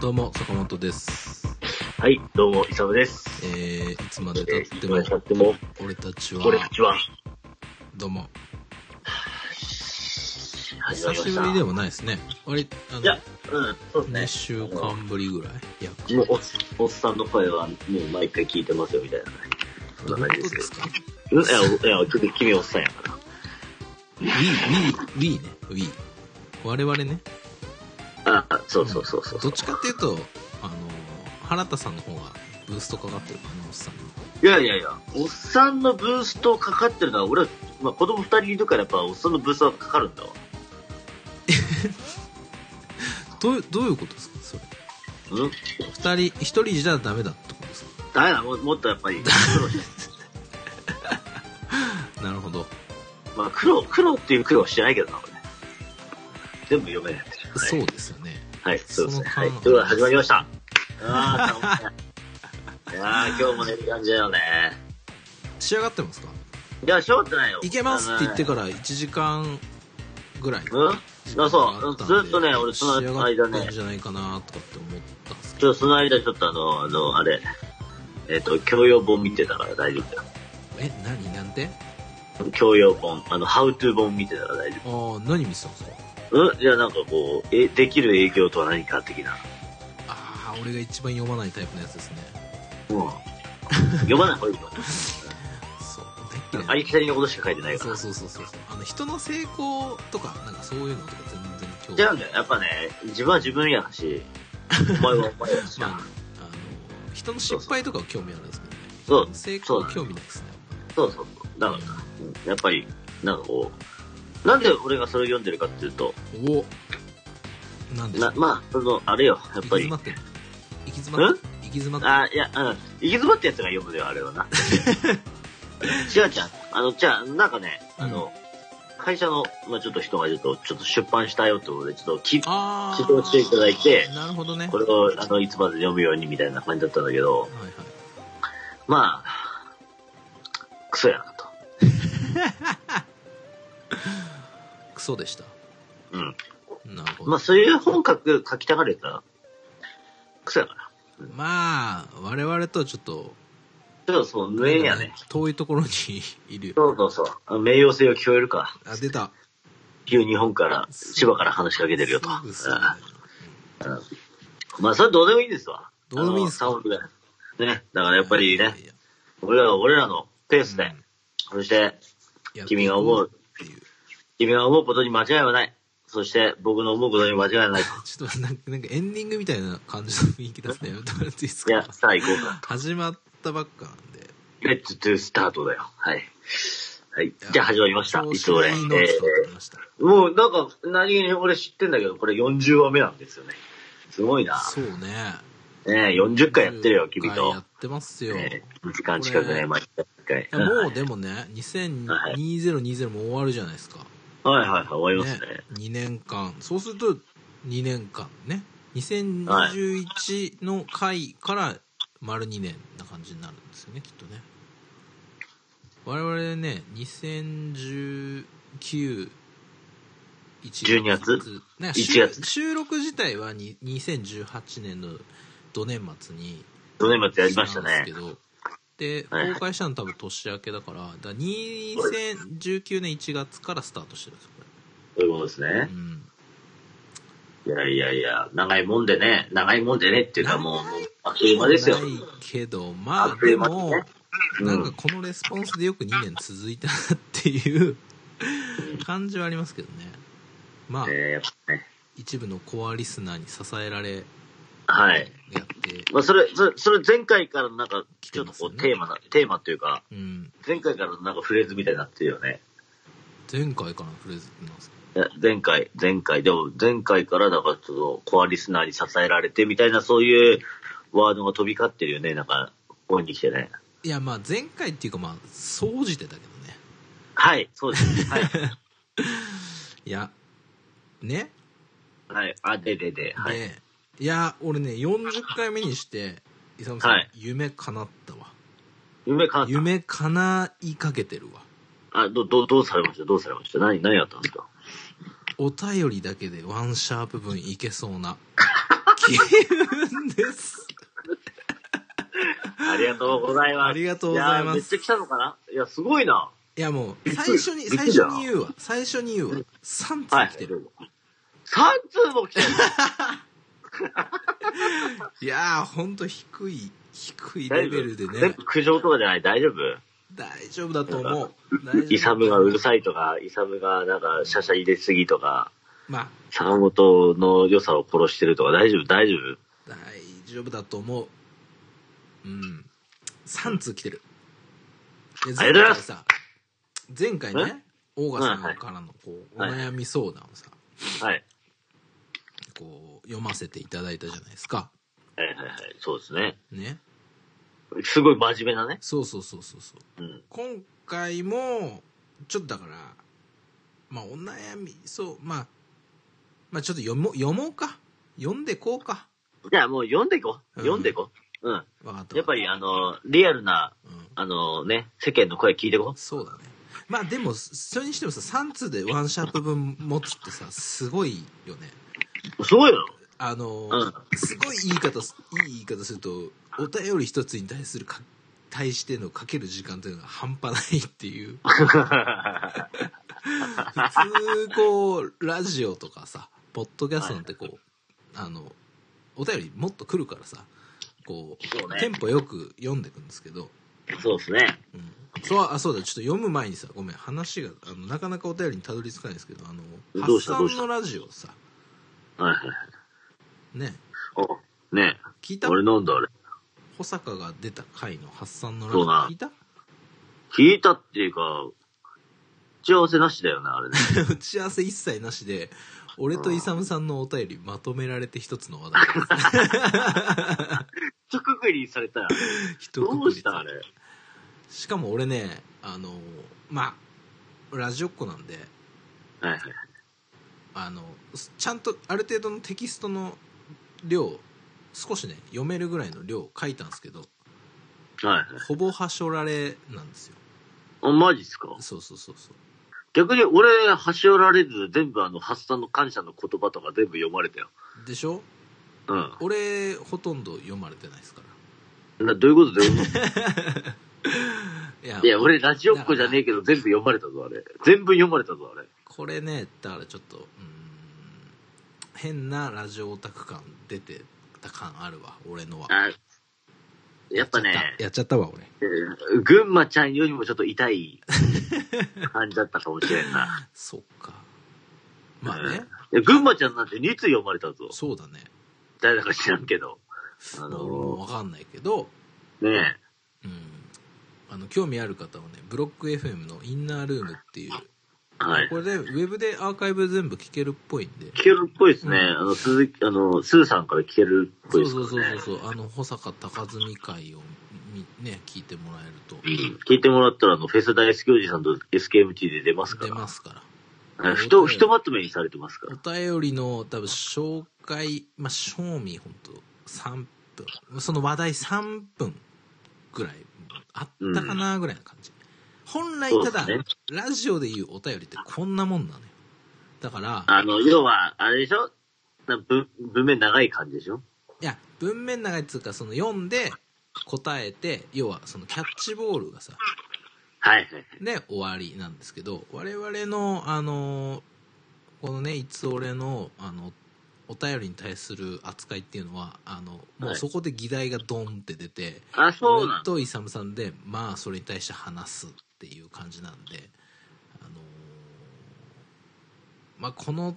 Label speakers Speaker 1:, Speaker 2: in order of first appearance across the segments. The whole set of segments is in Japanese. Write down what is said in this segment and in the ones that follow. Speaker 1: どうも、坂本です。
Speaker 2: はい、どうも、イサムです。
Speaker 1: えー、いつまで
Speaker 2: え
Speaker 1: 経
Speaker 2: ー
Speaker 1: っ
Speaker 2: い
Speaker 1: て
Speaker 2: つ
Speaker 1: も
Speaker 2: まで、経っても、
Speaker 1: 俺たち
Speaker 2: 俺
Speaker 1: は
Speaker 2: た、ちは、
Speaker 1: どうも。
Speaker 2: 始ま
Speaker 1: 久
Speaker 2: りま
Speaker 1: し
Speaker 2: し
Speaker 1: ぶ
Speaker 2: た。
Speaker 1: りでもないですね。割と、あ
Speaker 2: いや、うん、そう
Speaker 1: の、2
Speaker 2: です
Speaker 1: 週間ぶりぐらい。いや、
Speaker 2: ね。もうおっ、おっさんの声は、もう毎回聞いてますよ、みたいなね。そん
Speaker 1: どう
Speaker 2: な
Speaker 1: いう
Speaker 2: 感
Speaker 1: こ
Speaker 2: じ
Speaker 1: と
Speaker 2: で
Speaker 1: ですす
Speaker 2: け
Speaker 1: か
Speaker 2: ど。うんいや、いや、君、君おっさんやから。
Speaker 1: ?Wii、Wii、Wii ね、Wii。我々ね、
Speaker 2: ああ、そうそうそうそう。
Speaker 1: どっちかっていうと、あの、原田さんの方がブーストかかってるからね、おっさんに。
Speaker 2: いやいやいや、おっさんのブーストかかってるのは、俺は、まあ、子供二人いるから、やっぱ、おっさんのブーストはかかるんだわ。
Speaker 1: どう、どういうことですかそれ。
Speaker 2: うん
Speaker 1: 二人、一人じゃダメだってことですか
Speaker 2: だめだ、ももっとやっ ぱり、苦労し
Speaker 1: なるほど。
Speaker 2: まあ、苦労、苦労っていう苦労はしてないけどな、俺。全部読めない。はい
Speaker 1: そうですよね。
Speaker 2: はい、そうですね。
Speaker 1: そ
Speaker 2: は
Speaker 1: の
Speaker 2: い。
Speaker 1: 間
Speaker 2: ということで始まりま した。ああ、いやー今日もね、いい感じだよね。
Speaker 1: 仕上がってますか
Speaker 2: いや、しょうってないよ。
Speaker 1: いけますって言って
Speaker 2: か
Speaker 1: から1時間ぐらい。
Speaker 2: うんあそうずっとね俺その間
Speaker 1: 仕上
Speaker 2: ね
Speaker 1: がったんじゃないかなとかって思ったんですけ
Speaker 2: ちょっとその間、ちょっとあの、あの、あれ、えっ、と、教養本見てたから大丈夫だ
Speaker 1: ど。え、何なんて
Speaker 2: よ。教養本、あの、ハウトゥー本見てたから大丈
Speaker 1: ああ、何見てたんですか
Speaker 2: 夫。うんいや、なんかこう、え、できる営業とは何か的な。
Speaker 1: ああ、俺が一番読まないタイプのやつですね。
Speaker 2: うん。読まない方がいい よ。
Speaker 1: そう。大っ嫌いな
Speaker 2: ありきたりのことしか書いてないか
Speaker 1: そ
Speaker 2: ら
Speaker 1: う。そうそうそう。あの、人の成功とか、なんかそういうのとか全然興
Speaker 2: 違
Speaker 1: 味
Speaker 2: うんだよ。やっぱね、自分は自分やし、お前はお 前やし。
Speaker 1: まあ、あの、人の失敗とかは興味あるんですけどね。
Speaker 2: そう
Speaker 1: 成功は興味ないですね。
Speaker 2: そうそうそう。だからさ、やっぱり、なんかこう、なんで俺がそれを読んでるかっていうと、
Speaker 1: おなんでしょ
Speaker 2: な
Speaker 1: う
Speaker 2: まあ、その、あれよ、
Speaker 1: 行
Speaker 2: やっ
Speaker 1: き
Speaker 2: ぱ
Speaker 1: 詰
Speaker 2: り
Speaker 1: ま。ってんの行き詰まってんの行き詰まってんの
Speaker 2: あ、いや、うん。行き詰まったやつが読むのよ、あ れはな。違うじゃん。あの、じゃあ、なんかね、あの、会社の、まあちょっと人がちょっと、ちょっと出版したよってことで、ちょっと聞い
Speaker 1: あ
Speaker 2: 聞いていただいて
Speaker 1: なるほどね。
Speaker 2: これを、あの、いつまで読むようにみたいな感じだったんだけど、
Speaker 1: はいはい。
Speaker 2: まあ、クソやなと。
Speaker 1: クソでした。
Speaker 2: うん。
Speaker 1: なるほど。
Speaker 2: ま
Speaker 1: ま
Speaker 2: あそういう本書く、書きたがるやつは、クソやから。
Speaker 1: あ、我々とはちょっと、
Speaker 2: ちょっとそう、無縁やね。
Speaker 1: 遠いところにいる。
Speaker 2: そうそうそう。あの名誉性を聞こえるか。
Speaker 1: あ、出た。
Speaker 2: 旧日本から、千葉から話しかけてるよと。
Speaker 1: すぐすぐ
Speaker 2: うんまあ、それどうでもいいんですわ。
Speaker 1: どうでもいいんすか
Speaker 2: あのサウンドでね。だからやっぱり
Speaker 1: い
Speaker 2: ね
Speaker 1: や、いやい
Speaker 2: 俺らは俺らのペース
Speaker 1: や
Speaker 2: で、そして、
Speaker 1: うん
Speaker 2: 君が思う
Speaker 1: やっていこうっていう。
Speaker 2: 君が思うことに間違いはない。そして、僕の思うことに間違いはない。
Speaker 1: ちょっとなんかなんかエンディングみたいな感じの雰囲気出すね。やめてもらっていいです
Speaker 2: いや
Speaker 1: か、
Speaker 2: さあ行こうか。
Speaker 1: 始まったばっかなんで。
Speaker 2: レッツトゥスタートだよ。はい。はい。じゃあ始まりました。いつ
Speaker 1: 調子
Speaker 2: 俺。え
Speaker 1: いいのを聞こえてき
Speaker 2: ー
Speaker 1: ました。
Speaker 2: もうなんか、何気に俺知ってんだけど、これ40話目なんですよね。すごいな。
Speaker 1: そうね。
Speaker 2: ねえ、40回やってるよ、君
Speaker 1: 一回
Speaker 2: と
Speaker 1: やっ。てますよ。
Speaker 2: えー、2時間近くね、毎回。
Speaker 1: いやもうでもね、2020
Speaker 2: はい
Speaker 1: 2020も終わるじゃないですか。
Speaker 2: はいはいはい、終わりま
Speaker 1: ね
Speaker 2: すね。、
Speaker 1: 2年間。そうすると、2年間ね。2021の回から丸2年な感じになるんですよね、きっとね。我々ね、2019、1
Speaker 2: 12月
Speaker 1: なんか
Speaker 2: 1
Speaker 1: 収
Speaker 2: 月
Speaker 1: 収録自体はに2018年の土年末に
Speaker 2: ドネマってやりましたね
Speaker 1: け。どで、
Speaker 2: はい
Speaker 1: 公開したの多分年明けだから、だから2019年1月からスタートしてるんですよ、こ
Speaker 2: そういうことです
Speaker 1: れ。
Speaker 2: ね
Speaker 1: う。ん。
Speaker 2: いやいやいや、長いもんでね、長いもんでねっていうかもう、もうあっという間ですよ
Speaker 1: な。いけど、ま
Speaker 2: あ
Speaker 1: あ
Speaker 2: っとい
Speaker 1: で
Speaker 2: う間に
Speaker 1: も、
Speaker 2: ねう
Speaker 1: なんか
Speaker 2: ん。
Speaker 1: このレスポンスでよく2年続いたなっていう感じはありますけどね。まあ、
Speaker 2: えー、やっぱね。
Speaker 1: 一部のコアリスナーに支えられ、
Speaker 2: はい。
Speaker 1: やって、
Speaker 2: まあ、それ、それ、それ前回からなんか、
Speaker 1: 来
Speaker 2: ち
Speaker 1: て
Speaker 2: ょっ
Speaker 1: ま
Speaker 2: と
Speaker 1: す
Speaker 2: こ
Speaker 1: よ
Speaker 2: う、
Speaker 1: ね
Speaker 2: テーマな、テーマっていうか、
Speaker 1: うん。
Speaker 2: 前回からなんかフレーズみたいになってるよね。
Speaker 1: 前回からのフレーズなんですか
Speaker 2: いや前回、前回、でも前回からだから、ちょっとコアリスナーに支えられてみたいな、そういうワードが飛び交ってるよね、なんか、ここに来てね。
Speaker 1: いや、まあ前回っていうかまあ、総じてだけどね。
Speaker 2: はい、そうです。 はい。
Speaker 1: いや、ね、
Speaker 2: はい、あ、ででで、はい。
Speaker 1: で、いや、俺ね、40回目にして、イサムさん、
Speaker 2: はい
Speaker 1: 夢叶ったわ。
Speaker 2: 夢かなった
Speaker 1: 夢叶いかけてるわ。
Speaker 2: あ、ど、ど、どうされましたどうされました何、何やったんですか
Speaker 1: お便りだけでワンシャープ分いけそうな分です。
Speaker 2: ありがとうございます。
Speaker 1: ありがとうございます
Speaker 2: やめっちゃ来たのかないや、すごいな。
Speaker 1: いやもう、
Speaker 2: びっく
Speaker 1: 最
Speaker 2: り
Speaker 1: 初に、
Speaker 2: びっく
Speaker 1: 最
Speaker 2: りだ
Speaker 1: 初
Speaker 2: な
Speaker 1: に言うわ。最初に言うわ。3
Speaker 2: はい。
Speaker 1: 通来て
Speaker 2: 来て
Speaker 1: る。
Speaker 2: る。3通も来てる。
Speaker 1: い、やー、ほんと低い、低い レベルで
Speaker 2: 全
Speaker 1: ね。
Speaker 2: 部苦情とかじゃない大丈夫
Speaker 1: 大丈夫だと思う。大丈夫。
Speaker 2: イサムがうる さいとか、イサムがなんか、シャシャ入れすぎとか、
Speaker 1: ま
Speaker 2: 坂本の良さを殺してるとか、大丈夫大丈夫
Speaker 1: あ、大丈夫だと思う。うん。3通来てる。で
Speaker 2: ありがとうございます
Speaker 1: さ、前回ね、オーガさんからのこう、お
Speaker 2: はい
Speaker 1: 悩み相談をさ、
Speaker 2: はい。
Speaker 1: こう、読ませていただいたじゃないですか。
Speaker 2: はいはいはい。そうですね。
Speaker 1: ね。
Speaker 2: すごい真面目なね。
Speaker 1: そうそうそうそうそう。
Speaker 2: うん。
Speaker 1: 今回もちょっとだからまあお悩みそうまあまあちょっと読もう読もうか読んでこうか
Speaker 2: じゃあもう読んでいこう。
Speaker 1: うん
Speaker 2: 読んでいこう。うん。
Speaker 1: わかった
Speaker 2: やっぱ
Speaker 1: り、
Speaker 2: りあの、リアルな、
Speaker 1: うん、
Speaker 2: あのね、世間の声聞いていこ
Speaker 1: そうだねまあでもそれにしてもさ3通でワンシャープ分持つってさすごいよね
Speaker 2: う。すごいよ。
Speaker 1: あの、
Speaker 2: うん
Speaker 1: すごい言い方すいい言い方するとお便り一つに対するか対してのかける時間というのが半端ないっていう普通こうラジオとかさポッドキャストなんてこう、あのお便りもっと来るからさこう
Speaker 2: そうね
Speaker 1: テンポよく読んでいくんですけど、
Speaker 2: そうですね。
Speaker 1: うん、そうあそうだちょっと読む前にさごめん話があのなかなかお便りにたどり着かないんですけどあの
Speaker 2: ど
Speaker 1: 発
Speaker 2: うしたどう
Speaker 1: 散
Speaker 2: した
Speaker 1: のラジオさ
Speaker 2: はいはい。
Speaker 1: ね
Speaker 2: お、ね
Speaker 1: 聞い
Speaker 2: え。
Speaker 1: た
Speaker 2: 俺
Speaker 1: 保
Speaker 2: なんだあれ。
Speaker 1: 坂が出た回の発散のラジオ
Speaker 2: そうな
Speaker 1: 聞いた
Speaker 2: 聞いたっていうか、打ち合わせなしだよね、あれ ね。
Speaker 1: 打ち合わせ一切なしで俺とイサムさんのお便りまとめられて一つの話 題です
Speaker 2: 一括りにされたら、
Speaker 1: 一
Speaker 2: ど
Speaker 1: 括り
Speaker 2: うしたあれ。
Speaker 1: しかも俺ね、あの、まあ、ラジオっ子なんで、
Speaker 2: はいはい。
Speaker 1: あの、すちゃんとある程度のテキストの量、少しね、読めるぐらいの量書いたんですけ ど、
Speaker 2: はいはい。
Speaker 1: ほぼはしょられなんですよ。
Speaker 2: あ、マジっすか
Speaker 1: そうそうそうそう。
Speaker 2: 逆に俺、端折られず、全部あの、発散の感謝の言葉とか全部読まれたよ。
Speaker 1: でしょ
Speaker 2: うん。
Speaker 1: 俺、ほとんど読まれてないですか
Speaker 2: などういうことどういうこ
Speaker 1: ら。いや、
Speaker 2: と いや、俺、ラジオっ子じゃねえけど、全部読まれたぞ、あれ。全部読まれたぞ、あれ。
Speaker 1: これね、だからちょっと、うーん、変なラジオオタク感出てた感あるわ、俺のは。
Speaker 2: あやっぱ
Speaker 1: やっちゃ
Speaker 2: ね
Speaker 1: った、やっちゃったわ、俺。
Speaker 2: えー群馬ちゃんよりもちょっと痛い感じだったかもしれん な。
Speaker 1: そっか。まあね。
Speaker 2: いや群馬ちゃんなんて2通読まれたぞ。
Speaker 1: そうだね。
Speaker 2: 誰だか知らんけど。あの
Speaker 1: 俺もわかんないけど、
Speaker 2: ね
Speaker 1: うん。あの、興味ある方はね、ブロック FM のインナールームっていう、
Speaker 2: え。はい
Speaker 1: こ。れで、ウェブでアーカイブ全部聞けるっぽいんで、
Speaker 2: 聞けるっぽいですね。
Speaker 1: うん
Speaker 2: あの、鈴木、あの、スーさんから聞けるっぽ
Speaker 1: そ
Speaker 2: いうですか
Speaker 1: そ
Speaker 2: ら
Speaker 1: う
Speaker 2: ね。
Speaker 1: そうそうそう、あの、保坂高積会をみ、ね、聞いてもらえる
Speaker 2: うん聞いてもらったら、あの、フェス大好きおじさんと SKMT で出ます
Speaker 1: と、
Speaker 2: か
Speaker 1: 出
Speaker 2: ら。
Speaker 1: ますから。
Speaker 2: はいひと、ひとまとめにされてますから。
Speaker 1: お便りの、多分、紹介、まあ、賞味、ほんと、3分、その話題3分ぐらい、あったかな、ぐらいな感じ。本来、
Speaker 2: そう
Speaker 1: た
Speaker 2: で
Speaker 1: だ
Speaker 2: す、ね。
Speaker 1: ラジオで言うお便りってこんなもんなのよ。だから、
Speaker 2: あの、要は、あれでしょな文文面長い感じでしょ
Speaker 1: いや、文面長いっつうか、その読んで、答えて、要はそのキャッチボールがさ、
Speaker 2: はいはい。
Speaker 1: で終わりなんですけど、我々の、あのーこのね、いつ俺の、あの、お便りに対する扱いっていうのは、あの、も
Speaker 2: は
Speaker 1: う
Speaker 2: い
Speaker 1: そこで議題がドンって出て、
Speaker 2: あ、そうな
Speaker 1: 俺
Speaker 2: ん
Speaker 1: とイサムさんで、まあ、それに対して話すっていう感じなんで、あのーまあ、この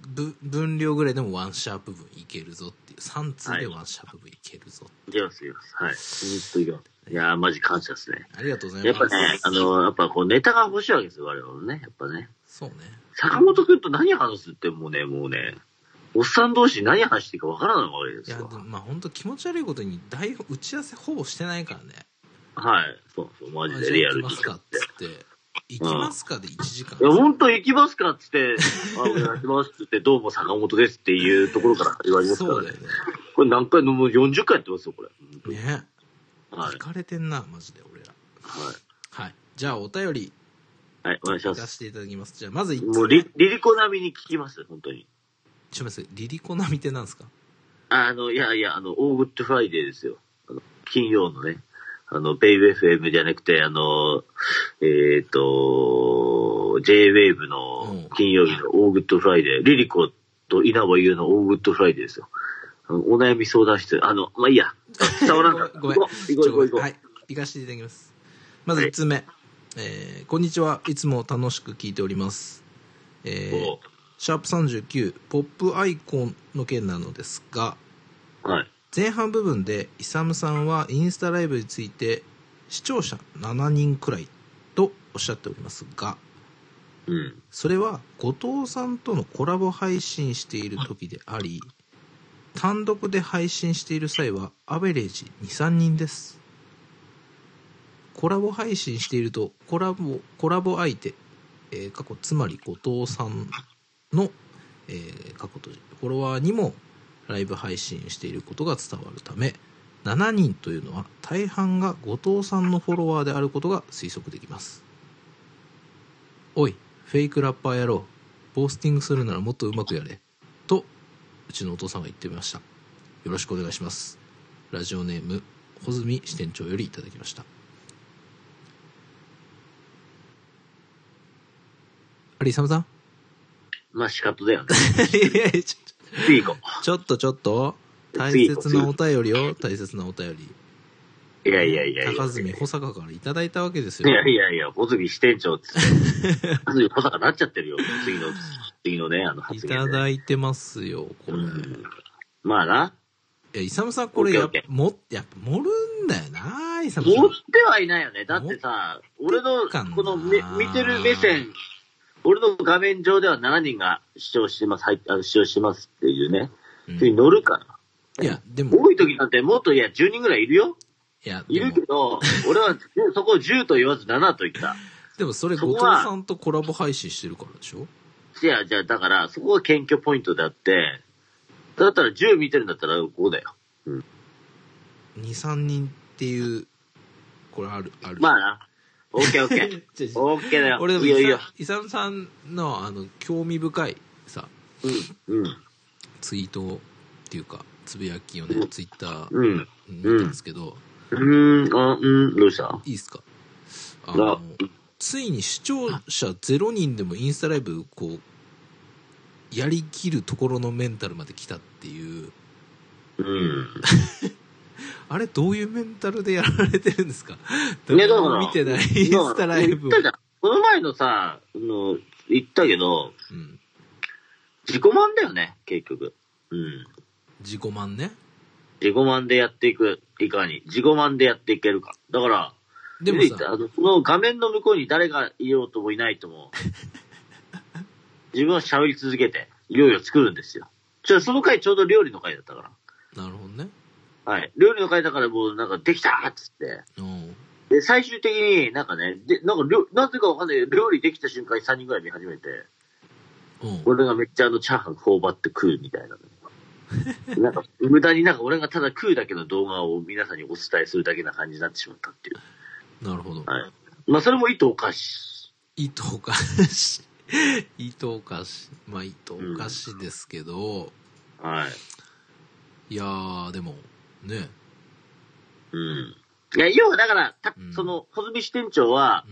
Speaker 1: ぶ分量ぐらいでもワンシャープ分いけるぞっていう、3通でワンシャープ分いけるぞ。
Speaker 2: いきますいきます。はい。ほんといきます。いやー、マジ感謝ですね。
Speaker 1: ありがとうござい
Speaker 2: やっ
Speaker 1: ま
Speaker 2: ぱ
Speaker 1: す。
Speaker 2: ね、あの、やっぱこう、ネタが欲しいわけですよ、我々もね。やっぱね。
Speaker 1: そうね。
Speaker 2: 坂本くんと何話すってもうね、もうね、おっさん同士何話していいかわからないわけで
Speaker 1: い
Speaker 2: す
Speaker 1: や、でも
Speaker 2: よ。
Speaker 1: まあ、本当気持ち悪いことに台本、打ち合わせほぼしてないからね。
Speaker 2: はい。そうそう、マジ
Speaker 1: あ
Speaker 2: で
Speaker 1: じゃあ
Speaker 2: リアル
Speaker 1: 行きま
Speaker 2: に言
Speaker 1: すかっ
Speaker 2: っ。
Speaker 1: てつって、行きますかで1時間
Speaker 2: い。や、本当行きますかっつって、あお願いしますっつって、どうも坂本ですっていうところから言われますか
Speaker 1: そう
Speaker 2: ら
Speaker 1: だ
Speaker 2: ね
Speaker 1: よ。ね。
Speaker 2: これ何回のもう40回やってますよ、これ。
Speaker 1: ね。
Speaker 2: は
Speaker 1: 行。
Speaker 2: い
Speaker 1: かれてんな、マジで俺ら。
Speaker 2: はい。
Speaker 1: はい。じゃあ、お便り
Speaker 2: はい、お願いしま
Speaker 1: 出
Speaker 2: す。
Speaker 1: していただきます。じゃあ、まず一つ
Speaker 2: もうリ、リリコ並みに聞きます、本当に。
Speaker 1: ちょっと待ってください、リリコナミってなんですか
Speaker 2: あの、いやいや、あの、オーグッドフライデーですよ。あの金曜のね、あの、ベイウェ FM じゃなくて、あの、えっ、と、J-Wave の金曜日のオーグッドフライデー、リリコと稲葉優のオーグッドフライデーですよ。あのお悩み相談室、あの、まあ、いいや。伝わらんかった。
Speaker 1: ごめん
Speaker 2: 行こう行こう行こう行こう。
Speaker 1: はい。行かせていただきます。まず1つ目。えーこんにちは。いつも楽しく聞いております。えー
Speaker 2: お
Speaker 1: シャープ39、ポップアイコンの件なのですが、
Speaker 2: はい。
Speaker 1: 前半部分でイサムさんはインスタライブについて視聴者7人くらいとおっしゃっておりますが
Speaker 2: うん。
Speaker 1: それは後藤さんとのコラボ配信している時であり単独で配信している際はアベレージ23人ですコラボ配信しているとコラボコラボ相手、えー過去つまり後藤さんの、えー過去とフォロワーにもライブ配信していることが伝わるため7人というのは大半が後藤さんのフォロワーであることが推測できますおいフェイクラッパー野郎ボースティングするならもっとうまくやれとうちのお父さんが言ってみましたよろしくお願いしますラジオネーム穂積支店長よりいただきましたあれイサ ムさん
Speaker 2: まあ仕方だよね。
Speaker 1: いやいやちょ
Speaker 2: 次行こ
Speaker 1: ちょっとちょっと、大
Speaker 2: 次行こう
Speaker 1: 切なお便りを、大切なお便り。
Speaker 2: う。いやいやいやいや。
Speaker 1: 高住保坂からいただいたわけです
Speaker 2: い
Speaker 1: よ。
Speaker 2: やいやいや、小杉支店長って。小杉小坂なっちゃってるよ。 次の、次のね、あの
Speaker 1: い
Speaker 2: 発言
Speaker 1: た
Speaker 2: で。
Speaker 1: だいてますよ、こ
Speaker 2: う
Speaker 1: れ。
Speaker 2: ん。まあな。
Speaker 1: いや、イサムさんこれやっ
Speaker 2: オッケーオッケ、
Speaker 1: も、やっぱ盛るんだよな、イサムさん。
Speaker 2: 持ってはいないよね。だってさ、俺の、
Speaker 1: かな
Speaker 2: このめ、見てる目線、俺の画面上では7人が視聴してます、はい、あの視聴してますっていうね。
Speaker 1: うん
Speaker 2: それに乗るから。
Speaker 1: いや、でも、
Speaker 2: 多い時なんてもっと、いや、10人ぐらいいるよ。
Speaker 1: いや、
Speaker 2: い
Speaker 1: で
Speaker 2: る
Speaker 1: も
Speaker 2: け、ど、俺はそこを10と言わず7と言った。
Speaker 1: でもそれ
Speaker 2: そ
Speaker 1: 後
Speaker 2: こ
Speaker 1: 藤
Speaker 2: は
Speaker 1: さんとコラボ配信してるからでしょ
Speaker 2: いや、じゃあ、だから、そこが謙虚ポイントであって、だったら10見てるんだったら5だよ。
Speaker 1: ?2、3人っていう、これある、ある。
Speaker 2: まあな。オッケーオッケー。
Speaker 1: ちょちょ
Speaker 2: オッケーだよ。
Speaker 1: 俺でも
Speaker 2: いいよいいよ。
Speaker 1: イサムさんの、あの、興味深いさ、
Speaker 2: うん。
Speaker 1: ツイートっていうか、つぶやきをね、ツイッター、
Speaker 2: うん。
Speaker 1: 見たんですけど、
Speaker 2: うーん、あ、うん、どうした
Speaker 1: いいですかあ
Speaker 2: あ
Speaker 1: の、ついに視聴者0人でもインスタライブ、こう、やりきるところのメンタルまで来たっていう、
Speaker 2: うん。
Speaker 1: あれどういうメンタルでやられてるんですか
Speaker 2: ね
Speaker 1: 誰
Speaker 2: だか
Speaker 1: も
Speaker 2: ら
Speaker 1: 見てないインスタライブを
Speaker 2: 言ったじゃん。この前のさ、あの、言ったけど、
Speaker 1: うん
Speaker 2: 自己満だよね、結局。うん。
Speaker 1: 自己満ね。
Speaker 2: 自己満でやっていく、いかに。自己満でやっていけるか。だから、
Speaker 1: でも
Speaker 2: 見ていた
Speaker 1: さ、
Speaker 2: あの、その画面の向こうに誰がいようともいないとも、自分は喋り続けて、いよいよ作るんですよ。ちょ、その回ちょうど料理の回だったから。
Speaker 1: なるほどね。
Speaker 2: はい。料理の回だからもうなんかできたーっつって。
Speaker 1: うん。
Speaker 2: で、最終的になんかね、で、なんか料、なぜかわかんないけど、料理できた瞬間に3人ぐらい見始めて、
Speaker 1: うん。
Speaker 2: 俺がめっちゃあの、チャーハン頬張って食うみたいなね なんか、無駄になんか俺がただ食うだけの動画を皆さんにお伝えするだけな感じになってしまったっていう。
Speaker 1: なるほど。
Speaker 2: はい。まあ、それも意図おかし
Speaker 1: 伊藤かし。伊藤かし。まあ、伊藤かしですけど、
Speaker 2: い。はい。
Speaker 1: いやー、でも、ね。
Speaker 2: うん。いや、要はだから、た
Speaker 1: うん
Speaker 2: その、穂積支店長は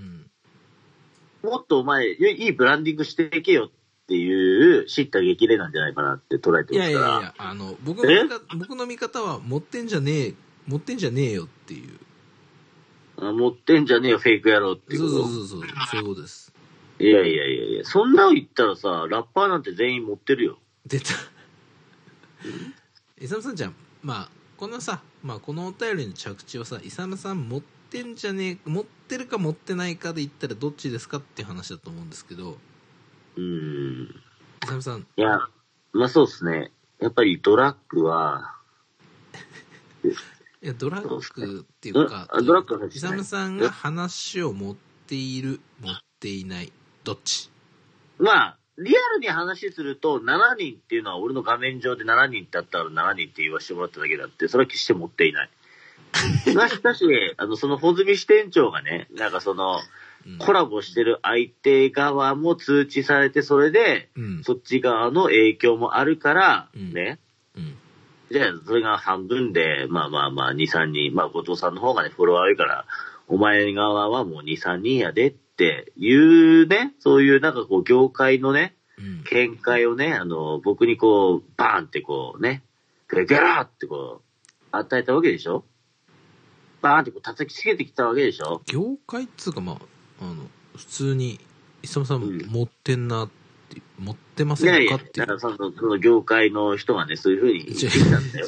Speaker 1: う、ん。
Speaker 2: もっとお前、いいいブランディングしていけよっていう、知った激励なんじゃないかなって捉えて
Speaker 1: い
Speaker 2: ま
Speaker 1: やい
Speaker 2: す
Speaker 1: や
Speaker 2: か
Speaker 1: い
Speaker 2: ら。
Speaker 1: や、あの、僕の見方、僕の見方は、持ってんじゃねえ、持ってんじゃねえよっていう。
Speaker 2: あ持ってんじゃねえよ、フェイク野郎っていう
Speaker 1: そうそ
Speaker 2: こと。
Speaker 1: うそうそう、そういうことです。
Speaker 2: いやいやいやいや、そんなの言ったらさ、ラッパーなんて全員持ってるよ。
Speaker 1: 出た。 イサムさんじゃん、まあ、このさ、まあ、このお便りの着地をさ、イサムさん持ってんじゃねえ、持ってるか持ってないかで言ったらどっちですかっていう話だと思うんですけど、
Speaker 2: うーん。
Speaker 1: イサムさん、
Speaker 2: いや、まあそうっすね。やっぱりドラッグは、
Speaker 1: いや、ドラッグっていうか、
Speaker 2: あドラッグの話ね
Speaker 1: イサムさんが話を持っている、持っていない、どっち
Speaker 2: まあ、リアルに話すると、7人っていうのは俺の画面上で7人だったら7人って言わせてもらっただけだって、それは決して持っていない。まあしかし、あの、その、穂積支店長がね、なんかそ
Speaker 1: う
Speaker 2: の、
Speaker 1: ん
Speaker 2: コラボしてる相手側も通知されて、それで、
Speaker 1: うん。
Speaker 2: そっち側の影響もあるから、
Speaker 1: うん
Speaker 2: ね、
Speaker 1: うん。
Speaker 2: じゃあ、それが半分で、まあまあまあ、2、3人、まあ、後藤さんの方がね、フォロワー多いから、お前側はもう2、3人やでっていうね、そういうなんかこう、業界のね、
Speaker 1: うん。
Speaker 2: 見解をね、あの、僕にこう、バーンってこうね、ゲラーってこう、与えたわけでしょバーンってこう叩きつけてきたわけでしょ
Speaker 1: 業界っつうか、まあ、あの、普通に、イサムさん
Speaker 2: うん
Speaker 1: 持ってんなって、持ってま
Speaker 2: いや
Speaker 1: せ
Speaker 2: い
Speaker 1: んか
Speaker 2: や
Speaker 1: ってい
Speaker 2: だ
Speaker 1: う
Speaker 2: か。らその、その業界の人がね、そういうふうに言ってきたんだよ。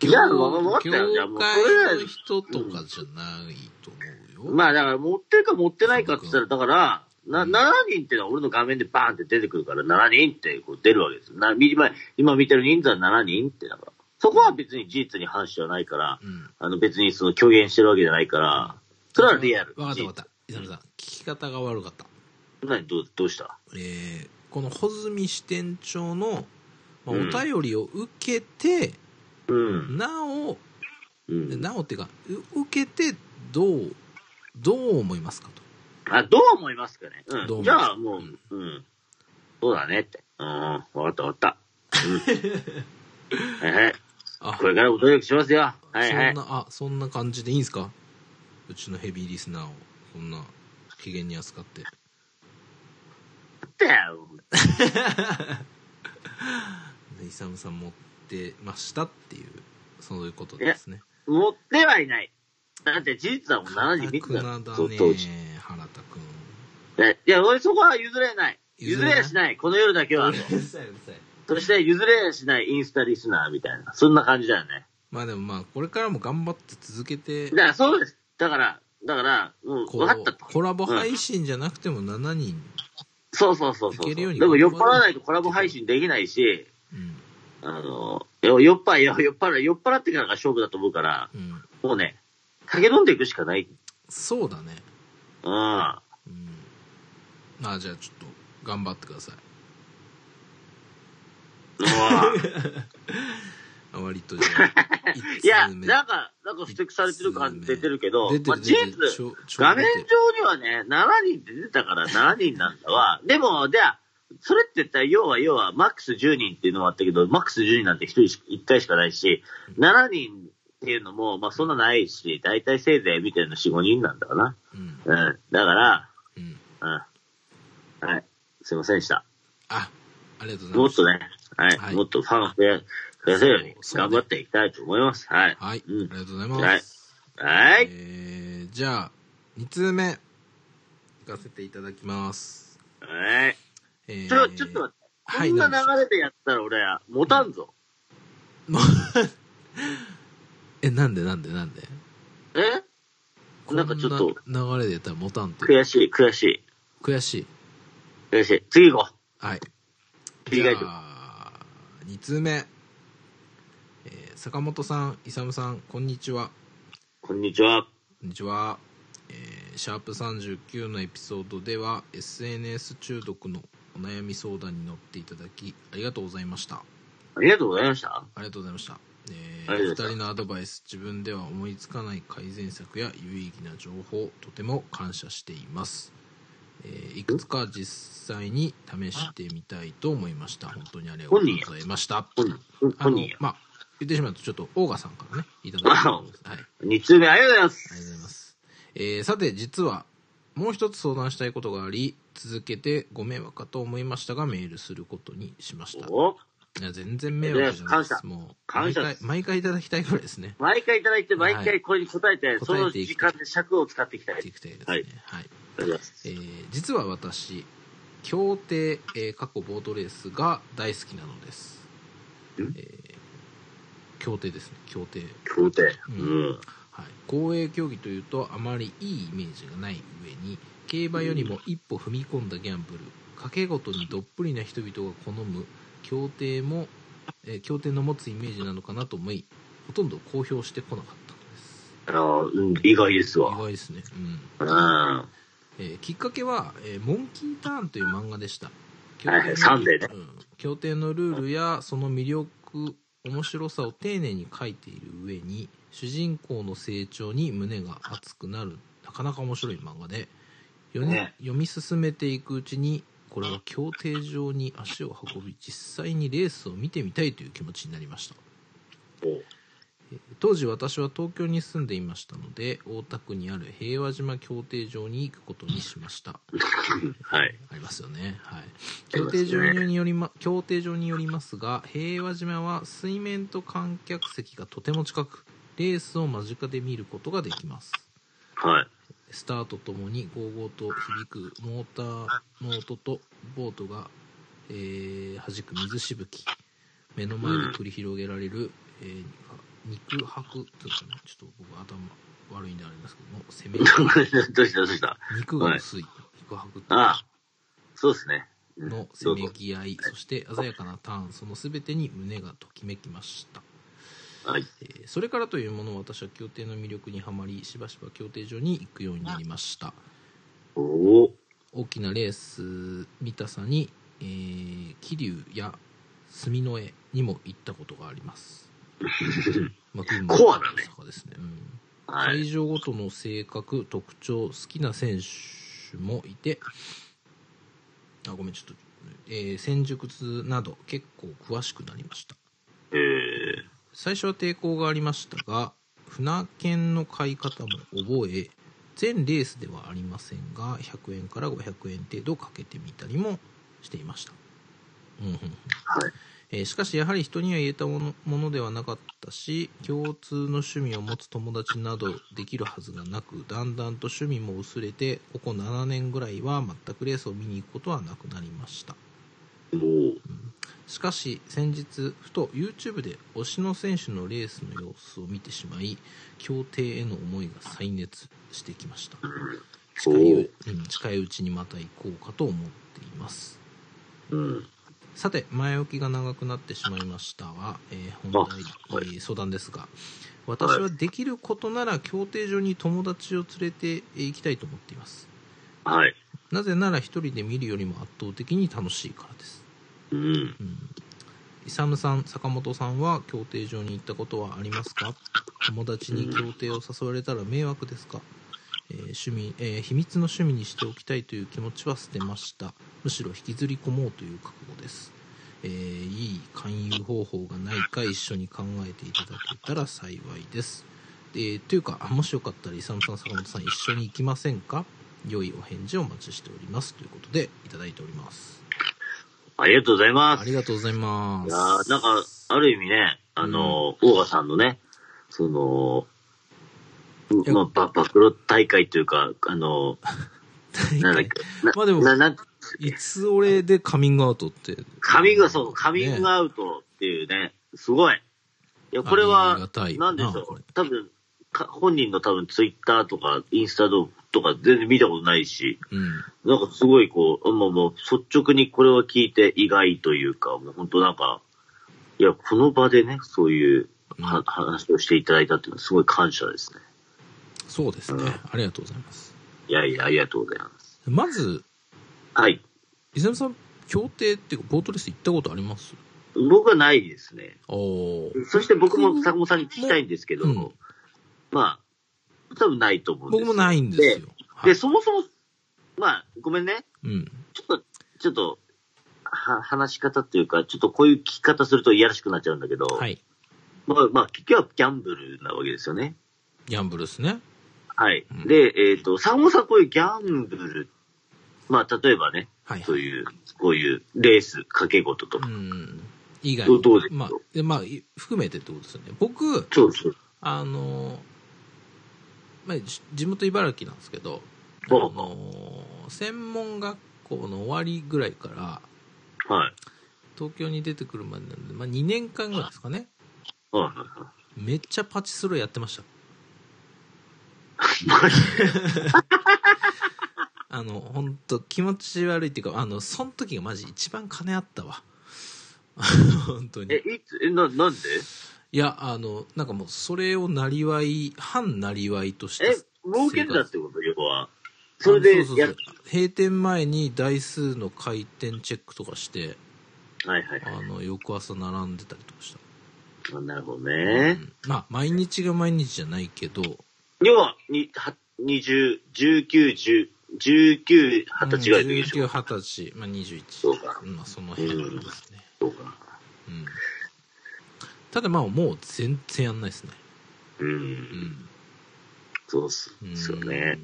Speaker 1: 業
Speaker 2: いやもうもう
Speaker 1: 業
Speaker 2: いやもう
Speaker 1: 界
Speaker 2: それは
Speaker 1: の人とかじゃないと思うよ。
Speaker 2: まあだから持ってるか持ってないかって言ったら、だから、な、
Speaker 1: うん
Speaker 2: 7人っていうのは俺の画面でバーンって出てくるから、7人ってこう出るわけですよ。な、み今、今見てる人数は7人って、だから。そこは別に事実に反してはないから、
Speaker 1: うん。
Speaker 2: あの別にその虚言してるわけじゃないから、それはリアル。
Speaker 1: わかったわかった。イサムさん、聞き方が悪かった。
Speaker 2: 何どう、どうした
Speaker 1: えーこの穂積支店長の、まあ、お
Speaker 2: うん
Speaker 1: 便りを受けて、
Speaker 2: うん。
Speaker 1: なお、
Speaker 2: うん。
Speaker 1: なおっていうか、う受けて、どう、どう思いますかと。
Speaker 2: あ、どう思いますかね
Speaker 1: どう思
Speaker 2: う
Speaker 1: います
Speaker 2: ん。じゃあもう、うん。そうだねって。うん。わかったわかった。 うん。はいはい。
Speaker 1: あ
Speaker 2: これからも努力しますよ。はいは
Speaker 1: そ
Speaker 2: い
Speaker 1: ん。な、あ、そんな感じでいいんすかうちのヘビーリスナーを、こんな、機嫌に扱 って。
Speaker 2: ってよ
Speaker 1: イサムさん持ってましたっていう、そういうことですね。
Speaker 2: 持ってはいない。だって事実はもう7時見てた
Speaker 1: なだ
Speaker 2: そ
Speaker 1: ね
Speaker 2: 当時。、
Speaker 1: 原田くん。
Speaker 2: ねいや、俺そこは譲れない。譲れやしない。この夜だけは。
Speaker 1: うるさいうるさい。
Speaker 2: そして譲れやしないインスタリスナーみたいな。そんな感じだよね。
Speaker 1: まあでもまあ、これからも頑張って続けて
Speaker 2: だ、からそうです。だから、だから、うん、
Speaker 1: こ
Speaker 2: 分かった
Speaker 1: う
Speaker 2: と。
Speaker 1: コラボ配信じゃなくても7人。
Speaker 2: そうそうそうそう。
Speaker 1: いけるように
Speaker 2: でも酔っ払わないとコラボ配信できないし、
Speaker 1: うん。
Speaker 2: あの、よ酔っ払い、よ酔っ払い、酔っ払ってからが勝負だと思うから、
Speaker 1: うん。
Speaker 2: もうね、駆け飲んでいくしかない。
Speaker 1: そうだね。
Speaker 2: うん。あ
Speaker 1: うん。まあじゃあちょっと、頑張ってください。割とじゃあ
Speaker 2: いや、
Speaker 1: 一通目
Speaker 2: なんか、なんか不適されてる感じ出てるけど
Speaker 1: 出、て
Speaker 2: まあ、
Speaker 1: る
Speaker 2: 事
Speaker 1: 出て
Speaker 2: 実
Speaker 1: る、ちょちょ
Speaker 2: 画面
Speaker 1: 出てる
Speaker 2: 上にはね、7人って出てたから7人なんだわ。 でも、じゃあ、それって言ったら、要は、要は、マックス10人っていうのもあったけど、マックス10人なんて1人し1回しかないし、7人っていうのも、まあ、そんなないし、だいたいせいぜい見てるの4、5人なんだろうな。
Speaker 1: うん
Speaker 2: うん。だから、
Speaker 1: うん
Speaker 2: うん。はい。すいませんでした。
Speaker 1: あありがとうござい
Speaker 2: も
Speaker 1: ま
Speaker 2: っ
Speaker 1: す
Speaker 2: とね、はい。
Speaker 1: はい
Speaker 2: もっとファンを増や増やせるように
Speaker 1: そうそう
Speaker 2: 頑
Speaker 1: ね
Speaker 2: 張っていきたいと思います。はい。
Speaker 1: はいあ
Speaker 2: うん
Speaker 1: りがとうございます、
Speaker 2: はいはい。
Speaker 1: えー、じゃあ2通目行かせていただきます
Speaker 2: はい。
Speaker 1: えー
Speaker 2: ちょ、ちょっと待って。こ
Speaker 1: はい
Speaker 2: んな
Speaker 1: 何でしょう
Speaker 2: 流れでやったら俺は持たんぞ。
Speaker 1: もうえなんでなんでなんで
Speaker 2: えなんかちょっと
Speaker 1: こんな流れでやったら持たんって
Speaker 2: 悔しい、悔しい、
Speaker 1: 悔しい
Speaker 2: 悔しい。次行こ
Speaker 1: はい。
Speaker 2: 切り替えて
Speaker 1: じゃあ、2通目。えー坂本さん、勇さん、こんにちは。
Speaker 2: う。こんにちは。
Speaker 1: こんにちは。えーシャープ39のエピソードでは、SNS 中毒のお悩み相談に乗っていただき、ありがとうございました。
Speaker 2: ありがとうございました。
Speaker 1: ありがとうございました。え
Speaker 2: あり
Speaker 1: ー、お二
Speaker 2: がとうございました
Speaker 1: 人のアドバイス、自分では思いつかない改善策や有意義な情報、とても感謝しています。えーいくつか実際に試してみたいと思いました。本当にありがとうございました。
Speaker 2: 本人、
Speaker 1: あ
Speaker 2: 本
Speaker 1: の
Speaker 2: 人や、。
Speaker 1: まあ、言ってしまうと、ちょっと、オーガさんからね、いただいております。はい。
Speaker 2: 二通目ありがとうございま
Speaker 1: ありがとうござい
Speaker 2: す。
Speaker 1: ます。えーさて、実は、もう一つ相談したいことがあり、続けてご迷惑かと思いましたが、メールすることにしました。い
Speaker 2: お
Speaker 1: や、全然迷惑じゃないです。
Speaker 2: 感謝
Speaker 1: もう、
Speaker 2: 感
Speaker 1: 毎
Speaker 2: 謝
Speaker 1: 回
Speaker 2: で、す
Speaker 1: 毎回いただきたいぐらいですね。
Speaker 2: 毎回いただいて、
Speaker 1: はい
Speaker 2: 毎回これに答えて、その時間で尺を使っていきたい。あ
Speaker 1: やって
Speaker 2: り
Speaker 1: いきたいですね。
Speaker 2: は
Speaker 1: はいい。
Speaker 2: がとうございます
Speaker 1: え。ー実は私、競艇、えー過去ボートレースが大好きなのです。え
Speaker 2: ん
Speaker 1: ー、競艇ですね、競艇。
Speaker 2: 協定。う
Speaker 1: うん
Speaker 2: ん。
Speaker 1: はい、公営競技というとあまりいいイメージがない上に競馬よりも一歩踏み込んだギャンブル賭け事にどっぷりな人々が好む競艇も、えー競艇の持つイメージなのかなと思いほとんど公表してこなかったのです
Speaker 2: あの、うん意外です
Speaker 1: 意
Speaker 2: わ。
Speaker 1: 外ですね、うん
Speaker 2: うん。は
Speaker 1: えーきっかけは、えーモンキーターン」という漫画でした
Speaker 2: いはい、サンデーね。
Speaker 1: うん協定のルールやその魅力面白さを丁寧に書いている上に主人公の成長に胸が熱くなるなかなか面白い漫画で読,、
Speaker 2: ね
Speaker 1: 読み進めていくうちにこれは競艇場に足を運び実際にレースを見てみたいという気持ちになりました
Speaker 2: お
Speaker 1: 当時私は東京に住んでいましたので大田区にある平和島協定場に行くことにしました
Speaker 2: はい。
Speaker 1: ありますよね。はい。
Speaker 2: あり
Speaker 1: 協
Speaker 2: ますね
Speaker 1: 定上によりま、協定上によりますが、平和島は水面と観客席がとても近く、レースを間近で見ることができます。
Speaker 2: はい。
Speaker 1: スタートともにゴーゴーと響くモーターの音とボートが、えー、弾く水しぶき。目の前で繰り広げられる、えー、肉薄っていうのかなちょっと僕頭悪いんであれですけども、攻め肉
Speaker 2: どうしたどうした
Speaker 1: 肉が薄い。肉薄っていうのかな
Speaker 2: ああ、そうですね。うん
Speaker 1: の
Speaker 2: ど
Speaker 1: せ
Speaker 2: うぞ
Speaker 1: めぎ合いそして鮮やかなターンその全てに胸がときめきました、
Speaker 2: はい。
Speaker 1: えーそれからというもの私は競艇の魅力にはまりしばしば競艇場に行くようになりました
Speaker 2: おお
Speaker 1: 大きなレース見たさにえー桐生、や住之江にも行ったことがあり ます、まあ、群馬
Speaker 2: コアだね
Speaker 1: 大阪ですね、うん
Speaker 2: は
Speaker 1: 会
Speaker 2: い。
Speaker 1: 場ごとの性格特徴好きな選手もいてあごめんちょっと、えー戦術など結構詳しくなりました
Speaker 2: えー、
Speaker 1: 最初は抵抗がありましたが船券の買い方も覚え全レースではありませんが100円から500円程度かけてみたりもしていました、うんうんうん
Speaker 2: はい。
Speaker 1: えーしかしやはり人には言えたものものではなかったし共通の趣味を持つ友達などできるはずがなくだんだんと趣味も薄れてここ7年ぐらいは全くレースを見に行くことはなくなりました
Speaker 2: もう、
Speaker 1: しかし先日ふと YouTube で推しの選手のレースの様子を見てしまい競艇への思いが再熱してきました近い,、うん、近いうちにまた行こうかと思っています
Speaker 2: うん。
Speaker 1: さて前置きが長くなってしまいましたは、えー本題、
Speaker 2: あはい
Speaker 1: えー相談ですが私はできることなら競艇場に友達を連れて行きたいと思っています
Speaker 2: はい。
Speaker 1: なぜなら一人で見るよりも圧倒的に楽しいからです、
Speaker 2: うん。
Speaker 1: うん、イサムさん坂本さんは競艇場に行ったことはありますか友達に競艇を誘われたら迷惑ですか、えー趣味えー秘密の趣味にしておきたいという気持ちは捨てましたむしろ引きずり込もうという覚悟です、えーいい勧誘方法がないか一緒に考えていただけたら幸いです、えーというかあもしよかったらイサムさん坂本さん一緒に行きませんか良いお返事をお待ちしておりますということでいただいております
Speaker 2: ありがとうございま
Speaker 1: あ
Speaker 2: す。
Speaker 1: りがとうございま
Speaker 2: い
Speaker 1: す
Speaker 2: やーなんか、ある意味ね、あの、大、賀、さんのね、その、
Speaker 1: や
Speaker 2: うまあ、ば暴露大会というか、あの、なんだっけ、な
Speaker 1: まあでも
Speaker 2: ななん
Speaker 1: いつ俺でカミングアウトって。
Speaker 2: カミングアウトそう、カミング
Speaker 1: ね
Speaker 2: アウトっていうね、すごい。いや、これ
Speaker 1: あり
Speaker 2: は
Speaker 1: がたい、な
Speaker 2: なんでしょ
Speaker 1: これ
Speaker 2: う。多分、か本人の多分ツイッターとかインスタとか全然見たことないし、
Speaker 1: うん。
Speaker 2: なんかすごいこう、もうもう率直にこれは聞いて意外というか、もう本当なんか、いや、この場でね、そういうは、
Speaker 1: うん
Speaker 2: 話をしていただいたっていうのはすごい感謝ですね。
Speaker 1: そうです
Speaker 2: うん
Speaker 1: ね。ありがとうございます。
Speaker 2: いやいや、ありがとうございます。
Speaker 1: まず、
Speaker 2: はい。
Speaker 1: 伊沢さん、協定っていうか、ボートレース行ったことあります
Speaker 2: 僕はないですね。
Speaker 1: おー
Speaker 2: そして僕も坂本さんに聞きたいんですけど、
Speaker 1: うん
Speaker 2: まあ、多分ないと思うんです
Speaker 1: 僕もないんですよ。
Speaker 2: で、
Speaker 1: は
Speaker 2: で
Speaker 1: い。
Speaker 2: そもそも、まあ、ごめんね。
Speaker 1: うん。
Speaker 2: ちょっと、ちょっと、は、話し方っていうか、ちょっとこういう聞き方するといやらしくなっちゃうんだけど、
Speaker 1: はい。
Speaker 2: まあ、まあ、結局はギャンブルなわけですよね。
Speaker 1: ギャンブルですね。
Speaker 2: はい。
Speaker 1: うん
Speaker 2: で、えっ、と、坂本さんこういうギャンブル、まあ、例えばね、
Speaker 1: はい。
Speaker 2: そういう、こういうレース、掛け事と
Speaker 1: う
Speaker 2: か。
Speaker 1: ん。以外
Speaker 2: どうどうですか
Speaker 1: まあ、でまあ、い含めてってことですよね。僕、
Speaker 2: そうそう。
Speaker 1: あのー、まあ、じ地元茨城なんですけど、あ
Speaker 2: ほう
Speaker 1: のー、専門学校の終わりぐらいから、
Speaker 2: はい。
Speaker 1: 東京に出てくるまでなんで、まあ、2年間ぐらいですかね
Speaker 2: はいはいは
Speaker 1: めっちゃパチスロやってました
Speaker 2: い。 マジ
Speaker 1: あの本当気持ち悪いっていうかあのその時がマジ一番金あったわ 本当
Speaker 2: え
Speaker 1: に、
Speaker 2: いつ、え、な、なんで
Speaker 1: いやあのなんかもうそれをなりわい反なりわいとして
Speaker 2: え、儲けんだってこと要は。それ
Speaker 1: あ
Speaker 2: で
Speaker 1: のうそ
Speaker 2: や
Speaker 1: うそう閉店前に台数の回転チェックとかして
Speaker 2: はいはい
Speaker 1: あの翌朝並んでたりとかした、
Speaker 2: あ。なるほど
Speaker 1: う
Speaker 2: ね。
Speaker 1: んまあ毎日が毎日じゃないけど
Speaker 2: 要は、に、は、二十、十九、十、十九、二十歳ぐらいの時でしょ。
Speaker 1: 1920歳、まあ、21
Speaker 2: そうか
Speaker 1: まあ、その辺ですね、
Speaker 2: そうか。
Speaker 1: うんただまあもう全然やんないですね
Speaker 2: う。
Speaker 1: うんん
Speaker 2: そうっす
Speaker 1: うん
Speaker 2: ですよね。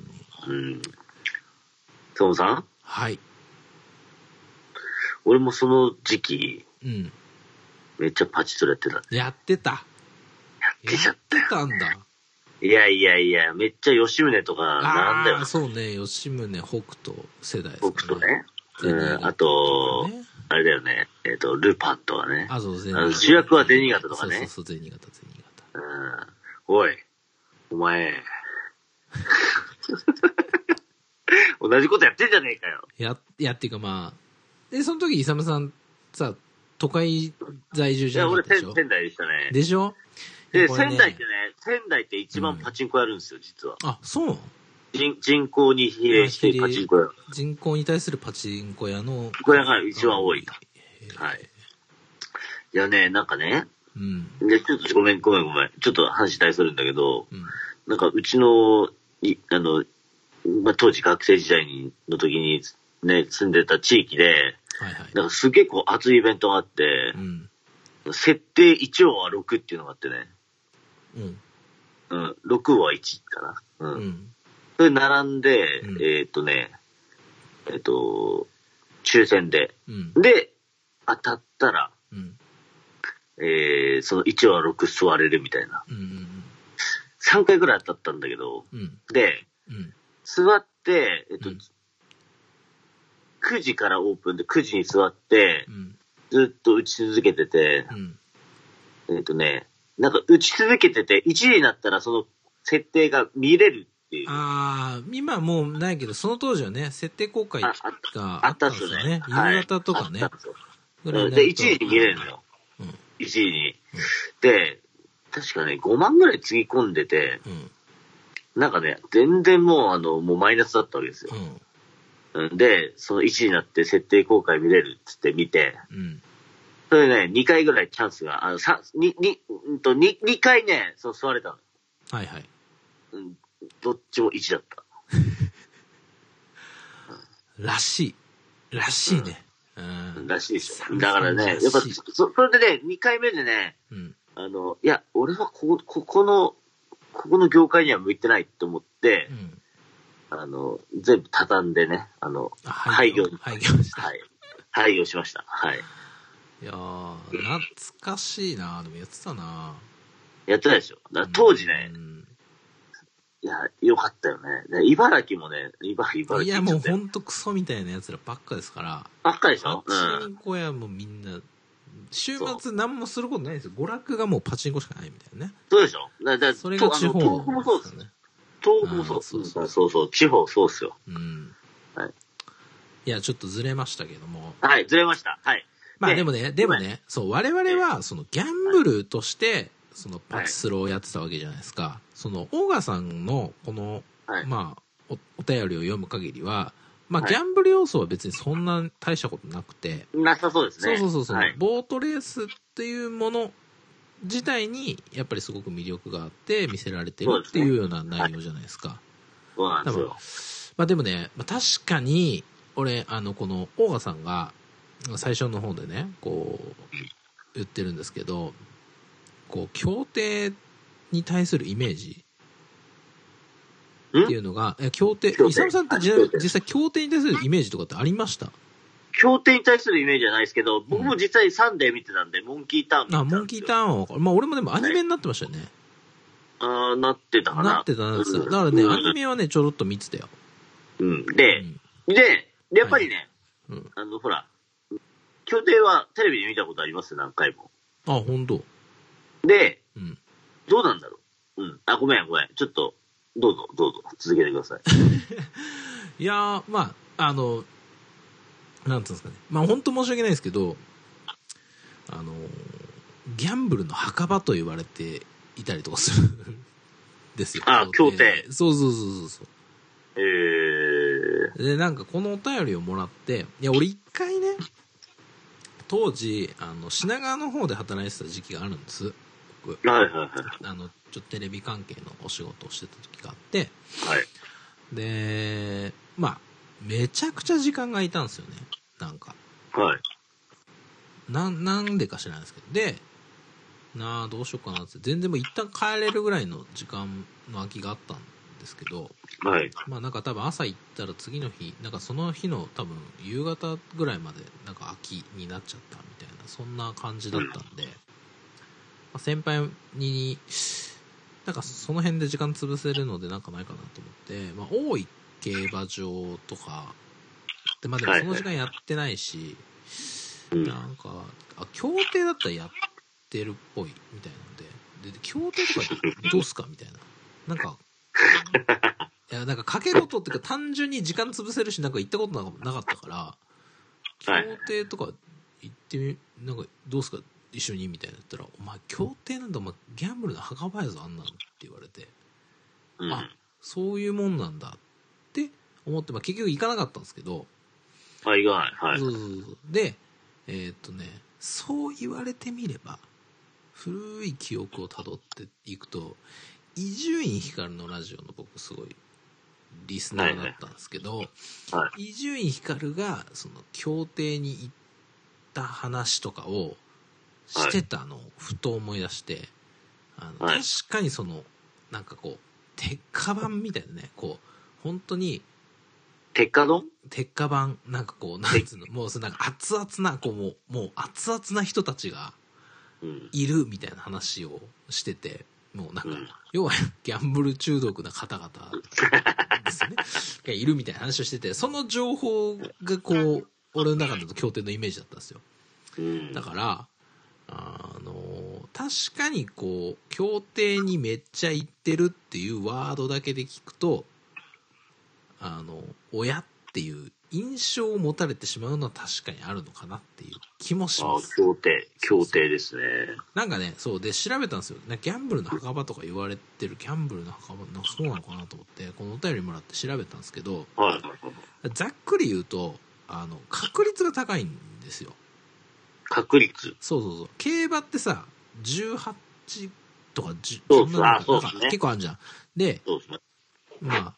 Speaker 2: うん。トムさん
Speaker 1: はい
Speaker 2: 俺もその時期、
Speaker 1: うん
Speaker 2: めっちゃパチスロやってた。や
Speaker 1: やってた
Speaker 2: ってち
Speaker 1: や
Speaker 2: ゃ
Speaker 1: っ
Speaker 2: ってた
Speaker 1: た
Speaker 2: よ。
Speaker 1: んだ
Speaker 2: いやいやいや、めっちゃ吉宗とか、なんだよ
Speaker 1: ああ。そうね吉宗北斗世代ですか
Speaker 2: 僕とね。
Speaker 1: 銭
Speaker 2: う
Speaker 1: 形
Speaker 2: ん、あと、
Speaker 1: ね
Speaker 2: あれだよね。えっ、と、ルパンとかね。
Speaker 1: あそう銭
Speaker 2: あの
Speaker 1: 形
Speaker 2: 主役は銭形とかね
Speaker 1: そうそうそう銭形銭形
Speaker 2: うん。おい、お前。 同じことやってんじゃねえかよ。
Speaker 1: や、やっていうかまあ、で、その時、イサムさん、さ、都会在住
Speaker 2: い
Speaker 1: じゃ
Speaker 2: や、
Speaker 1: なかっ
Speaker 2: 俺
Speaker 1: たでし
Speaker 2: 仙
Speaker 1: ょ
Speaker 2: 仙台でしたね。
Speaker 1: でしょ
Speaker 2: で、
Speaker 1: これね
Speaker 2: 仙台ってね、仙台って一番パチンコやるんですよ、実は。
Speaker 1: あ、そうなの
Speaker 2: 人人口に比例してパチンコ屋。
Speaker 1: 人口に対するパチンコ屋の。
Speaker 2: 小屋が一番多いと。
Speaker 1: へー
Speaker 2: はい。いやね、なんかね、
Speaker 1: うん。
Speaker 2: で、ちょっとごめんごめんごめん。ちょっと話大するんだけど、
Speaker 1: うん。
Speaker 2: なんかうちの、いあの、まあ、当時学生時代にの時にね、住んでた地域で、
Speaker 1: はいはい。
Speaker 2: なんかすげえこう熱いイベントがあって
Speaker 1: う、ん。
Speaker 2: 設定1話は6っていうのがあってね、
Speaker 1: うん。
Speaker 2: うん、6は1かな。うん。
Speaker 1: うん。
Speaker 2: それ並んで、
Speaker 1: うん
Speaker 2: えーっとね、えーっと、抽選で。
Speaker 1: うん。
Speaker 2: で、当たったら、
Speaker 1: うん。
Speaker 2: えー、その1話6座れるみたいな。
Speaker 1: うん。うん。
Speaker 2: 3回ぐらい当たったんだけど、
Speaker 1: うん。
Speaker 2: で、
Speaker 1: うん。
Speaker 2: 座って、えーっと、
Speaker 1: うん
Speaker 2: 9時からオープンで9時に座って
Speaker 1: う、ん。
Speaker 2: ずっと打ち続けてて、
Speaker 1: うん。
Speaker 2: えーっとね、なんか打ち続けてて、1時になったらその設定が見れるっていう。
Speaker 1: ああ、今もうないけど、その当時はね、設定公開
Speaker 2: あ
Speaker 1: があったんですよね。
Speaker 2: はい
Speaker 1: 夕方とかね
Speaker 2: あっ。たんですよ
Speaker 1: ぐらいにな
Speaker 2: で、1
Speaker 1: ると
Speaker 2: 位に見れるのよ。
Speaker 1: うん
Speaker 2: 1位に。で、確かね、5万ぐらいつぎ込んでて、
Speaker 1: うん。
Speaker 2: なんかね、全然もう、あの、もうマイナスだったわけですよ
Speaker 1: う。ん。
Speaker 2: うんで、その1位になって設定公開見れるっつって見て、
Speaker 1: うん。
Speaker 2: それでね、2回ぐらいチャンスが、あの、さ、に、に、うんと、に、2回ね、そう座れたの。
Speaker 1: はいはい。
Speaker 2: うん、どっちも1だった。
Speaker 1: らしい。らしいね。う
Speaker 2: うん
Speaker 1: ん。
Speaker 2: らしいでしょ。だからね、
Speaker 1: らしい
Speaker 2: やっぱ、そ、それでね、2回目でね、
Speaker 1: うん。
Speaker 2: あの、いや、俺はここ、ここの、ここの業界には向いてないと思って
Speaker 1: う、ん。
Speaker 2: あの、全部畳んでね、あの、
Speaker 1: あ
Speaker 2: 廃業。
Speaker 1: 廃業した。
Speaker 2: はい。廃業しました。はい。
Speaker 1: いやー、懐かしいなでもやってたな
Speaker 2: やってないでしょ。だから当時ね
Speaker 1: う、ん
Speaker 2: いや、よかったよね。で茨城もね、茨城、茨
Speaker 1: い
Speaker 2: 城
Speaker 1: や、
Speaker 2: 行っち
Speaker 1: も
Speaker 2: ゃ
Speaker 1: う
Speaker 2: ったよ
Speaker 1: ほんとクソみたいなやつらばっかですから、
Speaker 2: ばっかりでし
Speaker 1: パ
Speaker 2: ょう
Speaker 1: チ
Speaker 2: ん。
Speaker 1: ンコ屋もみんな、週
Speaker 2: そ
Speaker 1: 末何もすることないですよ。娯楽がもうパチンコしかないみたいなね。
Speaker 2: そうでしょだだ
Speaker 1: それが
Speaker 2: とあ
Speaker 1: 地
Speaker 2: の
Speaker 1: 方
Speaker 2: 東北もそうです。
Speaker 1: ね。
Speaker 2: 東北もそう。
Speaker 1: あーそうそう
Speaker 2: うんそうそう。地方そうっすよ。
Speaker 1: うん。
Speaker 2: はい。
Speaker 1: いや、ちょっとずれましたけども。
Speaker 2: はい、ずれました。はい。
Speaker 1: まあ
Speaker 2: ね
Speaker 1: でもね、でもね、そう、我々は、そのギャンブルとして、そのパチスロをやってたわけじゃないですか。その、オーガさんの、この、
Speaker 2: はい
Speaker 1: まあお、お便りを読む限りは、まあ、
Speaker 2: はい
Speaker 1: ギャンブル要素は別にそんな大したことなくて、
Speaker 2: なさそうです
Speaker 1: そう
Speaker 2: ね。
Speaker 1: そうそうそう、
Speaker 2: はい。
Speaker 1: ボートレースっていうもの自体に、やっぱりすごく魅力があって、見せられてるっていうような内容じゃないですか。
Speaker 2: そうなんですよ。
Speaker 1: まあでもね、まあ、確かに、俺、あの、この、オーガさんが、最初の方でね、こう、言ってるんですけど、こう、協定に対するイメージって
Speaker 2: ん
Speaker 1: いうのが、え協定
Speaker 2: 協、定
Speaker 1: イサムさんってじゃ
Speaker 2: あ協定
Speaker 1: 実際協定に対するイメージとかってありました
Speaker 2: 協定に対するイメージじゃないですけど、僕も実際サンデー見てたんで、モンキーターン見てた
Speaker 1: あ、
Speaker 2: んですよ。
Speaker 1: モンキーターンはわかる。まあ俺もでもアニメになってましたよね。
Speaker 2: あーなってたかな。
Speaker 1: なってたなってた。だからね、アニメはね、ちょろっと見てたよ。
Speaker 2: うん。
Speaker 1: う
Speaker 2: で、
Speaker 1: ん。
Speaker 2: で、やっぱりね、
Speaker 1: はいうん
Speaker 2: あの、ほら、協定はテレビで見たことありますよ、何回も。
Speaker 1: あ、本当。
Speaker 2: で、
Speaker 1: うん。
Speaker 2: どうなんだろう。うん。あ、ごめん、ごめん。ちょっと、どうぞ、どうぞ、続けてください。
Speaker 1: いやー、まあ、あの、なんつうんですかね。まあ本当申し訳ないですけど、あの、ギャンブルの墓場と言われていたりとかするんですよ。
Speaker 2: あ協定
Speaker 1: そうそうそうそうそう。
Speaker 2: えー、
Speaker 1: で、なんかこのお便りをもらって、いや、俺一回ね、当時、あの、品川の方で働いてた時期があるんです。僕、
Speaker 2: はいはいはい。
Speaker 1: あの、ちょっとテレビ関係のお仕事をしてた時があって、
Speaker 2: はい。
Speaker 1: で、まあ、めちゃくちゃ時間が空いたんですよね。なんか。
Speaker 2: はい。
Speaker 1: なん、なんでか知らないですけど。で、なあどうしようかなって全然もう一旦帰れるぐらいの時間の空きがあったんですけど
Speaker 2: はい。
Speaker 1: まあなんか多分朝行ったら次の日なんかその日の多分夕方ぐらいまでなんか空きになっちゃったみたいなそんな感じだったんで、まあ先輩になんかその辺で時間潰せるのでなんかないかなと思って、まあ、大井競馬場とかでまあでもその時間やってないし、
Speaker 2: うん。
Speaker 1: なんか、あ、協定だったらやってるっぽいみたいなんで、で、協定とかどうすかみたいな。なんか、いや、なんか掛け事っていうか単純に時間潰せるし、なんか行ったことなかなかったから、
Speaker 2: はい
Speaker 1: 協定とか行ってみ、なんかどうすか一緒にみたいな言ったら、お前協定なんだ、お前ギャンブルの墓場やぞ、あんなのって言われて。
Speaker 2: うん。
Speaker 1: あそういうもんなんだって思って、まあ、結局行かなかったんですけど、
Speaker 2: はい、はい、はい。
Speaker 1: そうそうそうそうで、えーっとね、そう言われてみれば、古い記憶をたどっていくと、伊集院光のラジオの僕すごいリスナーだったんですけど
Speaker 2: は、
Speaker 1: 伊集院光がその協定に行った話とかをしてたのをふと思い出して、あの
Speaker 2: はい
Speaker 1: 確かにその、なんかこう、鉄火板みたいなね、こう、本当に
Speaker 2: 鉄火丼
Speaker 1: 鉄火板、なんかこう、なんつうの、もうそのなんか熱々な、こうもう、もう熱々な人たちが
Speaker 2: うん。
Speaker 1: いるみたいな話をしてて、もうなんか、
Speaker 2: うん
Speaker 1: 要はギャンブル中毒な方々ですよね、がいるみたいな話をしてて、その情報がこう、俺の中だと協定のイメージだったんですよ。
Speaker 2: うん。
Speaker 1: だから、あの、確かにこう、協定にめっちゃ行ってるっていうワードだけで聞くと、あの、親っていう印象を持たれてしまうのは確かにあるのかなっていう気もし
Speaker 2: あ
Speaker 1: ます。
Speaker 2: 協定、協定ですね。
Speaker 1: なんかね、そうで調べたんですよ。なんかギャンブルの墓場とか言われてるギャンブルの墓場、なんかそうなのかなと思って、このお便りもらって調べたんですけど、
Speaker 2: はい。
Speaker 1: ざっくり言うと、あの、確率が高いんですよ。
Speaker 2: 確率。
Speaker 1: そうそうそう。競馬ってさ、18とか10、
Speaker 2: そうそ
Speaker 1: そ
Speaker 2: う
Speaker 1: んなの
Speaker 2: あそうですね
Speaker 1: なんか結構あるじゃん。で、
Speaker 2: そうですね。
Speaker 1: まあ、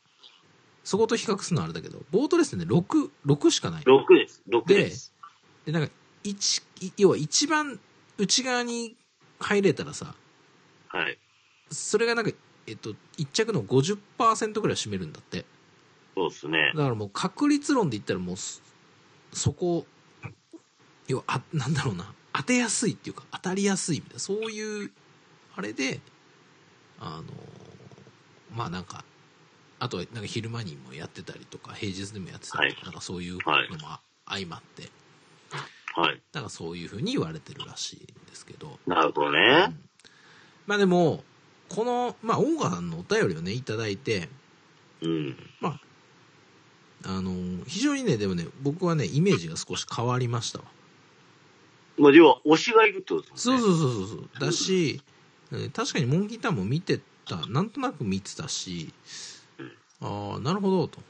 Speaker 1: そこと比較するのはあれだけど、ボートレースでね、6、6しかない。
Speaker 2: 6です。6です。
Speaker 1: で、なんか、一い要は一番内側に入れたらさ、
Speaker 2: はい。
Speaker 1: それがなんか、えっと、1着の50%ぐらい占めるんだって。
Speaker 2: そうですね。
Speaker 1: だからもう確率論で言ったらもうそ、そこ、要は、あ、なんだろうな、当てやすいっていうか、当たりやすいみたいな、そういう、あれで、あの、まあなんか、あとはなんか昼間にもやってたりとか、平日でもやってたりとか、
Speaker 2: は
Speaker 1: な
Speaker 2: い
Speaker 1: んかそういうの
Speaker 2: はい
Speaker 1: も相まって、
Speaker 2: はい。
Speaker 1: だからそういうふうに言われてるらしいんですけど、
Speaker 2: なるほど
Speaker 1: う
Speaker 2: ね。
Speaker 1: んまあでも、この、まあ、オーガさんのお便りをね、いただいて、
Speaker 2: うん。
Speaker 1: あの、非常にね、でもね、僕はね、イメージが少し変わりましたわ。
Speaker 2: まあ、要は、推しがいるってことです
Speaker 1: そ
Speaker 2: ね。
Speaker 1: う
Speaker 2: う
Speaker 1: そうそうそうそう。だし、えー確かにモンキーターンも見てた、なんとなく見てたし
Speaker 2: うん、
Speaker 1: ああ、なるほど、と。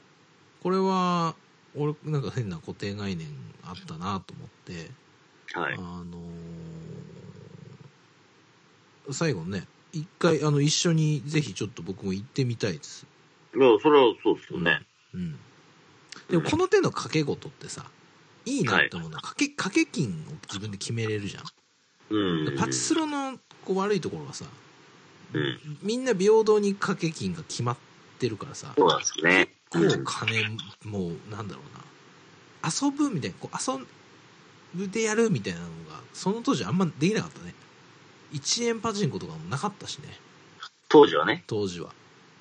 Speaker 1: これは、俺、なんか変な固定概念あったなと思って、
Speaker 2: そう。はい
Speaker 1: あ。のー最後ね、一回、あの、一緒にぜひちょっと僕も行ってみたいです。
Speaker 2: いや、それはそうですよね。
Speaker 1: うん。でも、この手の掛け事ってさ、いいなって思うのは、掛け、掛け金を自分で決めれるじゃん。
Speaker 2: うん。
Speaker 1: パチスロのこう悪いところはさ、
Speaker 2: うん。
Speaker 1: みんな平等に掛け金が決まってるからさ、
Speaker 2: そ
Speaker 1: こ
Speaker 2: うなんですね。う
Speaker 1: うん金もうなんだろうな、遊ぶみたいな、こう遊ぶでやるみたいなのが、その当時あんまできなかったね。1円パチンコとかもなかったしね、
Speaker 2: 当時はね。
Speaker 1: 当時は。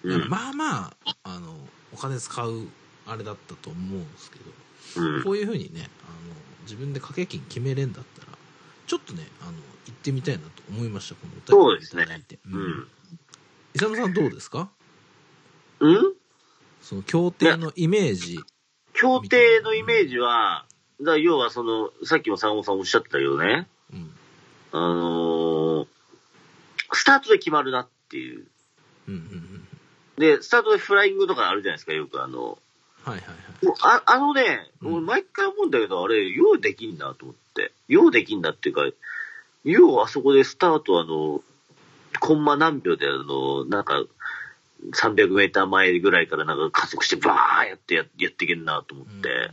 Speaker 2: うん。
Speaker 1: まあまあ、あの、お金使うあれだったと思うんですけど、
Speaker 2: うん
Speaker 1: こ。ういうふうにね、あの、自分で掛け金決めれんだったら、ちょっとね、あの、行ってみたいなと思いました、このお便りいただいて。
Speaker 2: う
Speaker 1: うん
Speaker 2: ん。
Speaker 1: イサムさんどうですか
Speaker 2: うん
Speaker 1: その協定のイメージ。
Speaker 2: 協定のイメージは、だから要はその、さっきも坂本さんおっしゃってたけどね、
Speaker 1: うん。
Speaker 2: あのースタートで決まるなっていう。
Speaker 1: うんうんうん。
Speaker 2: で、スタートでフライングとかあるじゃないですか、よくあの、
Speaker 1: はいはいはい。
Speaker 2: もうああのね、
Speaker 1: うん
Speaker 2: 俺毎回思うんだけど、あれ、ようできんなと思って。ようできんなっていうか、ようあそこでスタートあの、コンマ何秒であの、なんか、300メーター前ぐらいからなんか加速してバーやってややっていけんなと思っ
Speaker 1: うん
Speaker 2: て。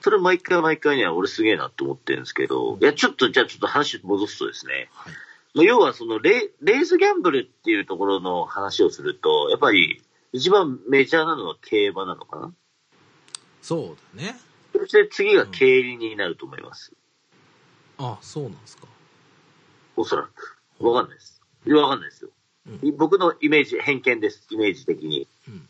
Speaker 2: それ毎回毎回ね、俺すげえなって思ってるんですけど、いや、ちょっと、じゃあちょっと話戻すとですね、
Speaker 1: はい。
Speaker 2: まあ、要はそのレ、レースギャンブルっていうところの話をすると、やっぱり一番メジャーなのは競馬なのかな
Speaker 1: そうだね。
Speaker 2: そして次が競輪になると思います。
Speaker 1: あ、そうなんですか。
Speaker 2: おそらく。わかんないです。わかんないですよ。
Speaker 1: う
Speaker 2: 僕のイメージ、偏見です。イメージ的に。
Speaker 1: うん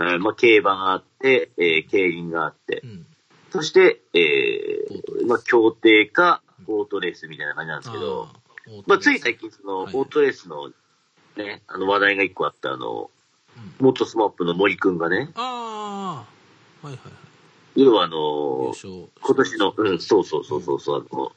Speaker 2: えーまあ、競馬があって、えー競輪があって
Speaker 1: う、ん。
Speaker 2: そして、え
Speaker 1: ボートレー
Speaker 2: ー
Speaker 1: ス
Speaker 2: まあ、競艇か、ボートレースみたいな感じなんですけど、
Speaker 1: ー
Speaker 2: まあ、つい最近、その、
Speaker 1: はい
Speaker 2: ボートレースの、ね、あの、話題が一個あった、あの、
Speaker 1: うん
Speaker 2: 元スマップの森くんがね、
Speaker 1: ああ、はいはいはい。
Speaker 2: 要はあ
Speaker 1: 優
Speaker 2: の、
Speaker 1: 勝。
Speaker 2: 今年の、うん、そうそうそうそうそう、あの、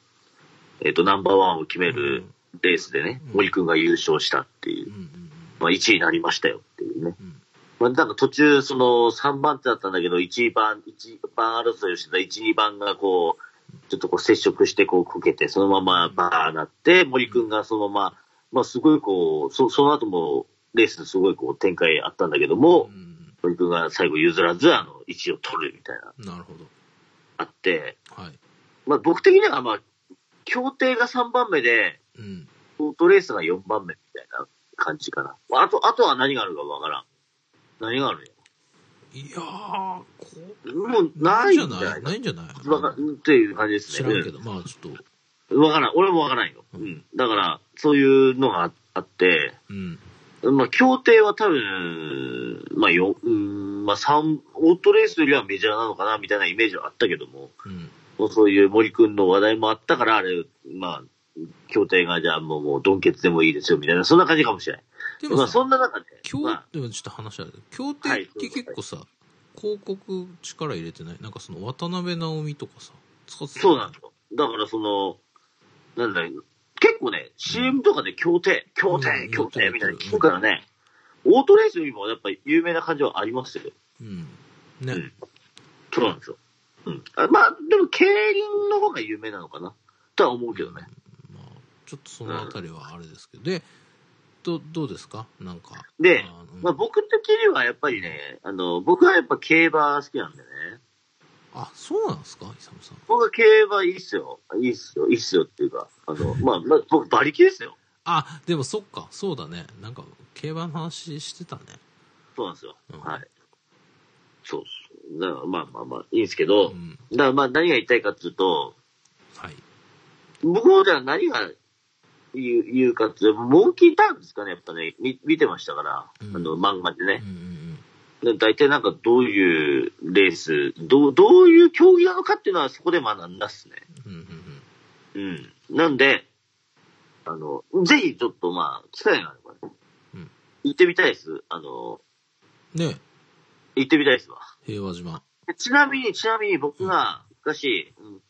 Speaker 2: えっ、と、ナンバーワンを決めるレースでね、
Speaker 1: うん
Speaker 2: 森くんが優勝したっていうう、
Speaker 1: ん
Speaker 2: まあ、1位になりましたよっていうね。
Speaker 1: うんうん。
Speaker 2: まあ、なんか途中、その、3番手だったんだけど、1番、一番争いをしてた1、2番がこう、ちょっとこう接触してこうこけて、そのままバーなって、森くんがそのまま、まあすごいこう、そその後もレースすごいこう展開あったんだけども
Speaker 1: う、ん。
Speaker 2: 森くんが最後譲らず、あの、1位を取るみたいな、
Speaker 1: なるほど。
Speaker 2: あって、
Speaker 1: はい。
Speaker 2: まあ僕的にはまあ、協定が3番目で、
Speaker 1: うん。
Speaker 2: オートレースが4番目みたいな感じかな。まああと、あとは何があるかわからん。何があるんや
Speaker 1: いやー、こ
Speaker 2: もう
Speaker 1: う。
Speaker 2: ないん
Speaker 1: じ
Speaker 2: じ
Speaker 1: ゃ
Speaker 2: ゃ
Speaker 1: な
Speaker 2: ないい
Speaker 1: ないんじゃない
Speaker 2: わかっていう感じです
Speaker 1: 知
Speaker 2: ね。
Speaker 1: らんけど、まあちょっと。
Speaker 2: うんわからん。俺もわからんよ。
Speaker 1: う
Speaker 2: うんん。だから、そういうのがああって、
Speaker 1: うん。
Speaker 2: まあ、協定は多分、まあ、よ、うん、まあ、三、オートレースよりはメジャーなのかな、みたいなイメージはあったけども、
Speaker 1: うん。
Speaker 2: もうそういう森くんの話題もあったから、あれ、まあ、協定がじゃあもう、もう、ドンケツでもいいですよ、みたいな、そんな感じかもしれない。
Speaker 1: で
Speaker 2: ま
Speaker 1: も
Speaker 2: あ、
Speaker 1: さ、
Speaker 2: そんな中で、
Speaker 1: 協
Speaker 2: まあ、
Speaker 1: でもちょっと話あるけど、協定って結構さ、広告力入れてないなんかその渡辺直美とかさ、使ってた
Speaker 2: そうなんだよ。だから、その、なんだろう、結構ね、CM とかで協定、協
Speaker 1: うん
Speaker 2: 定、協定みたいなの聞くから
Speaker 1: う
Speaker 2: ね、オートレースよりもやっぱり有名な感じはありますよ。
Speaker 1: うん。ね。
Speaker 2: うんそうなんですよ。うん。あまあ、でも、競輪の方が有名なのかな、とは思うけどね。
Speaker 1: まあ、ちょっとそのあたりはあれですけど、で、どどうですかなんか。
Speaker 2: で、
Speaker 1: あの
Speaker 2: まあ、僕的にはやっぱりね、あの、僕はやっぱ競馬好きなんでね。
Speaker 1: あ、そうなんですかイサムさん。
Speaker 2: 僕は競馬いいっすよ。いいっすよ。いいっすよっていうか、あの、まあ、まあ、僕馬力ですよ。
Speaker 1: あ、でもそっか、そうだね。なんか、競馬の話してたね。
Speaker 2: そうなんですよ。
Speaker 1: うん
Speaker 2: はい。そうっす。だからまあまあまあ、いいんですけ
Speaker 1: う
Speaker 2: ど、
Speaker 1: ん。
Speaker 2: だからまあ何が言いたいかっていうと、
Speaker 1: はい。
Speaker 2: 僕もじゃあ何が言う言うかっていうと、モンキーターンですかね、やっぱね、み見てましたから、
Speaker 1: うん
Speaker 2: あの漫画でね
Speaker 1: うん。うん
Speaker 2: で大体なんかどういうレース、どう、どういう競技なのかっていうのはそこで学んだっすね。
Speaker 1: うん。うんうん
Speaker 2: うん。なんで、あの、ぜひちょっとまあ、機会があればね。
Speaker 1: うん
Speaker 2: 行ってみたいです。あの、
Speaker 1: うん。ね
Speaker 2: 行ってみたいですわ。
Speaker 1: 平和島。
Speaker 2: ちなみに、ちなみに僕が昔、うん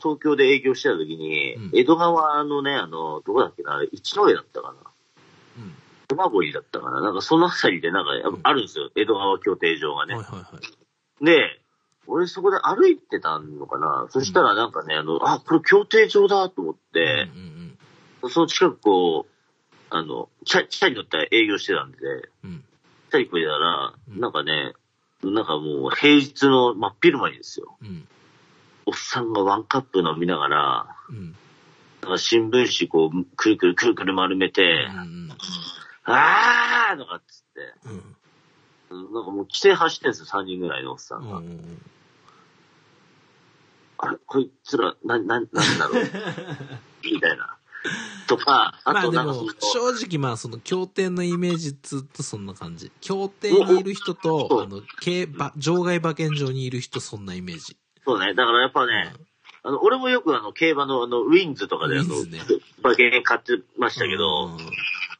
Speaker 2: 東京で営業してた時に、
Speaker 1: うん
Speaker 2: 江戸川のね、あの、どこだっけな、あれ一戸だったかな。
Speaker 1: うん。
Speaker 2: 熊堀だったかな。なんかその辺りでなんかやっぱあるんですよ。江戸川競艇場がね。
Speaker 1: はいはいはい。
Speaker 2: で、俺そこで歩いてたのかな、そしたらなんかね、あの、あ、これ競艇場だと思って、
Speaker 1: うんうん
Speaker 2: その近くこう、あの、チャチャリ乗ったら営業してたんで、
Speaker 1: うん。うん。
Speaker 2: チャリこいだら、
Speaker 1: うん
Speaker 2: なんかね、なんかもう平日の真っ昼間にですよ。
Speaker 1: うん。
Speaker 2: おっさんがワンカップ飲みながら、
Speaker 1: うん。
Speaker 2: なんか新聞紙こう、くるくるくるくる丸めて、
Speaker 1: うん
Speaker 2: あーとかっつって、
Speaker 1: うん。
Speaker 2: なんかもう規制走ってんですよ、3人ぐらいのおっさ
Speaker 1: うんん
Speaker 2: が。
Speaker 1: うんうん。
Speaker 2: あれ、こいつら、な、な、なん だろう。みたいな。とか、
Speaker 1: ま
Speaker 2: あ
Speaker 1: あ
Speaker 2: と
Speaker 1: で
Speaker 2: なんかそ
Speaker 1: も
Speaker 2: の、、
Speaker 1: 正直まあその協定のイメージずっとそんな感じ。協定にいる人と、
Speaker 2: お
Speaker 1: あの、競馬、場外馬券場にいる人そんなイメージ。
Speaker 2: そうね、だからやっぱね、あの、俺もよくあの、競馬のあの、ウィンズとかであの
Speaker 1: ウィンズね、
Speaker 2: 馬券買ってましたけ
Speaker 1: うん
Speaker 2: ど、
Speaker 1: うんうん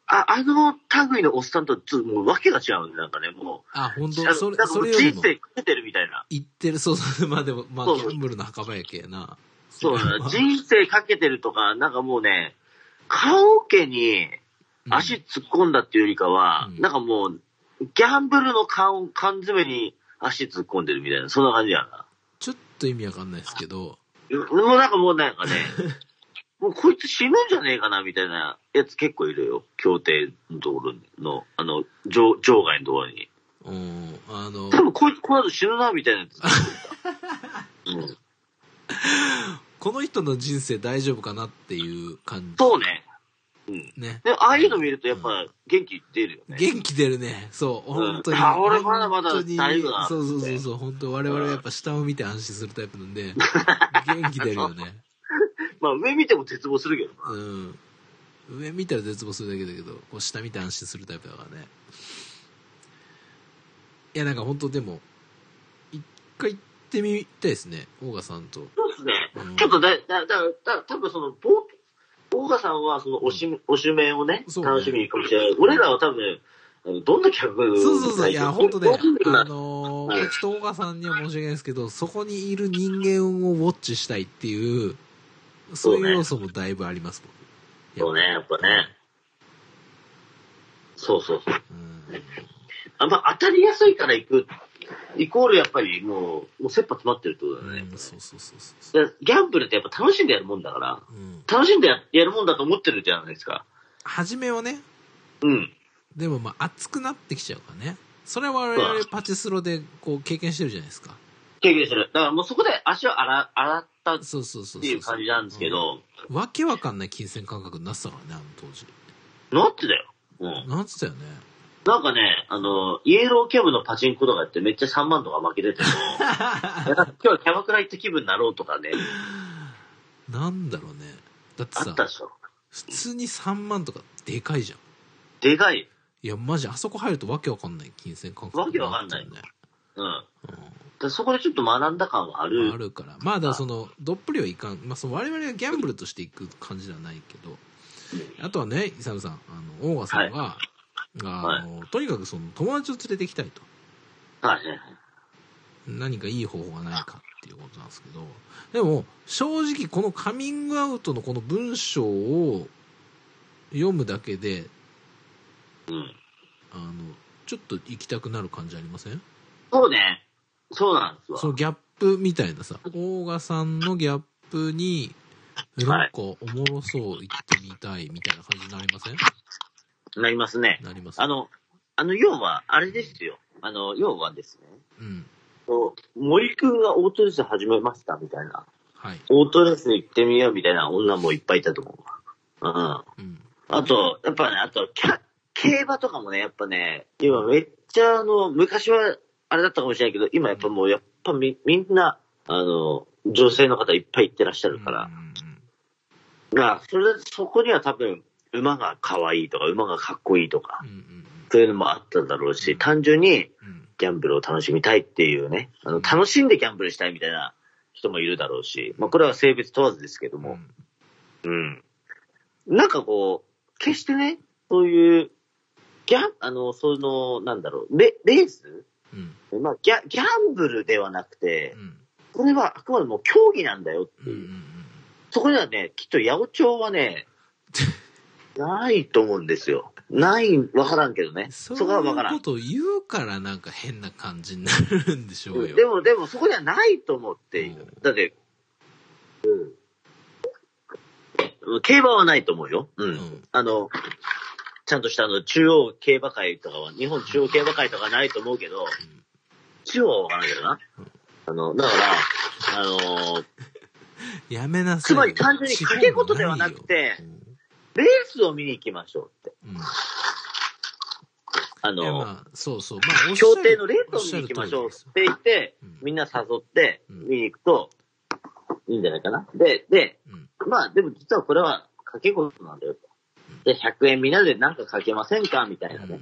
Speaker 2: あ、あの類のおっさんとちょっともう訳が違うんで、なんかね、も
Speaker 1: あ、本
Speaker 2: う、
Speaker 1: 当
Speaker 2: あの
Speaker 1: それ
Speaker 2: な、んか
Speaker 1: そ
Speaker 2: も
Speaker 1: うれより
Speaker 2: 人
Speaker 1: も、
Speaker 2: 生食えてるみたいな。
Speaker 1: 言ってる、そうそう、まあでも、まあ、ギ
Speaker 2: そうそう
Speaker 1: ャンブルの墓場やけやな。
Speaker 2: そう
Speaker 1: れ
Speaker 2: だ
Speaker 1: は
Speaker 2: ね、人生かけてるとか、 なんかもうね、顔家に足突っ込んだっていうよりかは、
Speaker 1: うん
Speaker 2: なんかもう、ギャンブルの缶、缶詰に足突っ込んでるみたいな、そんな感じやな。
Speaker 1: ちょっと意味わかんないですけど、
Speaker 2: もうなんかもうな んかね、もうこいつ死ぬんじゃねえかなみたいなやつ結構いるよ。協定のところの、あの、場場外のところに。
Speaker 1: うん、あの
Speaker 2: 多、分こいつこの後死ぬなみたいなや つ。うん、
Speaker 1: この人の人生大丈夫かなっていう感じ。
Speaker 2: そうね。うん。
Speaker 1: ね。
Speaker 2: で、ああいうの見るとやっぱ元気出るよね。
Speaker 1: 元気出るね。そう、
Speaker 2: うん
Speaker 1: 本当に。
Speaker 2: あ俺まだまだ
Speaker 1: 本当に
Speaker 2: 大丈夫だなって
Speaker 1: そうそうそうそう、本当我々はやっぱ下を見て安心するタイプなん で、元気出るよね。
Speaker 2: まあ上見ても絶望するけどな。
Speaker 1: うん。上見たら絶望するだけだけど、こう下見て安心するタイプだからね。いや、なんか本当でも、一回行ってみたいですね、オーガさんと。
Speaker 2: そうですね
Speaker 1: うん。
Speaker 2: ちょっとだ、だ、だ、だ、多分その、ぼ大賀さんはそのおし、おしめをね、
Speaker 1: そうね
Speaker 2: 楽しみにかもしれない。俺らは多分、あのどんな企画
Speaker 1: そうそうそう、いや、本当ね、あ
Speaker 2: な
Speaker 1: のー、これちょっとオーガさんには申し訳ないですけど、そこにいる人間をウォッチしたいっていう、そういう要素もだいぶあります、
Speaker 2: そうね、やっぱね。そうそうそ
Speaker 1: 僕。う
Speaker 2: う。
Speaker 1: ん
Speaker 2: あんま当たりやすいから行く、イコールやっぱりもう、もう切羽詰まってるってことだね。
Speaker 1: うんそうそうそうそうそう。
Speaker 2: だからギャンブルってやっぱ楽しんでやるもんだから、
Speaker 1: うん。
Speaker 2: 楽しんでややるもんだと思ってるじゃないですか。
Speaker 1: 初めはね、
Speaker 2: うん。
Speaker 1: でもまあ熱くなってきちゃうからね。それは我々パチスロでこう経験してるじゃないですか。
Speaker 2: 経験する。だからもうそこで足を洗洗ったっ
Speaker 1: そうそうそうそう。
Speaker 2: ていう感じなんですけど、
Speaker 1: わけわかんない金銭感覚になってたからね、あの当時。
Speaker 2: なってだよ。うん。
Speaker 1: なってたよね。
Speaker 2: なんかね、あの、イエローキャブのパチンコとかやってめっちゃ3万とか負けてても、なんか今日はキャバクラ行った気分になろうとかね、
Speaker 1: なんだろうね。だって
Speaker 2: あ
Speaker 1: さ
Speaker 2: った、でしょ。
Speaker 1: 普通に3万とかでかいじゃん。
Speaker 2: でかい。
Speaker 1: いや、マジ、あそこ入るとわけわかんない金銭感覚
Speaker 2: わけわかんない
Speaker 1: になって
Speaker 2: うん。だか
Speaker 1: たよね。うん
Speaker 2: らそこでちょっと学んだ感はある。
Speaker 1: まああるから。まあ、だからその、どっぷりはいかん。まあ、その我々がギャンブルとしていく感じではないけど。あとはね、イサムさん、あの、オーガさんは、あの、とにかくその、友達を連れて行きたいと。
Speaker 2: はいはいはい。
Speaker 1: 何かいい方法がないかっていうことなんですけど。でも、正直このカミングアウトのこの文章を読むだけで、
Speaker 2: うん。
Speaker 1: あの、ちょっと行きたくなる感じありません
Speaker 2: そうね。そうなんですわ。
Speaker 1: そのギャップみたいなさ、オーガさんのギャップに、えなんかおもろそう行ってみたいみたいな感じになりません
Speaker 2: なりますね。
Speaker 1: なります
Speaker 2: あの、あの、要は、あれですよ。あの、要はですね。
Speaker 1: うん。
Speaker 2: こう森くんがオートレース始めましたみたいな。
Speaker 1: はい。
Speaker 2: オートレース行ってみようみたいな女もいっぱいいたと思うわ。
Speaker 1: うん。
Speaker 2: うん。あと、やっぱね、あと、キャ競馬とかもね、やっぱね、今めっちゃあの、昔はあれだったかもしれないけど、今やっぱもう、やっぱみ、みんな、あの、女性の方いっぱい行ってらっしゃるから
Speaker 1: うん、うんうん
Speaker 2: まあ、それ、そこには多分、馬が可愛いとか、馬がかっこいいとか
Speaker 1: うん、うん
Speaker 2: そういうのもあったんだろうし、単純に
Speaker 1: うんうん
Speaker 2: ギャンブルを楽しみたいっていうね、あの、楽しんでギャンブルしたいみたいな人もいるだろうし、まあ、これは性別問わずですけども、うん。なんかこう、決してね、そういう、ギャン、あの、その、なんだろう、レ、レース
Speaker 1: うん
Speaker 2: まあ、ギャ、ギャンブルではなくて
Speaker 1: う、ん
Speaker 2: これはあくまでも競技なんだよって
Speaker 1: うんう
Speaker 2: い
Speaker 1: ん
Speaker 2: う。
Speaker 1: うん
Speaker 2: そこにはね、きっと八百長はね、ないと思うんですよ。ない、わからんけどね。
Speaker 1: そ
Speaker 2: そうこはわか
Speaker 1: いう
Speaker 2: ら
Speaker 1: こ
Speaker 2: ん。
Speaker 1: とを言うからなんか変な感じになるんでしょうよ。
Speaker 2: でも、でも、そこにはないと思っている。だって、うん。競馬はないと思うよ。う。
Speaker 1: うんん、
Speaker 2: あの、ちゃんとしたあの、中央競馬会とかは、日本中央競馬会とかはないと思うけど、中央はわからんけどな。あの、だから、あのー
Speaker 1: やめなさい。
Speaker 2: つまり単純に賭け事ではなくて
Speaker 1: 地方もないよ、
Speaker 2: レースを見に行きましょうって。
Speaker 1: うんうん
Speaker 2: あ
Speaker 1: いや
Speaker 2: のー
Speaker 1: まあ、そうそう。まあ、おっしゃる
Speaker 2: 協定のレートを見に行きましょ
Speaker 1: お
Speaker 2: う
Speaker 1: っ
Speaker 2: っ
Speaker 1: しゃる通り
Speaker 2: て言って
Speaker 1: うん、
Speaker 2: みんな誘って、
Speaker 1: うん
Speaker 2: 見に行くと、いいんじゃないかな。で、で、
Speaker 1: ですうん
Speaker 2: まあ、でも実はこれは掛け事なんだよと。で、100円みんなでなんかかけませんかみたいなね。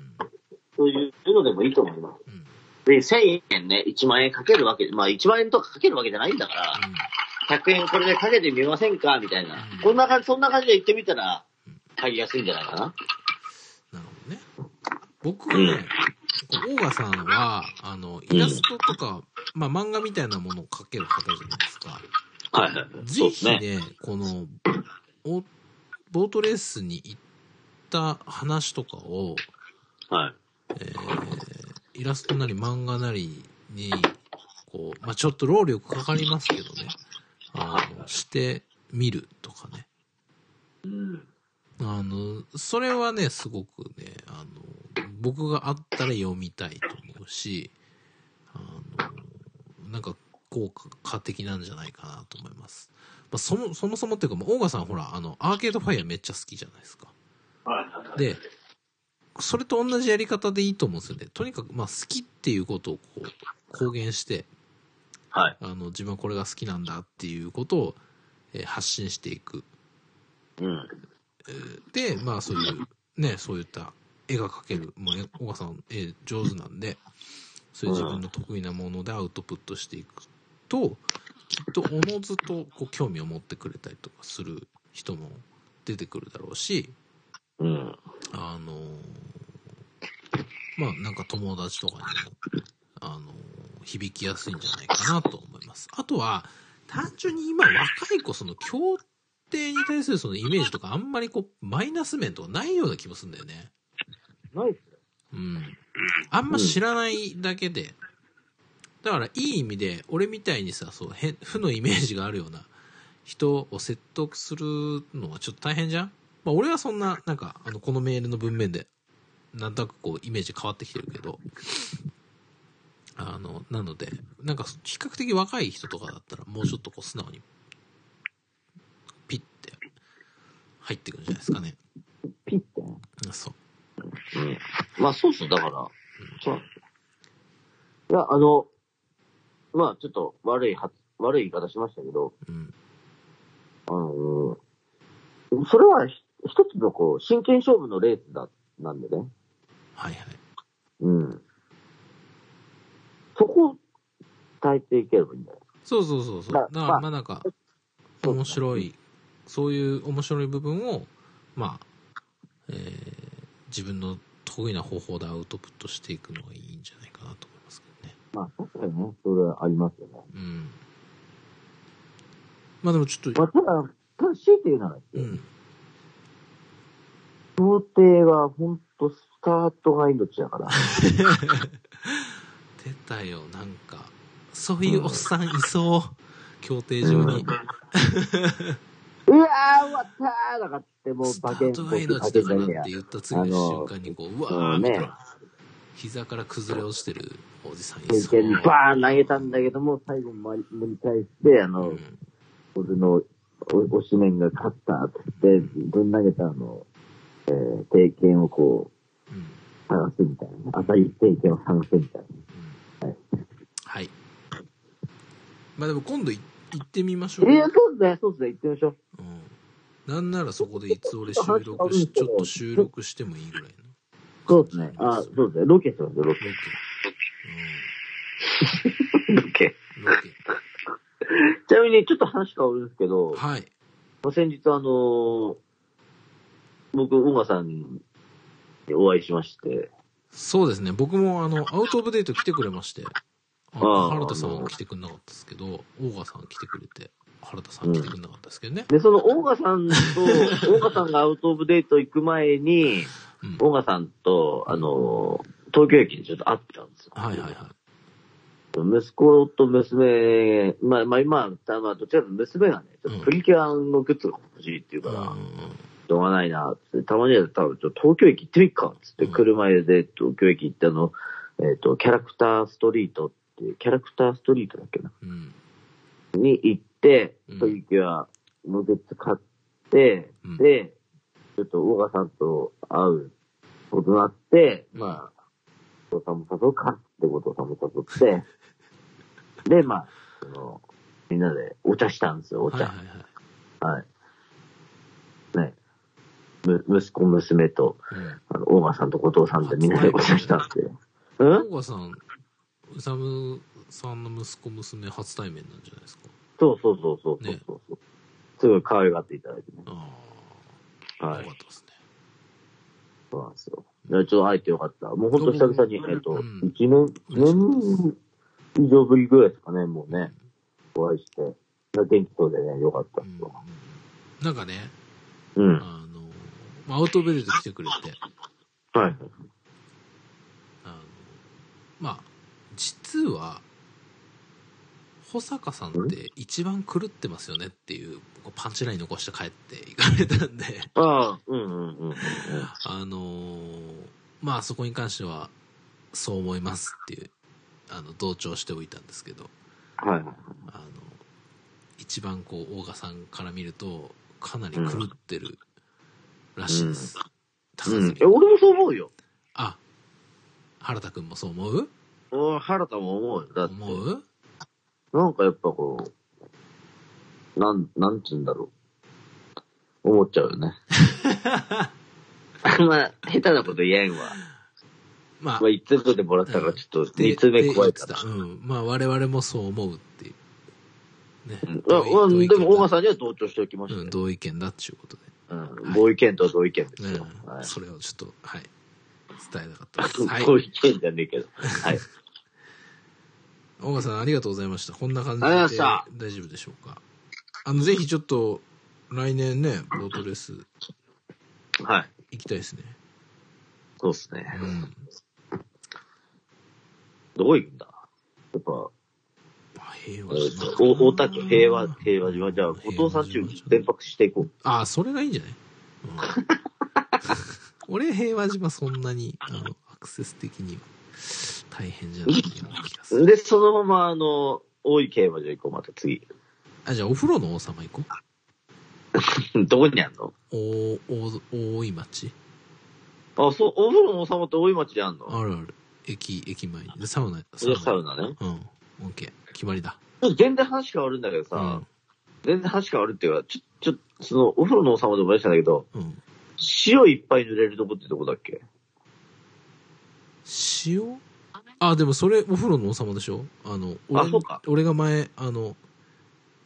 Speaker 2: そういうのでもいいと思います。
Speaker 1: うんうん
Speaker 2: で、1000円ね、1万円かけるわけ、まあ1万円とかかけるわけじゃないんだから、100円これでかけてみませんかみたいな
Speaker 1: うん。
Speaker 2: こんな感じ、そんな感じで行ってみたら、買いやすいんじゃないかな。
Speaker 1: なるほどね。僕はね、オーガさんは、あの、イラストとか、まあ漫画みたいなものを描ける方じゃないですか。
Speaker 2: はいはい。そ
Speaker 1: ぜ
Speaker 2: うです
Speaker 1: ひ
Speaker 2: ね。
Speaker 1: ね、この、おボートレースに行った話とかを、
Speaker 2: はい。
Speaker 1: えーイラストなり漫画なりに、こう、まあ、ちょっと労力かかりますけどね、あの、してみるとかね。あの、それはね、すごくね、あの、僕があったら読みたいと思うし、あの、なんか効果的なんじゃないかなと思います。まあ、そも、そもそもっていうか、まあ、オーガさんほら、あの、アーケードファイヤーめっちゃ好きじゃないですか。で、それと同じやり方でいいと思うんですよね。とにかく、まあ、好きっていうことをこう、公言して、
Speaker 2: はい。
Speaker 1: あの、自分はこれが好きなんだっていうことを、えー発信していく。
Speaker 2: うん。
Speaker 1: えーで、まあ、そういう、ね、そういった絵が描ける。まあ、え小川さん、絵上手なんで、そういう自分の得意なものでアウトプットしていくと、きっとおのずとこう興味を持ってくれたりとかする人も出てくるだろうし、
Speaker 2: うん。
Speaker 1: あのーまあなんか友達とかにも、あのー響きやすいんじゃないかなと思います。あとは、単純に今若い子、その協定に対するそのイメージとかあんまりこう、マイナス面とかないような気もするんだよね。
Speaker 2: ないっすね。
Speaker 1: うん。あんま知らないだけで。だからいい意味で、俺みたいにさ、そう、変負のイメージがあるような人を説得するのはちょっと大変じゃんまあ俺はそんな、なんか、あの、このメールの文面で、なんとなくこう、イメージ変わってきてるけど、あの、なので、なんか、比較的若い人とかだったら、もうちょっとこう、素直に、ピッて、入ってくるんじゃないですかね。
Speaker 2: ピッて。
Speaker 1: そう。
Speaker 2: うん。まあそうっす、だから。そうなんですよいや、あの、まあちょっと悪いは、悪い言い方しましたけど、
Speaker 1: うん。
Speaker 2: あのーそれはひ一つのこう、真剣勝負のレースだ、なんでね。
Speaker 1: はいはい。
Speaker 2: うん。そこを伝えていければいいんだよ。
Speaker 1: そうそうそうそう。だ
Speaker 2: まあ
Speaker 1: から
Speaker 2: まあ
Speaker 1: まあなんか、
Speaker 2: そう
Speaker 1: 面白い、そういう面白い部分を、まあ、えー自分の得意な方法でアウトプットしていくのがいいんじゃないかなと思いますけどね。
Speaker 2: まあ確かにね、それはありますよね。
Speaker 1: うん。まあでもちょっ
Speaker 2: ま
Speaker 1: と、
Speaker 2: あただ、ただ強いて言うなら、
Speaker 1: うん。
Speaker 2: 想定はほんとスタートが命 だから。
Speaker 1: 出たよ、なんか。そういうおっさんいそう。競艇場
Speaker 2: うん
Speaker 1: に。
Speaker 2: うわー、終わったーだからって、もう
Speaker 1: スタ
Speaker 2: 馬券
Speaker 1: ートが命だからって言った次の
Speaker 2: あの
Speaker 1: 瞬間にこう、う
Speaker 2: う
Speaker 1: わー
Speaker 2: ん
Speaker 1: みたい
Speaker 2: ね
Speaker 1: な。膝から崩れ落ちてるおじさんい
Speaker 2: 経
Speaker 1: そう。
Speaker 2: 験バーン投げたんだけども、最後盛り盛り返して、あの、
Speaker 1: うん
Speaker 2: 俺のおおしめんが勝ったって言って、ぶん投げたあの、えー、経験をこ
Speaker 1: うん
Speaker 2: う、探すみたいなね。当たり経験を探すみたいなね。
Speaker 1: はい。まあでも今度い行ってみましょう。
Speaker 2: えー、そうですね、そうですね、行ってみましょう。
Speaker 1: うん。なんならそこでいつ俺収録し、ちょっと収録してもいいぐらいの。
Speaker 2: そうですね。あ、そうですね、ロケしますよ、ロケ
Speaker 1: ロ。ケ。
Speaker 2: ロケ。
Speaker 1: うん。ロケ。
Speaker 2: ちなみに、ちょっと話変わるんですけど、
Speaker 1: はい。
Speaker 2: まあ先日あのー僕、大川さんにお会いしまして、
Speaker 1: そうですね。僕もあの、アウトオブデート来てくれまして。あ
Speaker 2: ああ
Speaker 1: 原田さんは来てくれなかったですけど、大川さん来てくれて、原田さん来てくれなかったですけどね。
Speaker 2: で、その、大賀さ んと、大賀さんがアウトオブデート行く前に、
Speaker 1: うん。
Speaker 2: 大賀さんと、あの、東京駅でちょっと会ってたんですよ。
Speaker 1: はいはいはい。
Speaker 2: 息子と娘、まあ、まあ、今、たまあ、どちらかというと娘がね、ちょっとプリキュアのグッズが欲しいっていう
Speaker 1: う
Speaker 2: か
Speaker 1: んう
Speaker 2: ら、
Speaker 1: んうん。
Speaker 2: しょうがないな、つって、たまには多分、ちょっと東京駅行ってみっか、つって、
Speaker 1: うん
Speaker 2: 車で東京駅行って、あの、えっ、と、キャラクターストリートっていう、キャラクターストリートだっけな、
Speaker 1: うん。
Speaker 2: に行って
Speaker 1: うん、
Speaker 2: プリキュアのグッズ買って、
Speaker 1: うん
Speaker 2: で、ちょっと大川さんと会うことになって、
Speaker 1: うん
Speaker 2: まあ、お父さんも誘うかってことをさんも誘って、で、まあ、その、みんなでお茶したんですよ、お
Speaker 1: はいはい
Speaker 2: 茶
Speaker 1: は。
Speaker 2: はい。ね。む、息子、娘と、
Speaker 1: い。うん
Speaker 2: あの、大川さんと後藤さんでみんなでお茶したんですよ。うん
Speaker 1: 大川さん、うさむさんの息子娘初対面なんじゃないですか。
Speaker 2: そうそうそうそうそうそう。すごい可愛がっていただいてね。
Speaker 1: ああ、
Speaker 2: はい
Speaker 1: よ。かったですね。
Speaker 2: そうなんですよ。いやちょっと会えてよかった。もうほんと久々に、えっと、
Speaker 1: うん
Speaker 2: 一年、
Speaker 1: 嬉
Speaker 2: 年以上ぶりぐらいですかね、もうね、お会いして。元気そうでね、よかった
Speaker 1: う
Speaker 2: で
Speaker 1: ん
Speaker 2: すよ。
Speaker 1: なんかね、
Speaker 2: うん。はい
Speaker 1: あの、まあアウトベルト来てくれて、
Speaker 2: は
Speaker 1: あ
Speaker 2: い。
Speaker 1: の、まあ、実は、保坂さんって一番狂ってますよねっていう、こうパンチライン残して帰っていかれたん で、
Speaker 2: ああ、うんうんうんうんうん。
Speaker 1: あのーまあそこに関しては、そう思いますっていう、あの、同調しておいたんですけど、
Speaker 2: はいはい。
Speaker 1: あの、一番こう、大賀さんから見ると、かなり狂ってるらしいです。高
Speaker 2: う
Speaker 1: す
Speaker 2: ん
Speaker 1: ぎ。
Speaker 2: え
Speaker 1: る、
Speaker 2: 俺もそう思うよ。
Speaker 1: あ、原田くんもそう思う
Speaker 2: 俺原田も思うよ。だって、
Speaker 1: 思う
Speaker 2: なんかやっぱこう、なん、なんつうんだろう。思っちゃう よね。あんま、下手なこと言えんわ。
Speaker 1: まあ
Speaker 2: まあ、、一通目でもらったから、ちょっと、
Speaker 1: で
Speaker 2: 二通目加え
Speaker 1: で
Speaker 2: た
Speaker 1: 言。ってうん。まあ、我々もそう思うっていう。ね。
Speaker 2: うん
Speaker 1: 同意
Speaker 2: あうん、でも、大
Speaker 1: 同意見だ
Speaker 2: 川さんには同調しておきました
Speaker 1: うん、
Speaker 2: ね。
Speaker 1: 同意見だっていうことで。
Speaker 2: うん、同意見と同意見ですよ。
Speaker 1: うん
Speaker 2: はい
Speaker 1: それをちょっと、はい。伝えなかったで す。はい。
Speaker 2: 同意見じゃねえけど。はい。
Speaker 1: 大川さん、ありがとうございました。こんな感じで
Speaker 2: ありがとうございま
Speaker 1: 大丈夫でしょうか。あの、ぜひちょっと、来年ね、ボートレース
Speaker 2: はい。
Speaker 1: 行きたいですね。
Speaker 2: そうですね。
Speaker 1: うん。
Speaker 2: どこ行くんだやっぱ、
Speaker 1: まあ平和
Speaker 2: え
Speaker 1: 島
Speaker 2: ーとお大田区平和、平和島。じゃあ、後藤さん中全泊していこう。
Speaker 1: ああ、それがいいんじゃない、うん俺、平和島そんなに、あの、アクセス的には大変じゃないような気がする。
Speaker 2: で、そのまま、あの、大井競馬場行こう、また次。
Speaker 1: あ、じゃあお風呂の王様行こ
Speaker 2: どこにあんの
Speaker 1: う。お、お、大井町
Speaker 2: あ、そう、お風呂の王様って大井町にあんの
Speaker 1: あるある。駅、駅前に。でサウナ、サ
Speaker 2: サ
Speaker 1: ウ
Speaker 2: ウナね。
Speaker 1: ナ。うん。オッケー。決まりだ。
Speaker 2: 全然話変わるんだけど
Speaker 1: う
Speaker 2: さ
Speaker 1: ん、。
Speaker 2: 全然話変わるっていうか、ちょ、ちょ、その、お風呂の王様でも出したんだけど、
Speaker 1: うん。
Speaker 2: 塩いっぱい塗れるとこってどこだっけ
Speaker 1: 塩あ、でもそれ、お風呂の王様でしょあの、俺
Speaker 2: あそうか
Speaker 1: 俺が前、あの、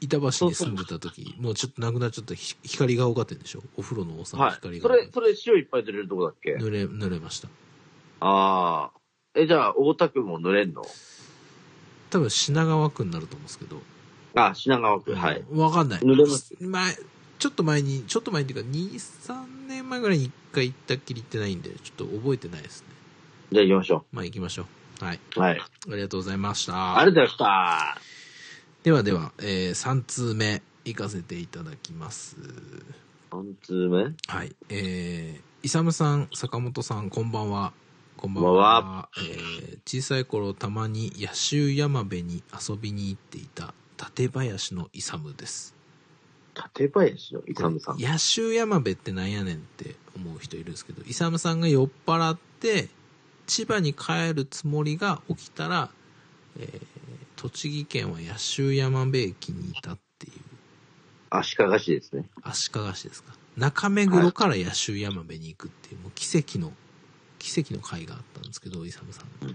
Speaker 1: 板橋に住んでた時、もうちょっとなくなっちゃったひ光が多かったんでしょお風呂の王様、
Speaker 2: はい。
Speaker 1: 光
Speaker 2: そ
Speaker 1: が。
Speaker 2: れ、それ塩いっぱい塗れるとこだっけ
Speaker 1: 濡れ、濡れました。
Speaker 2: ああ。え、じゃあ、大田区も塗れんの
Speaker 1: 多分品川区になると思うんですけど。
Speaker 2: あ、品川区、はい。
Speaker 1: うん。わかんない。
Speaker 2: 濡れます
Speaker 1: 前、ちょっと前に、ちょっと前にっていうか、2、3年前ぐらいに一回行ったっきり行ってないんで、ちょっと覚えてないですね。
Speaker 2: じゃあ行きましょ
Speaker 1: まあ行きましょう。はい。
Speaker 2: う。はい。
Speaker 1: ありがとうございまし
Speaker 2: あ
Speaker 1: た。
Speaker 2: りがとうございました。
Speaker 1: ではでは、えー、3通目行かせていただきます。
Speaker 2: 何通目
Speaker 1: はい。えー、イサムさん、坂本さん、こんばんは。こんばんは。
Speaker 2: こんばん
Speaker 1: えー小さい頃、たまに野州山辺に遊びに行っていた、館林のイサムです。
Speaker 2: 館林のイサムさん。
Speaker 1: 野州山辺ってなんやねんって思う人いるんですけど、イサムさんが酔っ払って、千葉に帰るつもりが起きたら、えー栃木県は野州山辺駅にいたっていう、
Speaker 2: 足利市ですね。
Speaker 1: 足利市ですか。中目黒から野州山辺に行くっていう、もう奇跡の、奇跡の会があったんですけど、イサムさんが。ま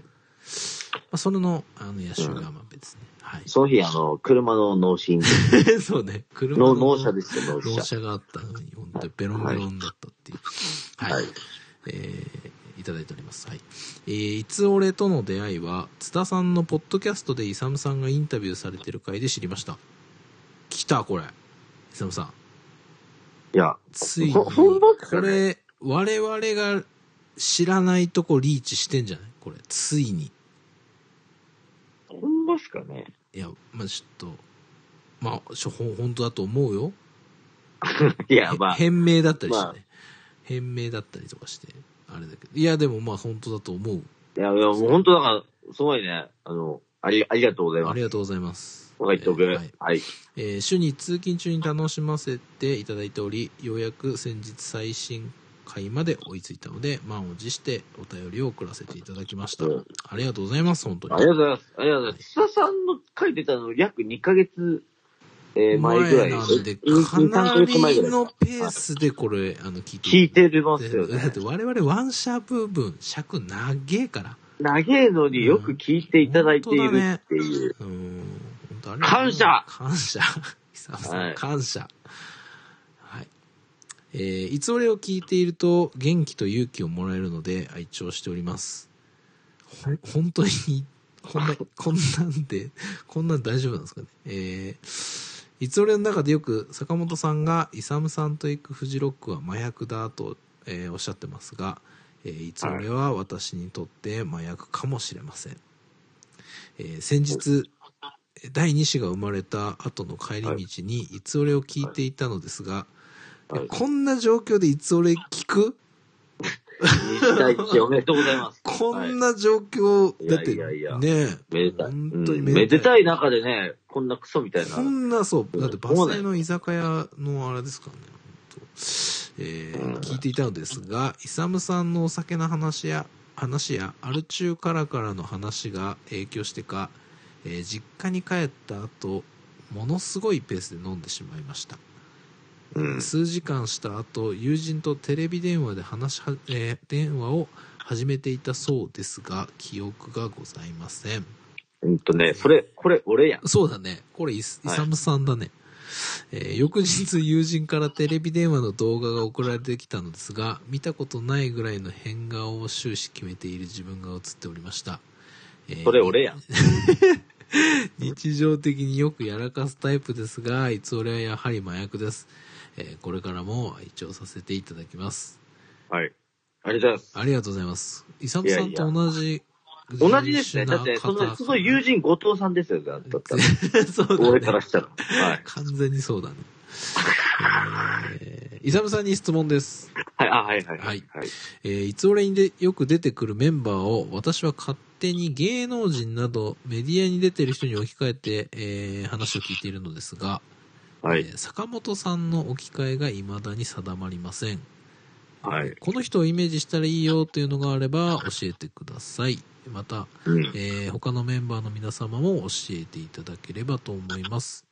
Speaker 1: あ、それの、あの、野州山辺ですね。は
Speaker 2: その日、あの、車の納品、
Speaker 1: い。 そうね。車
Speaker 2: の納車ですよ、納
Speaker 1: 納
Speaker 2: 車。
Speaker 1: 車があったのに、本当にベロンベロンだったっていう。はい。
Speaker 2: はい
Speaker 1: えーいただいております。はい。えーいつ俺との出会いは、津田さんのポッドキャストでイサムさんがインタビューされてる回で知りました。来た、これ。イサムさん。
Speaker 2: いや、
Speaker 1: ついに、
Speaker 2: ほほんまっす
Speaker 1: こ
Speaker 2: か
Speaker 1: れ、我々が知らないとこリーチしてんじゃないこれ、ついに。
Speaker 2: ほんまっすかね。
Speaker 1: いや、まあ、ちょっと、まあ、しょほん本当だと思うよ。
Speaker 2: いや、まあ、
Speaker 1: 変名だったりしてね、
Speaker 2: まあ
Speaker 1: 変名だったりとかしてあれだけどいやでもまあ本当だと思う
Speaker 2: いや、いやもう本当だから、すごいね、あの、あり、ありがとうござい
Speaker 1: あ
Speaker 2: ます。
Speaker 1: りがとうございます
Speaker 2: とか言っておく。
Speaker 1: えーはい
Speaker 2: はい。
Speaker 1: えー週に通勤中に楽しませていただいておりようやく先日最新回まで追いついたので満を持してお便りを送らせていただきました、
Speaker 2: うん
Speaker 1: ありがとうございます本当に
Speaker 2: ありがとうございます。ありがとうございます。津田さんの書いてたの約2ヶ月、えー前ぐらい。
Speaker 1: なんで
Speaker 2: うん
Speaker 1: かな
Speaker 2: 2 3ヶ月前ぐ
Speaker 1: り
Speaker 2: らい
Speaker 1: のペースでこれあの聞いて
Speaker 2: 聞い
Speaker 1: て
Speaker 2: てますよ
Speaker 1: だっ
Speaker 2: ね
Speaker 1: て。我々ワンシャープ分尺長えから
Speaker 2: 長えのによく聞いていただいているっていう。
Speaker 1: うーん本当ありがとう
Speaker 2: 感謝
Speaker 1: 感謝。 久々さん、
Speaker 2: はい
Speaker 1: 感謝。はい。えーいつ俺を聞いていると元気と勇気をもらえるので愛聴しております。ほん、本当に、こんな、 こんなんで、こんなん大丈夫なんですかね。えーいつ俺の中でよく坂本さんが、イサムさんと行くフジロックは麻薬だと、えーおっしゃってますが、えーいつ俺は私にとって麻薬かもしれません。えー先日、第2子が生まれた後の帰り道に、いつ俺を聞いていたのですが、
Speaker 2: はい
Speaker 1: こんな状況でいつ俺聞く
Speaker 2: 西大地おめでとうございます。
Speaker 1: こん
Speaker 2: はい
Speaker 1: な状況、
Speaker 2: い
Speaker 1: だって、
Speaker 2: いやいやいや
Speaker 1: ねえ
Speaker 2: めでたい。
Speaker 1: 本当に
Speaker 2: うん
Speaker 1: めでた
Speaker 2: め
Speaker 1: い
Speaker 2: でたい中でね、こんなクソみたいな
Speaker 1: こ。んなそう、だってバス停の居酒屋のあれですからね。えー聞いていたのですが、イサムさんのお酒の話や、話や、アル中からからの話が影響してか、えー実家に帰った後、ものすごいペースで飲んでしまいました。
Speaker 2: うん。
Speaker 1: 数時間した後、友人とテレビ電話で話しは、えー電話を始めていたそうですが、記憶がございません。
Speaker 2: うんとね、それ、これ、俺やん。
Speaker 1: そうだね。これイス、イ
Speaker 2: はい
Speaker 1: サムさんだね。えー翌日友人からテレビ電話の動画が送られてきたのですが、見たことないぐらいの変顔を終始決めている自分が映っておりました。えー
Speaker 2: それ俺やん。
Speaker 1: 日常的によくやらかすタイプですが、いつ俺はやはり麻薬です。えーこれからも一応させていただきます。
Speaker 2: はい。ありがとうございます。
Speaker 1: ありがとうございます。イサムさんと同じ、
Speaker 2: 同じですね。だって、その、その友
Speaker 1: 人
Speaker 2: 人後藤さんですよ、だだったら。
Speaker 1: そうだね
Speaker 2: 俺からしたら。はい。
Speaker 1: 完全にそうだね。えー、イサムさんに質問です。
Speaker 2: はい、あ、はい、はい。
Speaker 1: はいえー、いつ俺にでよく出てくるメンバーを私は勝手に芸能人などメディアに出てる人に置き換えて、えー話を聞いているのですが、
Speaker 2: は
Speaker 1: え
Speaker 2: い。
Speaker 1: ー坂本さんの置き換えが未だに定まりません。
Speaker 2: はい。
Speaker 1: この人をイメージしたらいいよというのがあれば教えてください。また、
Speaker 2: うん。
Speaker 1: えー他のメンバーの皆様も教えていただければと思います、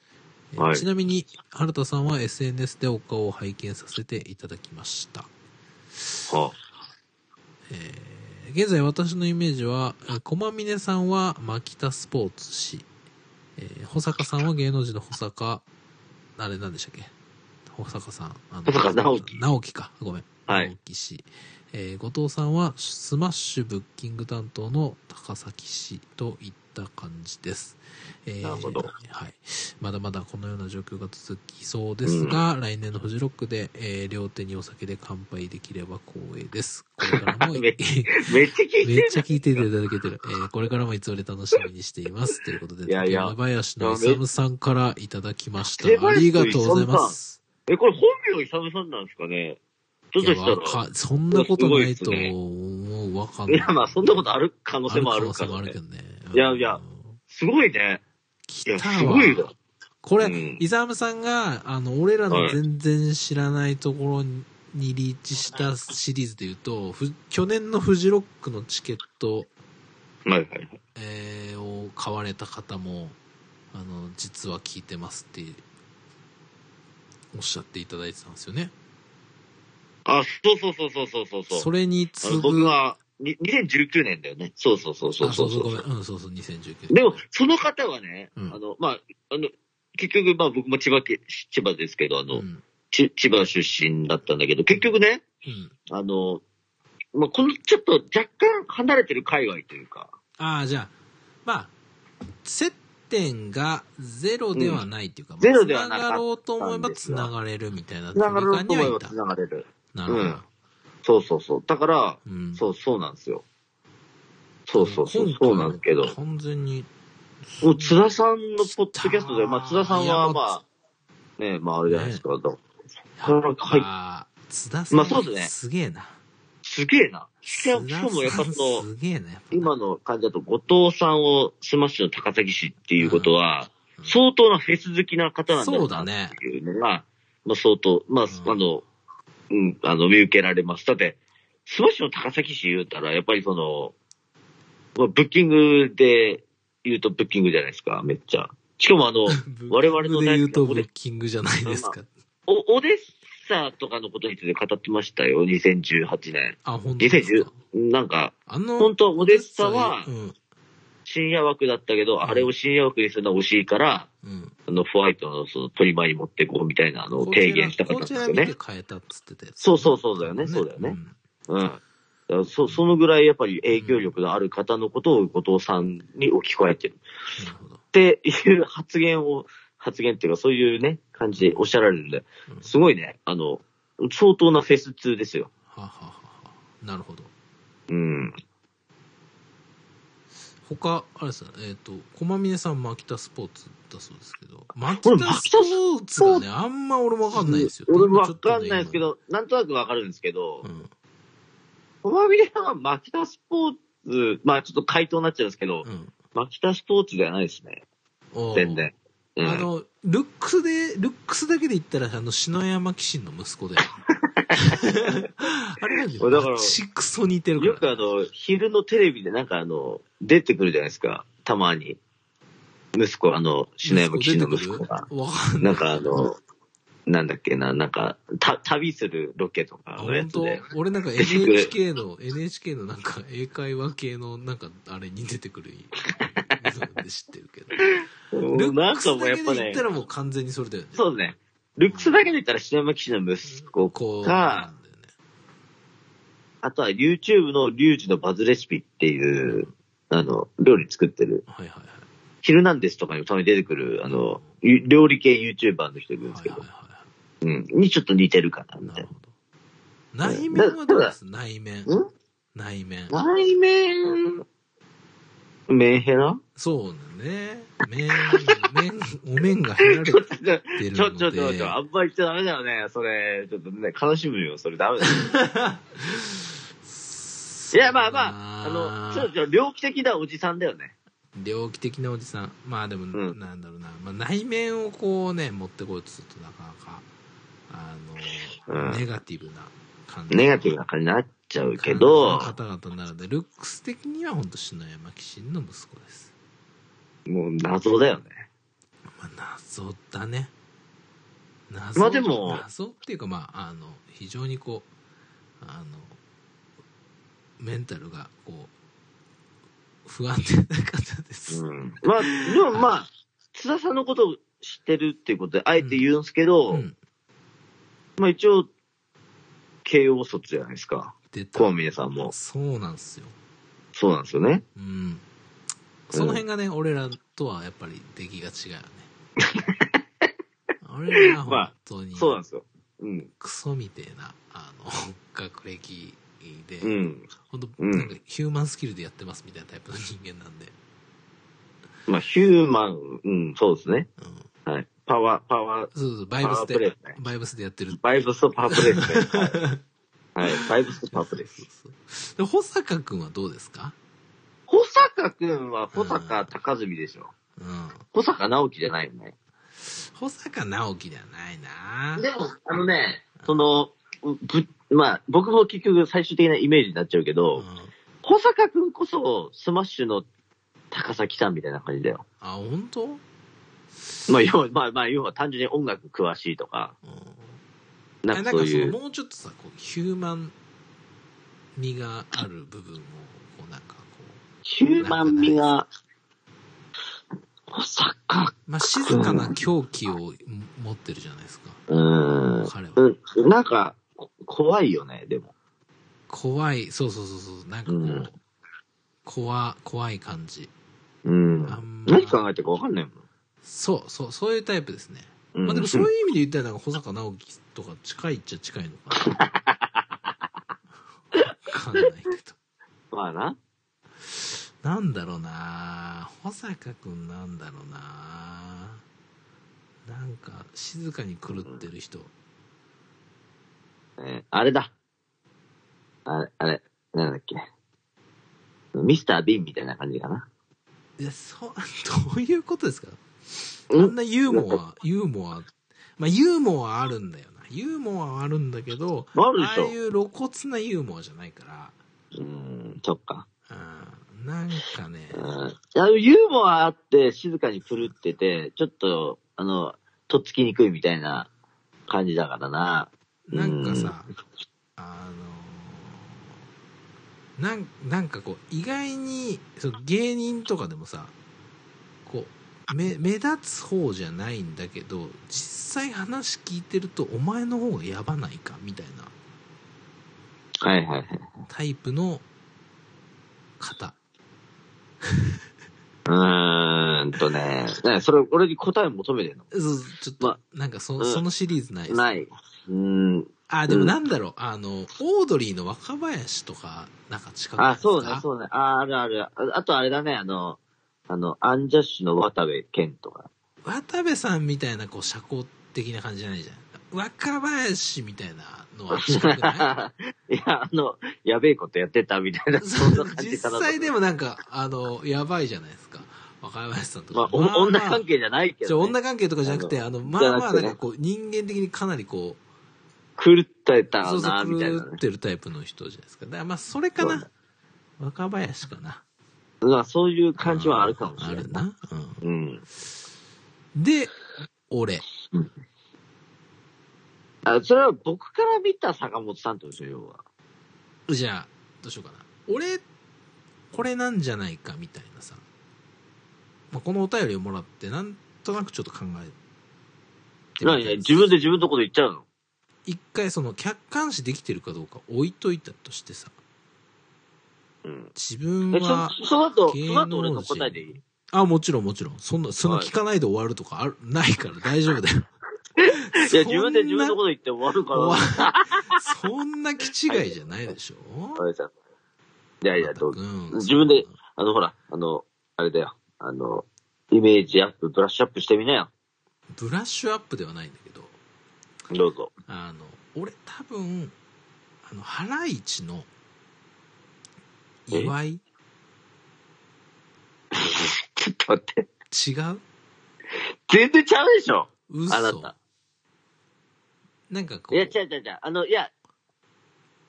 Speaker 1: えー
Speaker 2: はい
Speaker 1: ちなみに原田さんは SNS でお顔を拝見させていただきました、
Speaker 2: は
Speaker 1: えー現在私のイメージはえー駒峰さんは牧田スポーツ氏、えー保坂さんは芸能人の保坂あれ何でしたっけ保坂さんあの
Speaker 2: 保坂直樹
Speaker 1: 直樹かごめん
Speaker 2: あ。は
Speaker 1: 直
Speaker 2: い。
Speaker 1: 木氏、えー後藤さんはスマッシュブッキング担当の高崎氏といった感じです、えー
Speaker 2: なるほど
Speaker 1: はい、まだまだこのような状況が続きそうですが、来年のフジロックで、えー両手にお酒で乾杯できれば光栄ですこれからも
Speaker 2: めっめっちゃ聞い
Speaker 1: めってちゃ聞いていただけてる。えーこれからもいつ俺楽しみにしています。ということで、
Speaker 2: いやいや
Speaker 1: 竹林のイサムさんからいただきました
Speaker 2: 竹。林
Speaker 1: ありがとうございます。
Speaker 2: え、これ本名イサムさんなんですかねちょっ
Speaker 1: い
Speaker 2: と
Speaker 1: や
Speaker 2: したら。
Speaker 1: わかそんなことない
Speaker 2: す
Speaker 1: と
Speaker 2: ごいですね
Speaker 1: 思う、わかん
Speaker 2: い
Speaker 1: ない。
Speaker 2: や、まあ、そんなことある可能性もある
Speaker 1: 可
Speaker 2: か
Speaker 1: 能性もあ
Speaker 2: ら、
Speaker 1: るけ
Speaker 2: ね。
Speaker 1: どね。
Speaker 2: いやいや
Speaker 1: うん。
Speaker 2: すごいね。い
Speaker 1: 来
Speaker 2: や、
Speaker 1: た
Speaker 2: す
Speaker 1: わ
Speaker 2: ごいわ。
Speaker 1: これ、
Speaker 2: うん
Speaker 1: イザムさんが、あの、俺らの全然知らないところにリーチしたシリーズで言うと、ふ去年のフジロックのチケット、
Speaker 2: はいはいはい。
Speaker 1: えーを買われた方も、あの、実は聞いてますって、おっしゃっていただいてたんですよね。
Speaker 2: あ、そうそうそうそうそうそう。
Speaker 1: そ
Speaker 2: そう
Speaker 1: れに次
Speaker 2: あの
Speaker 1: ぐ、
Speaker 2: 僕は、に2019年だよね。そうそうそうそう
Speaker 1: あ
Speaker 2: そうそう
Speaker 1: ごめんうん、そうそう、2019年。
Speaker 2: でも、その方はね、
Speaker 1: うん
Speaker 2: あの、まあ、あの、結局、まあ僕も千葉け、千葉ですけど、あ
Speaker 1: う
Speaker 2: の、
Speaker 1: ん、
Speaker 2: ち千葉出身だったんだけど、結局ね、
Speaker 1: うん。
Speaker 2: あの、まあ、このちょっと若干離れてる界隈というか、
Speaker 1: ああ、じゃあ、まあ、接点がゼロではないっていうか、
Speaker 2: ゼロではなかった
Speaker 1: 繋がろうと思えば
Speaker 2: ですが
Speaker 1: 繋がれるみたいな
Speaker 2: つなが
Speaker 1: 距離
Speaker 2: る
Speaker 1: 感
Speaker 2: と
Speaker 1: に
Speaker 2: 思
Speaker 1: は
Speaker 2: え
Speaker 1: い
Speaker 2: ば
Speaker 1: た
Speaker 2: つ。ながれる。
Speaker 1: なるほど。
Speaker 2: そうそうそう。だから、
Speaker 1: うん。
Speaker 2: そう、そうなんですよ。そうそうそう、
Speaker 1: 今回
Speaker 2: そ
Speaker 1: は
Speaker 2: うなんですけど。
Speaker 1: 完全に。
Speaker 2: もう津田さんのポッドキャストで、まあ津田さんはまあ、ね、まああれじゃないですか。だ
Speaker 1: やっ
Speaker 2: はい
Speaker 1: ぱ、津田さん、
Speaker 2: まあそうですね
Speaker 1: すげえな。
Speaker 2: すげえな。しか
Speaker 1: 津
Speaker 2: も、
Speaker 1: 田
Speaker 2: し
Speaker 1: さん
Speaker 2: かもやっぱその、
Speaker 1: すげえな、やっぱ。
Speaker 2: 今の感じだと、後藤さんをスマッシュの高崎市っていうことは
Speaker 1: う、ん
Speaker 2: 相当なフェス好きな方なんだ
Speaker 1: そ
Speaker 2: ろ
Speaker 1: う
Speaker 2: うな
Speaker 1: だ
Speaker 2: っ
Speaker 1: ね。
Speaker 2: ていうのが、まあ相当、まあ、
Speaker 1: うん
Speaker 2: あの、うん、あの、見受けられます。だって、スマッシュの高崎市言うたら、やっぱりその、まあ、ブッキングで言うとブッキングじゃないですか、めっちゃ。しかも あの、我々の
Speaker 1: ブッキングで
Speaker 2: ね
Speaker 1: 言うとブ
Speaker 2: 俺
Speaker 1: ッキングじゃないですか。
Speaker 2: おオデッサとかのことについて語ってましたよ、2018年。
Speaker 1: あ、本当です
Speaker 2: 2010
Speaker 1: か。、
Speaker 2: なんか、
Speaker 1: あの、
Speaker 2: 本当はオデッサは
Speaker 1: う、ん。
Speaker 2: 深夜枠だったけど、あれを深夜枠にするのは惜しいから、
Speaker 1: うん。
Speaker 2: あの、ホワイトのその、取り前に持ってこうみたいなのを提言したかったんですよ
Speaker 1: こちら見
Speaker 2: ね
Speaker 1: て。変えたっつってたやつ。
Speaker 2: そうそうそうだよねそうだよね
Speaker 1: ん
Speaker 2: うん。だからそ、そのぐらいやっぱり影響力のある方のことを後藤さんに置き換えてる
Speaker 1: なるほど。
Speaker 2: っていう発言を、発言っていうかそういうね、感じでおっしゃられるんで、
Speaker 1: うん
Speaker 2: すごいね、あの、相当なフェス2ですよ。
Speaker 1: はあはあはあなるほど。
Speaker 2: うん。
Speaker 1: 他、あれですね、えっ、と、駒峰さん、マキタスポーツだそうですけど、マキ
Speaker 2: これ
Speaker 1: タ
Speaker 2: マ
Speaker 1: ス
Speaker 2: キタス
Speaker 1: ポーツがね、あんま俺もわかんないんですよ。
Speaker 2: 俺もわかんないですけ
Speaker 1: ちょっ
Speaker 2: ど、なんとなくわかるんですけど
Speaker 1: と、ね、今
Speaker 2: 駒峰さんはマキタスポーツ、まあちょっと回答になっちゃうんですけど
Speaker 1: う、ん。うん
Speaker 2: マキタスポーツではないですね。
Speaker 1: おー
Speaker 2: 全然。うん
Speaker 1: あの、ルックスで、ルックスだけで言ったら、あの、篠山紀信の息子で。あれなんだよ。
Speaker 2: だから
Speaker 1: バチクソ似てる
Speaker 2: よ
Speaker 1: か
Speaker 2: くあの、昼のテレビでなんかあの、出てくるじゃないですか。たまに。息子、あの、篠
Speaker 1: ら。
Speaker 2: 山騎士の息子が。
Speaker 1: わかんない。
Speaker 2: なんかあの、なんだっけな、なんか、た、旅するロケと
Speaker 1: あ、
Speaker 2: かのや
Speaker 1: 本
Speaker 2: つ
Speaker 1: 当
Speaker 2: で。
Speaker 1: 俺なんか NHK の、NHK のなんか英会話系のなんかあれに出てくる。で 知ってるけど。ル
Speaker 2: な
Speaker 1: ッ
Speaker 2: ん
Speaker 1: クス
Speaker 2: かもう
Speaker 1: だ
Speaker 2: やっ
Speaker 1: け
Speaker 2: ぱ
Speaker 1: で言
Speaker 2: ね
Speaker 1: った、らもう完全にそれだよね。
Speaker 2: そうですね。ルックスだけで言ったら篠山騎士の息子
Speaker 1: こう。
Speaker 2: か、
Speaker 1: なんだよね
Speaker 2: あとは YouTube のリュウジのバズレシピっていう、あの、料理作ってる。
Speaker 1: はいはいはい。
Speaker 2: ヒルナンデスとかにもたまに出てくる、あの、ゆ料理系 YouTuber の人いるんで
Speaker 1: は
Speaker 2: す
Speaker 1: い
Speaker 2: け
Speaker 1: はい
Speaker 2: ど、
Speaker 1: は
Speaker 2: うん、にちょっと似てるかな、
Speaker 1: い。な
Speaker 2: みたい
Speaker 1: る
Speaker 2: な。
Speaker 1: ほど。内面はどうです内面
Speaker 2: ん。
Speaker 1: 内面。
Speaker 2: 内面、メンヘラ
Speaker 1: そうだね。麺、麺、お麺が減られてる
Speaker 2: ちょ、 ちょ、ち
Speaker 1: の
Speaker 2: ょ、ちょ、
Speaker 1: で。
Speaker 2: あんま言っちゃダメだよね。それ、ちょっとね、悲しむよ。それダメだよ。いや、まあまあ、あの、ちょ、ちょ、猟奇的なおじさんだよね。
Speaker 1: 猟奇的なおじさん。まあでも、
Speaker 2: ん
Speaker 1: なんだろうな。まあ内面をこうね、持ってこようとするとなかなか、あの、
Speaker 2: うん
Speaker 1: ネガティブな感じ。
Speaker 2: ネガティブな感じになっちゃうけど、
Speaker 1: 方々なので、ルックス的には本当篠山紀信の息子です。
Speaker 2: もう謎だよね。
Speaker 1: まあ謎だね。謎。
Speaker 2: まあでも
Speaker 1: 謎っていうか、まあ、あの、非常にこう、あの、メンタルが、こう、不安定な方です。
Speaker 2: うん。まあ、でもまあ、津田さんのことを知ってるっていうことで、あえて言うんですけど、
Speaker 1: うん。
Speaker 2: まあ一応、慶応卒じゃないですか。
Speaker 1: 出た
Speaker 2: 小峰さんも。
Speaker 1: そうなんですよ。
Speaker 2: そうなんですよね。
Speaker 1: うん。その辺がね、俺らとはやっぱり出来が違うよね。 俺らは
Speaker 2: まあ
Speaker 1: 本当に、
Speaker 2: そうなんですよ。うん。
Speaker 1: クソみてえな、あの、 学歴で、
Speaker 2: うん。
Speaker 1: ほんと、
Speaker 2: うん
Speaker 1: なんかヒューマンスキルでやってますみたいなタイプの人間なんで。
Speaker 2: まあ、ヒューマン、うん、そうですね。
Speaker 1: うん。
Speaker 2: はい。パワー、パワー、
Speaker 1: そうそう、バイブス
Speaker 2: パワープレイ
Speaker 1: で
Speaker 2: ですね、
Speaker 1: バイブスでやってる。
Speaker 2: バイブスとパワープレ イですね。はい。はいバイブスとパワープレイです
Speaker 1: そう。そうで、保坂くんはどうですか
Speaker 2: 小坂くんは小坂高澄でしょ。
Speaker 1: うん。
Speaker 2: 小坂直樹じゃないよね。
Speaker 1: 保坂直樹ではないな
Speaker 2: でも、あのね、その、うぶまあ、僕も結局最終的なイメージになっちゃうけど、
Speaker 1: うん。
Speaker 2: 小坂くんこそ、スマッシュの高崎さんみたいな感じだよ。
Speaker 1: あ、本当うん。
Speaker 2: まあ、要は、まあ、まあ、要は単純に音楽詳しいとか、な
Speaker 1: えな
Speaker 2: んか
Speaker 1: んか
Speaker 2: そう
Speaker 1: そ
Speaker 2: い
Speaker 1: の
Speaker 2: う。
Speaker 1: もうちょっとさこうヒューマン味がある部分をこうなんかこ
Speaker 2: ヒューマン味が、小坂、
Speaker 1: う、まあ、静かな狂気をも持ってるじゃないですか
Speaker 2: うーん。
Speaker 1: 彼は
Speaker 2: うん、なんか、こ怖いよね、でも。
Speaker 1: 怖いそうそうそうそうなんかこう、
Speaker 2: うん
Speaker 1: 怖怖い感じ
Speaker 2: うん。
Speaker 1: あんま
Speaker 2: 何考えてるかわかんないもん。
Speaker 1: そうそうそういうタイプですね、
Speaker 2: うん、
Speaker 1: まあでもそういう意味で言ったらなんか保坂直樹とか近いっちゃ近いのか なわかんないけど
Speaker 2: まあな。
Speaker 1: なんだろうなぁ保坂くんなんだろうなぁなんか、静かに狂ってる人。
Speaker 2: えーあれだ。あれ、あれ、なんだっけ。ミスター・ビンみたいな感じかな。
Speaker 1: いや、そう、 どういうことですかあ
Speaker 2: うん
Speaker 1: んなユーモア、ユーモア、まあ、ユーモアあるんだよな。ユーモアはあるんだけど、
Speaker 2: あるで
Speaker 1: あ
Speaker 2: し
Speaker 1: あ
Speaker 2: ょ
Speaker 1: い。う露骨なユーモアじゃないから、
Speaker 2: うん、そっか。
Speaker 1: うん、なんかね、
Speaker 2: うんいやユーモアあって、静かに狂ってて、ちょっと、あの、とっつきにくいみたいな感じだからな。
Speaker 1: なんかさ、あのーなん、なんかこう、意外に、その芸人とかでもさ、こう、目、目立つ方じゃないんだけど、実際話聞いてると、お前の方がやばないか、みたいな
Speaker 2: はいはいはい。
Speaker 1: タイプの方。
Speaker 2: うーんとね、ねそれ、俺に答え求めてんの
Speaker 1: そうそうちょっと、
Speaker 2: ま
Speaker 1: なんかそ、
Speaker 2: うん
Speaker 1: そのシリーズないです
Speaker 2: ない。うーん。
Speaker 1: あ、でも
Speaker 2: うん
Speaker 1: なんだろう、あの、オードリーの若林とか、なんか近くない
Speaker 2: あ、
Speaker 1: ですか
Speaker 2: そうね、そうね。あ、あるある。ああとあれだね、あの、あの、アンジャッシュの渡部健とか。
Speaker 1: 渡部さんみたいなこう社交的な感じじゃないじゃん若林みたいなのは近くない
Speaker 2: いや、あの、やべえことやってたみ たいな、そんな感じ
Speaker 1: 実
Speaker 2: かなと。
Speaker 1: 際でもなんかあのやばいじゃないですか若林さんと
Speaker 2: まあ
Speaker 1: か、、
Speaker 2: お女関
Speaker 1: 係
Speaker 2: 係じゃないけ
Speaker 1: じゃ
Speaker 2: ど、ね。
Speaker 1: 女関係とかじゃなくてあのまあまあ
Speaker 2: じ
Speaker 1: な
Speaker 2: ゃ
Speaker 1: ん
Speaker 2: なくてね
Speaker 1: かこう人間的にかなりこう
Speaker 2: 狂ってた
Speaker 1: そう
Speaker 2: よ
Speaker 1: そ
Speaker 2: な、
Speaker 1: う、
Speaker 2: みたいな
Speaker 1: 狂っ
Speaker 2: ね。
Speaker 1: てるタイプの人じゃないですか。だからまあ、それか
Speaker 2: そう
Speaker 1: な
Speaker 2: だ。
Speaker 1: 若林かな。
Speaker 2: まあそういう感じはあるかもしれな
Speaker 1: あ
Speaker 2: い
Speaker 1: る。な。
Speaker 2: うん。
Speaker 1: うん。で、俺。
Speaker 2: あそれは僕から見た坂本さんってことですよ、要は。
Speaker 1: じゃあ、どうしようかな。俺、これなんじゃないかみたいなさ。まあ、このお便りをもらって、なんとなくちょっと考えてみたん
Speaker 2: 何
Speaker 1: です
Speaker 2: 何自分で自分のこと言っちゃうの
Speaker 1: 一回その客観視できてるかどうか置いといたとしてさ。
Speaker 2: うん。
Speaker 1: 自分
Speaker 2: え、
Speaker 1: は、
Speaker 2: そその後、
Speaker 1: 芸
Speaker 2: そ
Speaker 1: 能人
Speaker 2: の後俺の答えでいい
Speaker 1: あ、もちろんもちろん。そんな、その
Speaker 2: はい
Speaker 1: 聞かないで終わるとかある、ないから大丈夫だよ。
Speaker 2: いや、自分で自分のこと言って終 わるから。
Speaker 1: 終わ
Speaker 2: わ
Speaker 1: そんな気違いじゃないでしょ、
Speaker 2: かりましたいやいや、どう
Speaker 1: うん
Speaker 2: 自分で。あの、ほら、あの、あれだよ。あの、イメージアップ、ブラッシュアップしてみなよ。
Speaker 1: ブラッシュアップではないんだけど、
Speaker 2: どうぞ。
Speaker 1: あの、俺多分、あの、ハライチの、岩井
Speaker 2: ちょっと待って。
Speaker 1: 違う
Speaker 2: 全然ちゃうでしょ。
Speaker 1: 嘘
Speaker 2: あなた。
Speaker 1: なんかこ
Speaker 2: いや、違
Speaker 1: う、
Speaker 2: う違う違う。あの、いや、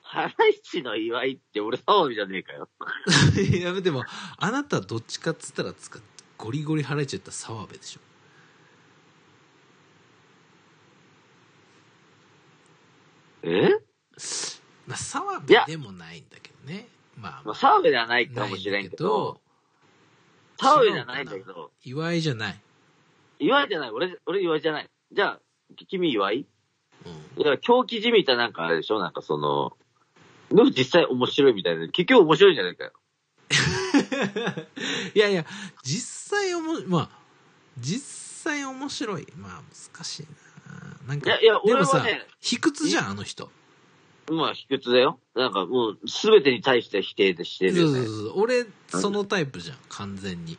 Speaker 2: ハライチの祝いって俺騒ぎじゃねえかよ。
Speaker 1: いや、でも、あなたどっちかっつったらつか、ゴリゴリハライチやったら澤部でしょ。
Speaker 2: え
Speaker 1: まあ、澤部
Speaker 2: いや
Speaker 1: でもないんだけどね。まあ、
Speaker 2: まあ、澤部ではないかもしれんけど、、澤部じゃないんだけど、
Speaker 1: 岩井じゃ ない。
Speaker 2: 祝いじゃない。俺、俺祝いじゃない。じゃあ、君祝い
Speaker 1: うん。
Speaker 2: だから狂気じみたなんかあれでしょなんかその、でも実際面白いみたいな。結局面白いんじゃないかよ。
Speaker 1: いやいや、実際おも、まあ、実際面白い。まあ、難しいな。なん
Speaker 2: い
Speaker 1: か、
Speaker 2: や、いや、
Speaker 1: で
Speaker 2: 俺
Speaker 1: もさ
Speaker 2: は、ね、
Speaker 1: 卑屈じゃん、あの人。
Speaker 2: まあ、卑屈だよ。なんかもう、すべてに対して否定でしてる
Speaker 1: そう
Speaker 2: よ
Speaker 1: そう
Speaker 2: ね。
Speaker 1: そう。俺、そのタイプじゃん、完全に。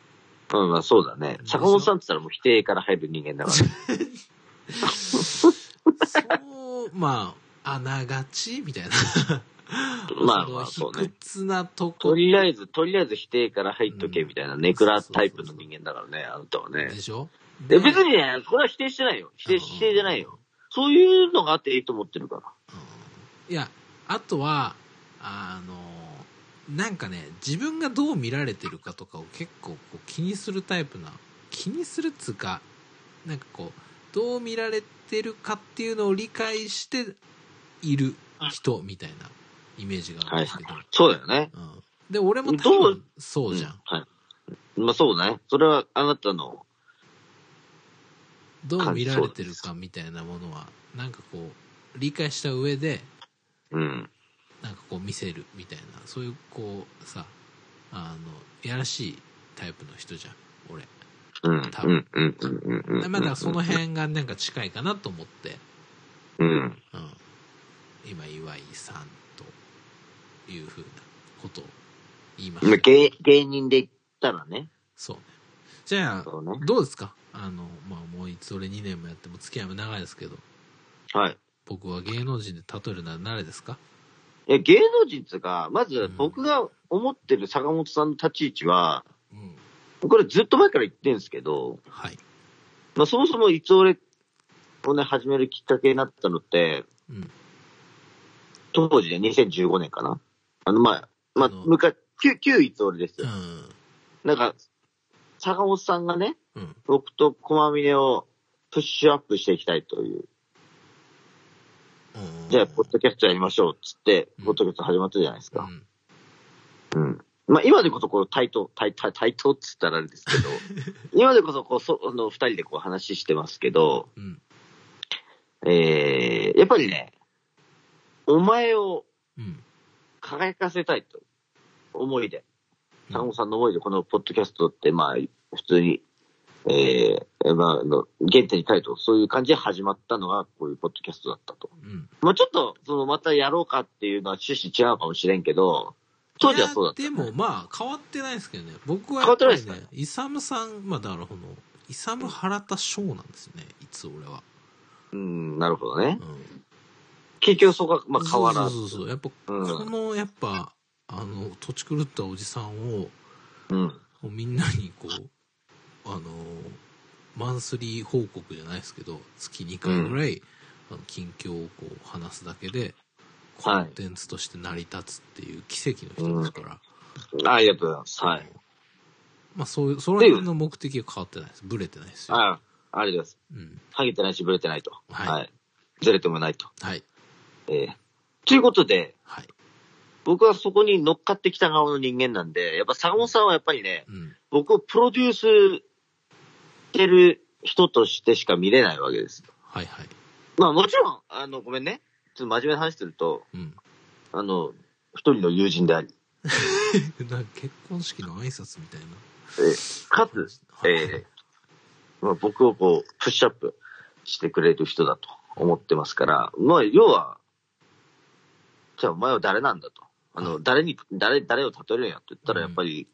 Speaker 2: うん、まあそうだね。坂本さんって言ったらもう否定から入る人間だから。
Speaker 1: そう、まあ、あながちみたいな。
Speaker 2: まあまあ
Speaker 1: そ
Speaker 2: そ
Speaker 1: の
Speaker 2: うね
Speaker 1: 卑屈なと
Speaker 2: と
Speaker 1: こ
Speaker 2: りあえず、とりあえず否定から入っとけみたいな、ネクラタイプの人間だからね、あなたはね
Speaker 1: で。しょ
Speaker 2: え、別にね、これは否定してないよ。否定、否定じゃないよ。。そういうのがあっていいと思ってるから。
Speaker 1: うんいや、あとは、あの、なんかね、自分がどう見られてるかとかを結構こう気にするタイプな、気にするっつうか、なんかこう、どう見られてるかっていうのを理解している人みたいなイメージがあるんですけど。
Speaker 2: そうだよね。
Speaker 1: うん、で、俺も多
Speaker 2: ど
Speaker 1: 分
Speaker 2: う
Speaker 1: そうじゃん。
Speaker 2: んはい。まあそうね。それはあなたの、
Speaker 1: どう見られてるかみたいなものは、なんかこう、理解した上で、
Speaker 2: うん。
Speaker 1: なんかこう見せるみたいな、そういうこうさ、あの、やらしいタイプの人じゃん、俺。
Speaker 2: うん。
Speaker 1: 多
Speaker 2: う
Speaker 1: 分
Speaker 2: ん。うん。うん。うん。うん
Speaker 1: まだその。辺がなんか近いかなと思って、
Speaker 2: うん。
Speaker 1: うん。今、岩井さんというふうなことを言いま
Speaker 2: まあ
Speaker 1: した。
Speaker 2: 芸、芸人で言ったらね。
Speaker 1: そうね。じゃあ、
Speaker 2: そうね。
Speaker 1: どうですかあの、まあ、もういつ俺2年もやっても付き合いも長いですけど、
Speaker 2: はい。
Speaker 1: 僕は芸能人で例えるなら誰ですか
Speaker 2: いや、芸能人っていうか、ま
Speaker 1: う
Speaker 2: ず
Speaker 1: ん
Speaker 2: 僕が思ってる坂本さんの立ち位置は、
Speaker 1: うん。
Speaker 2: これずっと前から言ってるんですけど、
Speaker 1: はい。
Speaker 2: まあ、そもそもいつ俺をね、始めるきっかけになったのって、
Speaker 1: うん
Speaker 2: 当時で2015年かな。あの、まあ、まあ、
Speaker 1: あの
Speaker 2: 昔、旧、旧いつ俺です
Speaker 1: う
Speaker 2: よ。
Speaker 1: ん。
Speaker 2: なんか、坂本さんがね、
Speaker 1: うん。
Speaker 2: 僕と駒峰をプッシュアップしていきたいという。
Speaker 1: うん
Speaker 2: じゃあ、ポッドキャストやりましょうっつって
Speaker 1: う、ん
Speaker 2: ポッドキャスト始まったじゃないですか
Speaker 1: う。ん
Speaker 2: まあ、今でこそこう対等、対等、対等っつったらあれです けど、今でこそこう、そあの、二人でこう話してますけど、
Speaker 1: うん。
Speaker 2: えー、やっぱりね、お前を
Speaker 1: うん。
Speaker 2: 輝かせたいと、思いで、
Speaker 1: うん
Speaker 2: 坂本さんの思いで、このポッドキャストって、まあ、普通に、えー、まあ、あの、原点に書いと、そういう感じで始まったのが、こういうポッドキャストだったと。
Speaker 1: うん。
Speaker 2: まあ、ちょっと、その、またやろうかっていうのは趣旨違うかもしれんけど、当時はそうだった、
Speaker 1: いやでもまあ変わってないですけどね僕は
Speaker 2: 変わってないですか
Speaker 1: やぱりねイサムさんまあだからこのイサム原田翔なんですよねいつ俺は、
Speaker 2: うん、なるほどね。
Speaker 1: うん、
Speaker 2: 結局そこは、まあ、変わらず。
Speaker 1: そうそうそうそうやっぱ、
Speaker 2: うん
Speaker 1: このやっぱあの土地狂ったおじさんを
Speaker 2: うん。
Speaker 1: みんなにこうあのマンスリー報告じゃないですけど月2回ぐらい、あの近況をこう話すだけでコ
Speaker 2: はい
Speaker 1: ンテンツとして成り立つっていう奇跡の人ですから、
Speaker 2: ありがとうございます。はい。
Speaker 1: まあそういうその辺の目的は変わってないですブレてないですよ、
Speaker 2: あありがとうございます。
Speaker 1: うん、
Speaker 2: ハゲてないし、ブレてないと。
Speaker 1: はい
Speaker 2: はい。ずれてもないと。
Speaker 1: はい
Speaker 2: ええということで、
Speaker 1: はい
Speaker 2: 僕はそこに乗っかってきた側の人間なんで、やっぱ坂本さんはやっぱりね、
Speaker 1: うん
Speaker 2: 僕をプロデュースしてる人としてしか見れないわけです。
Speaker 1: はいはい
Speaker 2: まあもちろん、あの、ごめんね。ちょっと真面目な話すると、
Speaker 1: うん
Speaker 2: あの、一人の友人であり、
Speaker 1: なんか結婚式の挨拶みたいな
Speaker 2: かつ、
Speaker 1: はい
Speaker 2: えーまあ、僕をこう、プッシュアップしてくれる人だと思ってますから、まあ、要は、じゃあお前は誰なんだと。あの、誰に、誰、誰を例えるんやって言ったら、
Speaker 1: う
Speaker 2: や
Speaker 1: ん
Speaker 2: っぱり、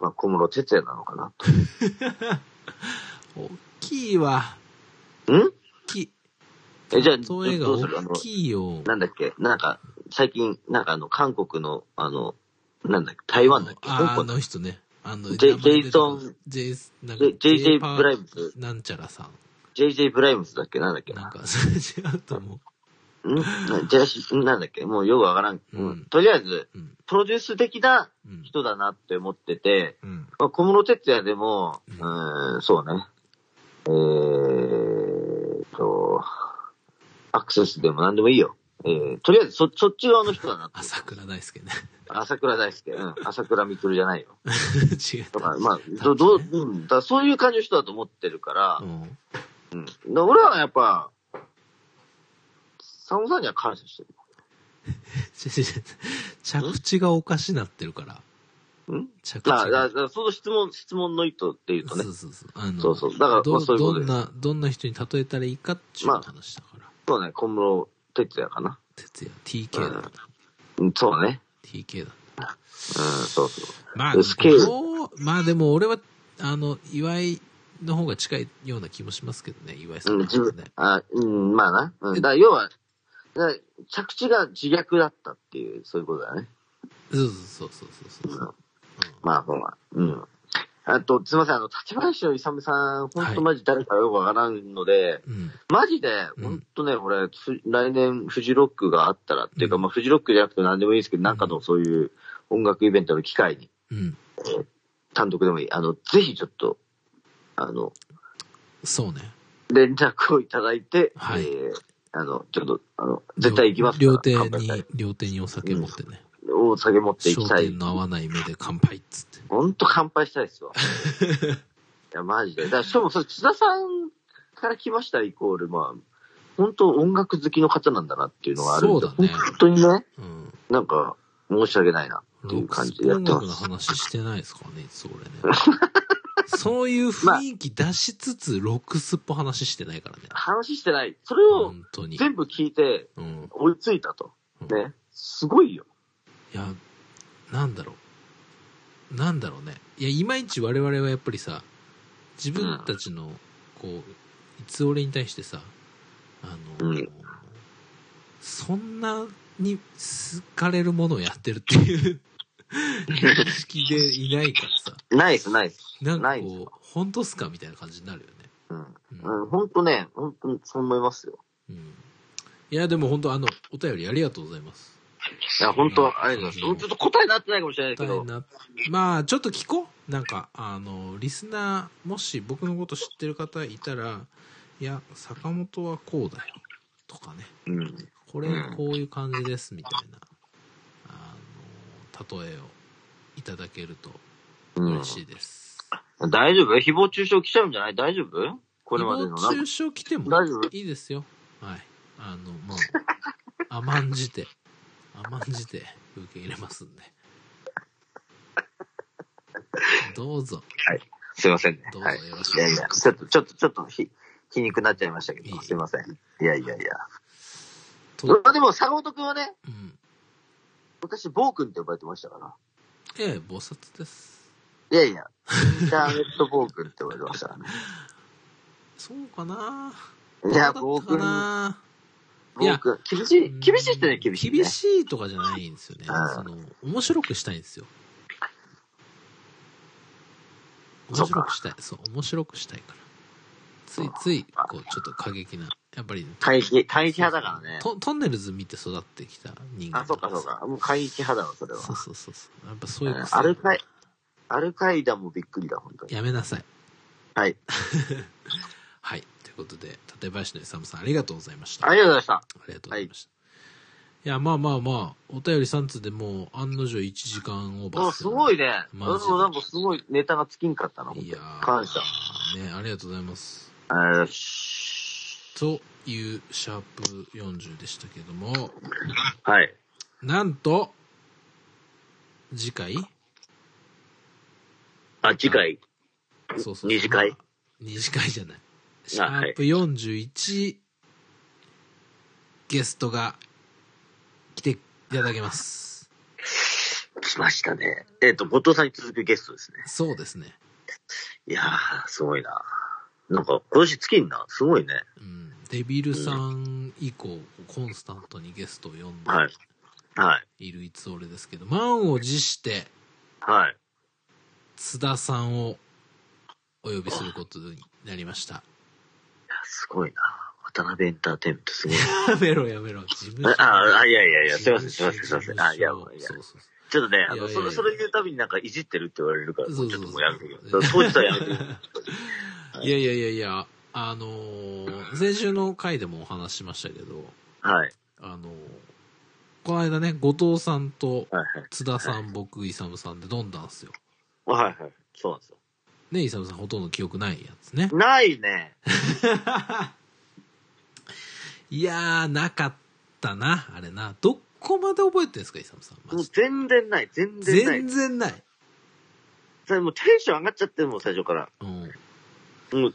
Speaker 2: まあ、小室哲也なのかな
Speaker 1: 大きいわ
Speaker 2: と。ん
Speaker 1: 大きい
Speaker 2: え、じゃあ、ど
Speaker 1: 例えが
Speaker 2: どうするあの
Speaker 1: 大、きいよ
Speaker 2: なんだっけなんか、最近、なんかあの、韓国の、あの、なんだっけ台湾だっけ香
Speaker 1: ああ
Speaker 2: 港だっ
Speaker 1: の人ねあの
Speaker 2: ジェ
Speaker 1: 名前出てこ
Speaker 2: ジェイソン
Speaker 1: ジェイスなんか
Speaker 2: け ?JJ
Speaker 1: パー
Speaker 2: ブライムズ、
Speaker 1: なんちゃらさん
Speaker 2: JJ ブライムズだっけなんだっけ
Speaker 1: なん
Speaker 2: な
Speaker 1: か それ違うと思う
Speaker 2: うんなジェシなんだっけもうよくわからん,、
Speaker 1: うん
Speaker 2: うん。とりあえず、
Speaker 1: うん
Speaker 2: プロデュース的な
Speaker 1: うん
Speaker 2: 人だなって思ってて、
Speaker 1: うん
Speaker 2: まあ、小室哲也でも、
Speaker 1: う
Speaker 2: うんーん、そうね。えーっと、アクセスでも何でもいいよ。えー、とりあえずそ、そっち側の人だな。
Speaker 1: 朝倉大輔ね
Speaker 2: 朝倉大輔。うん。朝倉みくるじゃない よ。
Speaker 1: 違った
Speaker 2: だから、まあ、ど、どう、うん。だからそういう感じの人だと思ってるから
Speaker 1: う、ん
Speaker 2: うん。だから俺はやっぱ、佐野さんには感謝してる。
Speaker 1: ちちち着地がおかしなってるから
Speaker 2: うん
Speaker 1: 着地
Speaker 2: まあ、だ
Speaker 1: が
Speaker 2: だからその質問、質問の意図っていうとね
Speaker 1: そ、うそうそうあの
Speaker 2: そうそうだから
Speaker 1: ど
Speaker 2: まあそういうこと
Speaker 1: どん
Speaker 2: で
Speaker 1: などんな人に例えたらいいかっていう
Speaker 2: まあ
Speaker 1: 話だから
Speaker 2: そうね、小室哲也かな。
Speaker 1: 哲也 TK だった
Speaker 2: うん、そうね。
Speaker 1: TK だった
Speaker 2: うん、そうそう。
Speaker 1: まあ、
Speaker 2: スケール
Speaker 1: どうまあでも俺は、あの、岩井の方が近いような気もしますけどね、岩井さ
Speaker 2: うんん、
Speaker 1: の
Speaker 2: 自
Speaker 1: 方が
Speaker 2: 分
Speaker 1: ね。、
Speaker 2: あ、うん、まあな。うん、だから要は、だから着地が自虐だったっていう、そういうことだね。
Speaker 1: そうそうそうそうそうそう。
Speaker 2: まあ、ほら、うん。あと、すいません、あの、立林の勇さん、本当マジ誰かよくわからんので、
Speaker 1: うん。
Speaker 2: マジで、
Speaker 1: うん
Speaker 2: 本当ね、これ、ふ来年、フジロックがあったらっていうか、
Speaker 1: うん
Speaker 2: まあ、フジロックじゃなくて何でもいいですけど、なんかのそういう音楽イベントの機会に、
Speaker 1: うん。
Speaker 2: 単独でもいい。あの、ぜひちょっと、あの、
Speaker 1: そうね。
Speaker 2: 連絡をいただいて、
Speaker 1: はい
Speaker 2: えーあの、ちょっと、あの、絶対行きますから
Speaker 1: 両手
Speaker 2: 乾杯したい
Speaker 1: に、両手にお酒持ってね。
Speaker 2: お酒持って行
Speaker 1: 焦
Speaker 2: きたい
Speaker 1: 点。の合わない目で乾杯っつって。
Speaker 2: ほんと乾杯したい っすわ。いや、マジで。だからしかも、それ、津田さんから来ましたイコール、まあ、本当音楽好きの方なんだなっていうのがあるんで
Speaker 1: そうだね
Speaker 2: 本当にね、
Speaker 1: うん。
Speaker 2: なんか、申し訳ないなって
Speaker 1: ロ
Speaker 2: い
Speaker 1: ッ
Speaker 2: う
Speaker 1: ク
Speaker 2: 感
Speaker 1: ス
Speaker 2: じでやっ
Speaker 1: 音
Speaker 2: てま
Speaker 1: 楽の
Speaker 2: す。
Speaker 1: 話してないですからね、いつ俺 ね。そういう雰囲気出しつつ、ロックスっぽ話してないからね。
Speaker 2: 話してない。それを
Speaker 1: 本当に。
Speaker 2: 全部聞いて、
Speaker 1: うん。
Speaker 2: 追いついたと。
Speaker 1: うん
Speaker 2: ね。すごいよ。
Speaker 1: いや、なんだろう。なんだろうね。いや、いまいち我々はやっぱりさ、自分たちの、こう、いつ俺に対してさ、あの、
Speaker 2: うん
Speaker 1: そんなに好かれるものをやってるっていう 認識でいないからさ、
Speaker 2: ナイス、ナイス。
Speaker 1: なん
Speaker 2: な
Speaker 1: か
Speaker 2: いです
Speaker 1: こう、本当っすかみたいな感じになるよね。
Speaker 2: うん。
Speaker 1: うん
Speaker 2: うん、ほんとね、ほんとそう思いますよ。
Speaker 1: うんいや、でも本当あの、お便りありがとうございます。
Speaker 2: いや、ほんと、ありがとうございます。ちょっと答えになってないかもしれないですけ
Speaker 1: 答え
Speaker 2: ど、
Speaker 1: なまあちょっと聞こうなんかあのリスナーもし僕のこと知ってる方いたらいや坂本はこうだよとかね
Speaker 2: うん。
Speaker 1: これ
Speaker 2: うん
Speaker 1: こういう感じですみたいなあの例えをいただけると
Speaker 2: うん
Speaker 1: 嬉しいです、
Speaker 2: 大丈夫誹謗中傷来ちゃうんじゃない大丈夫これまでの
Speaker 1: 誹謗
Speaker 2: な。
Speaker 1: 中傷来ても
Speaker 2: 大丈夫
Speaker 1: いいですよはいあのもう 甘んじて甘んじて受け入れますんでどうぞ
Speaker 2: すいませんね。
Speaker 1: どうぞ
Speaker 2: はい。
Speaker 1: よろしく
Speaker 2: いやいや、ちょっと、ちょっと、ちょっと、ひ、皮肉になっちゃいましたけ
Speaker 1: いい
Speaker 2: ど、すいません。いやいやいや。
Speaker 1: と
Speaker 2: まあでも、坂本くんはね、
Speaker 1: うん。
Speaker 2: 昔、暴君って呼ばれてましたから。
Speaker 1: ええ、菩薩です。
Speaker 2: いやいや、インターネット暴君って呼ばれてましたからね。
Speaker 1: そうかない
Speaker 2: や、
Speaker 1: ど
Speaker 2: 暴
Speaker 1: うだったか
Speaker 2: 君、
Speaker 1: ないいや
Speaker 2: 暴君。厳しい、厳しいってね、厳しい、ね。
Speaker 1: 厳しいとかじゃないんですよね。
Speaker 2: うん
Speaker 1: その、面白くしたいんですよ。
Speaker 2: そ
Speaker 1: 面
Speaker 2: うか
Speaker 1: 白くしたい。そう、面白くしたいから。ついつい、こう、ちょっと過激なやっぱり、
Speaker 3: 対比、対比派だからね。
Speaker 1: トトンネルズ見て育ってきた人間
Speaker 3: あ、そうかそうか。もう怪奇派だわ、それは。
Speaker 1: そうそうそうそう。やっぱそういう
Speaker 3: うん
Speaker 1: 癖
Speaker 3: アルカイ、アルカイダもびっくりだ、本当に。
Speaker 1: やめなさい。
Speaker 3: はい。
Speaker 1: はい。ということで、館林の勇さんありがとうございました。
Speaker 3: ありがとうございまし
Speaker 1: ありがとうございました。い、や、まあまあまあ、お便り3通でもう案の定1時間オーバ
Speaker 3: た。
Speaker 1: ー
Speaker 3: あ、すごい
Speaker 1: ね。
Speaker 3: ね。うん、
Speaker 1: マジで
Speaker 3: なんかすごいネタが尽きんかったな、本
Speaker 1: いやー
Speaker 3: 感謝。
Speaker 1: ね、ありがとうございます。
Speaker 3: 当に。よし。
Speaker 1: というシャープ40でしたけども、
Speaker 2: はい。
Speaker 1: なんと、次回
Speaker 2: あ、次回。
Speaker 1: そうそう。
Speaker 2: 二次会
Speaker 1: まあ二次会じゃない。シャ
Speaker 2: あはい
Speaker 1: ープ41、ゲストが来ていただけます。
Speaker 2: 来ましたね。えっ、と、後藤さんに続くゲストですね。
Speaker 1: そうですね。
Speaker 2: いやー、すごいな。なんか、今年尽きんな。すごいね。
Speaker 1: うん。デビルさん以降、コンスタントにゲストを呼ん
Speaker 2: は
Speaker 1: で
Speaker 2: い。はい。
Speaker 1: いるいつ俺ですけど、満を持して
Speaker 2: はい。
Speaker 1: 津田さんをお呼びすることになりました。
Speaker 2: いやすごいな。渡辺エンターテインメント すごいな。
Speaker 1: やめろやめろ。自分
Speaker 2: あ、あ、いやいやいや、
Speaker 1: 事
Speaker 2: すいま
Speaker 1: 務
Speaker 2: せん、すい
Speaker 1: 所
Speaker 2: ません、すいません。あ、いや、いや
Speaker 1: 事務所そうそうそう
Speaker 2: ちょっとね、あ
Speaker 1: いやいや
Speaker 2: の、
Speaker 1: いや
Speaker 2: それ、それ言うたびになんか、いじってるって言われるから、も
Speaker 1: そうう
Speaker 2: ち
Speaker 1: そう
Speaker 2: ょ
Speaker 1: そう
Speaker 2: っともうやめてください。当時はや めてください。
Speaker 1: いやいやいやいや、あのー先週の回でもお話ししましたけど、
Speaker 2: はい。
Speaker 1: あのーこの間ね、後藤さんと
Speaker 2: はい
Speaker 1: 津田さん、僕、イサムさんで飲んだんですよ。
Speaker 2: はい。はいはい。そうなんですよ。
Speaker 1: ね、イサムさんほとんど記憶ないやつね。
Speaker 2: ないね。
Speaker 1: いやー、なかったな、あれな。どこまで覚えてるんですか、イサムさん。マ
Speaker 2: もう
Speaker 1: ジで
Speaker 2: 全然ない。全然ない
Speaker 1: 全。然ない。
Speaker 2: それもうテンション上がっちゃってるもん、最初から。
Speaker 1: うん。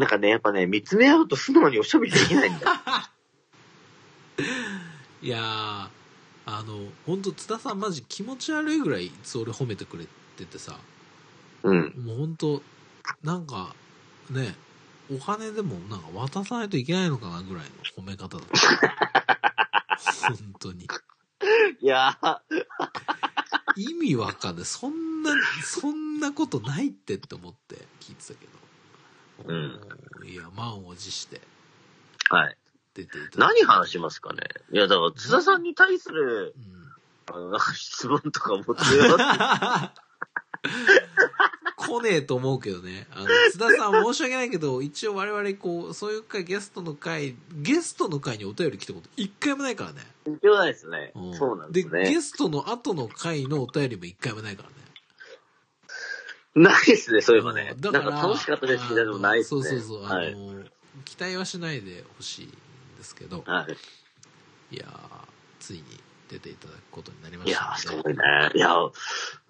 Speaker 2: なんかね、やっぱね、見つめ合うと素直におしゃべりできないんだ。
Speaker 1: いやー、あの、ほんと津田さんマジ気持ち悪いぐらい、いつ俺褒めてくれててさ。
Speaker 2: うん。
Speaker 1: もう本当なんかねお金でもなんか渡さないといけないのかなぐらいの褒め方だった本当に
Speaker 2: いやー、
Speaker 1: 意味わかんないそんなそんなことないってって思って聞いてたけど、いや満を持して
Speaker 2: はい。
Speaker 1: 出ていただいて
Speaker 2: 何話しますかね。いや、だから、津田さんに対する、
Speaker 1: うん
Speaker 2: あの、なんか質問とかもつめます。
Speaker 1: 来ねえと思うけどね。あの、津田さん申し訳ないけど、一応我々こう、そういう回、ゲストの回、ゲストの回にお便り来たこと一回もないからね。
Speaker 2: 必要ないですね
Speaker 1: ん。
Speaker 2: そうなんです
Speaker 1: ゲ
Speaker 2: ね。
Speaker 1: ストの後の回のお便りも一回もないからね。
Speaker 2: ないですね、そういえばね。
Speaker 1: うん
Speaker 2: なんか楽しかったですけど、でもないですね。
Speaker 1: あのそうそうそう。
Speaker 2: は
Speaker 1: あ
Speaker 2: い。
Speaker 1: の、期待はしないでほしいんですけど、
Speaker 2: はい
Speaker 1: いやーついに出ていただくことになりま
Speaker 2: い
Speaker 1: し
Speaker 2: やー、
Speaker 1: た
Speaker 2: す
Speaker 1: の
Speaker 2: ご
Speaker 1: で。
Speaker 2: いね。いやー、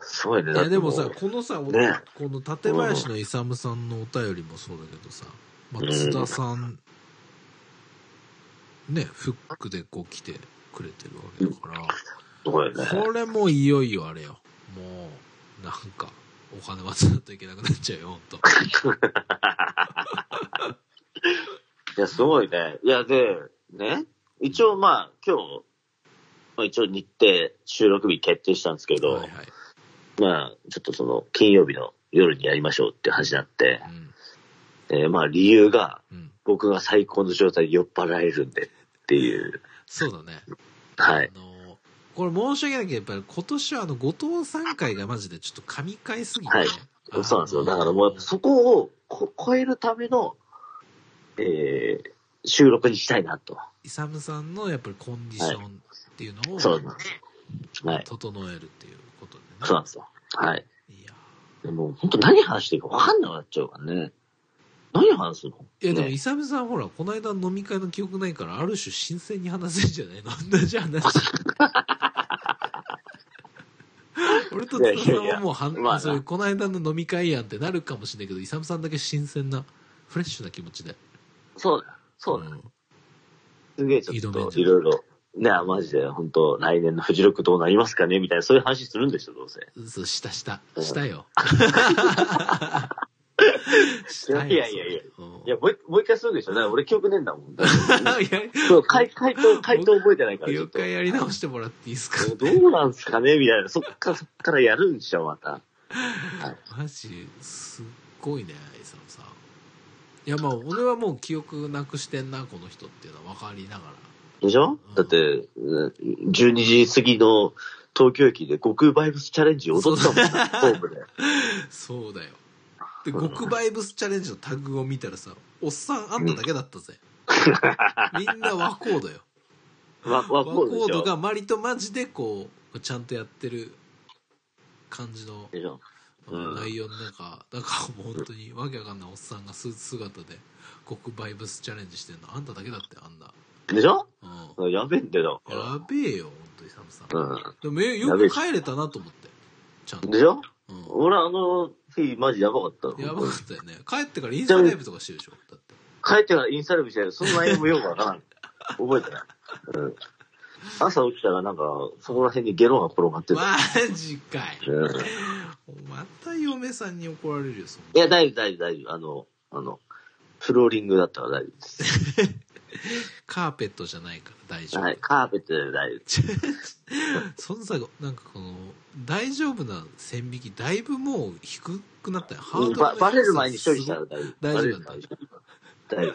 Speaker 2: すごいね。
Speaker 1: い
Speaker 2: だ
Speaker 1: や、
Speaker 2: って
Speaker 1: でもさ、このさ、お
Speaker 2: ね
Speaker 1: この館林の勇さんのお便りもそうだけどさ、まあ
Speaker 2: うん
Speaker 1: 津田さん、ね、フックでこう来てくれてるわけだから、
Speaker 2: すごいね。
Speaker 1: これもいよいよあれよ。もう、なんか、お金渡さないといけなくなっちゃうよ、ほんと。
Speaker 2: いや、すごいね。いや、で、ね。一応、まあ、今日、まあ、一応日程、収録日決定したんですけど、
Speaker 1: はいはい。
Speaker 2: まあ、ちょっとその、金曜日の夜にやりましょうって話になって、
Speaker 1: うん。
Speaker 2: えーまあ、理由が、
Speaker 1: うん。
Speaker 2: 僕が最高の状態で酔っ払えるんでっていう。
Speaker 1: そうだね。
Speaker 2: はい。
Speaker 1: あの、これ申し訳ないけど、やっぱり今年はあの、後藤さん会がマジでちょっと神回すぎて。
Speaker 2: はい
Speaker 1: あの
Speaker 2: そうなんですよ。だからもう、そこをこ超えるための、えー収録にしたいなと。
Speaker 1: イサムさんのやっぱりコンディションっていうのを、
Speaker 2: そうなんです。はい。
Speaker 1: 整えるっていうことでね。
Speaker 2: そうなんですよ。はい。
Speaker 1: いや
Speaker 2: でも、本当何話していいか分かんなくなっちゃうからね。何話すの
Speaker 1: いやでも、
Speaker 2: ね
Speaker 1: イサムさんほら、この間の飲み会の記憶ないから、ある種新鮮に話せるんじゃないの同 じ話。俺と津田さんはもう半
Speaker 2: いやいやいやまあな
Speaker 1: そういう、この間の飲み会やんってなるかもしれないけど、イサムさんだけ新鮮な、フレッシュな気持ちで。
Speaker 2: そうだ。そうだ。
Speaker 1: ん
Speaker 2: すげえちょっ
Speaker 1: 挑めん
Speaker 2: と、
Speaker 1: じゃん
Speaker 2: いろいろ。ねマジで、本当来年のフジロックどうなりますかねみたいな、そういう話するんでしょ、どうせ。
Speaker 1: そう、したした。
Speaker 2: うん
Speaker 1: した よ。し
Speaker 2: いやいやいや
Speaker 1: そ
Speaker 2: い
Speaker 1: れ
Speaker 2: や、もう一もう一回するでしょ。だから俺記憶ねえんだもん。だか
Speaker 1: うん いや、
Speaker 2: らそう、回回答、回答覚えてないから、ち
Speaker 1: もう
Speaker 2: ょっ
Speaker 1: 一
Speaker 2: と。
Speaker 1: 回やり直してもらっていいですか
Speaker 2: どうなんすかねみたいな。そっから、そっからやるんでしょ、また。
Speaker 1: マジ、すっごいね、イサムさん。いやまあ俺はもう記憶なくしてんなこの人っていうのは分かり ながら
Speaker 2: でしょだって、うん12時過ぎの東京駅で悟空バイブスチャレンジ踊ったもんな、ホームで。
Speaker 1: そうだよで極バイブスチャレンジのタグを見たらさおっさんあんただけだった ぜ、みんな和コードよ
Speaker 2: わ、
Speaker 1: 和
Speaker 2: わ、
Speaker 1: コ
Speaker 2: こうで
Speaker 1: ー
Speaker 2: し
Speaker 1: ド
Speaker 2: ょ。
Speaker 1: が割とマジでこうちゃんとやってる感じの
Speaker 2: でしょ。うん
Speaker 1: 内容の中、なんかもう本当にわけわかんないおっさんがスーツ姿で極バイブスチャレンジしてんのあんただけだってあんな、
Speaker 2: でしょ
Speaker 1: うん、
Speaker 2: やべえんだよ。
Speaker 1: やべえよ、本当に、サムさん。
Speaker 2: う
Speaker 1: でもえ、よく帰れたなと思って。ちゃん
Speaker 2: ん。
Speaker 1: と。
Speaker 2: でしょ
Speaker 1: う
Speaker 2: 俺あの日マジやばかったの
Speaker 1: ん。やばかったよね。帰ってからインスタライブとかしてるでしょだって。
Speaker 2: 帰ってからインスタライブしてる。その内容もよくわからん。覚えてない。うん。朝起きたらなんか、そこら辺にゲロが転がってた。
Speaker 1: マジかい。
Speaker 2: うん
Speaker 1: また嫁さんに怒られるよ、そん
Speaker 2: い
Speaker 1: な。
Speaker 2: や、大丈夫、大丈夫、大丈夫。あの、あの、フローリングだったら大丈夫です。
Speaker 1: カーペットじゃないから大丈夫。
Speaker 2: はい。カーペットで大丈
Speaker 1: そのさ、なんかこの、大丈夫な線引き、だいぶもう低くなったよ。ハ
Speaker 2: 夫。う
Speaker 1: ー
Speaker 2: ん
Speaker 1: ドルの
Speaker 2: ば
Speaker 1: 低さ
Speaker 2: バレる前に処理したら大丈夫。
Speaker 1: 大丈夫だった
Speaker 2: バレる前に大丈夫。大丈夫、大丈夫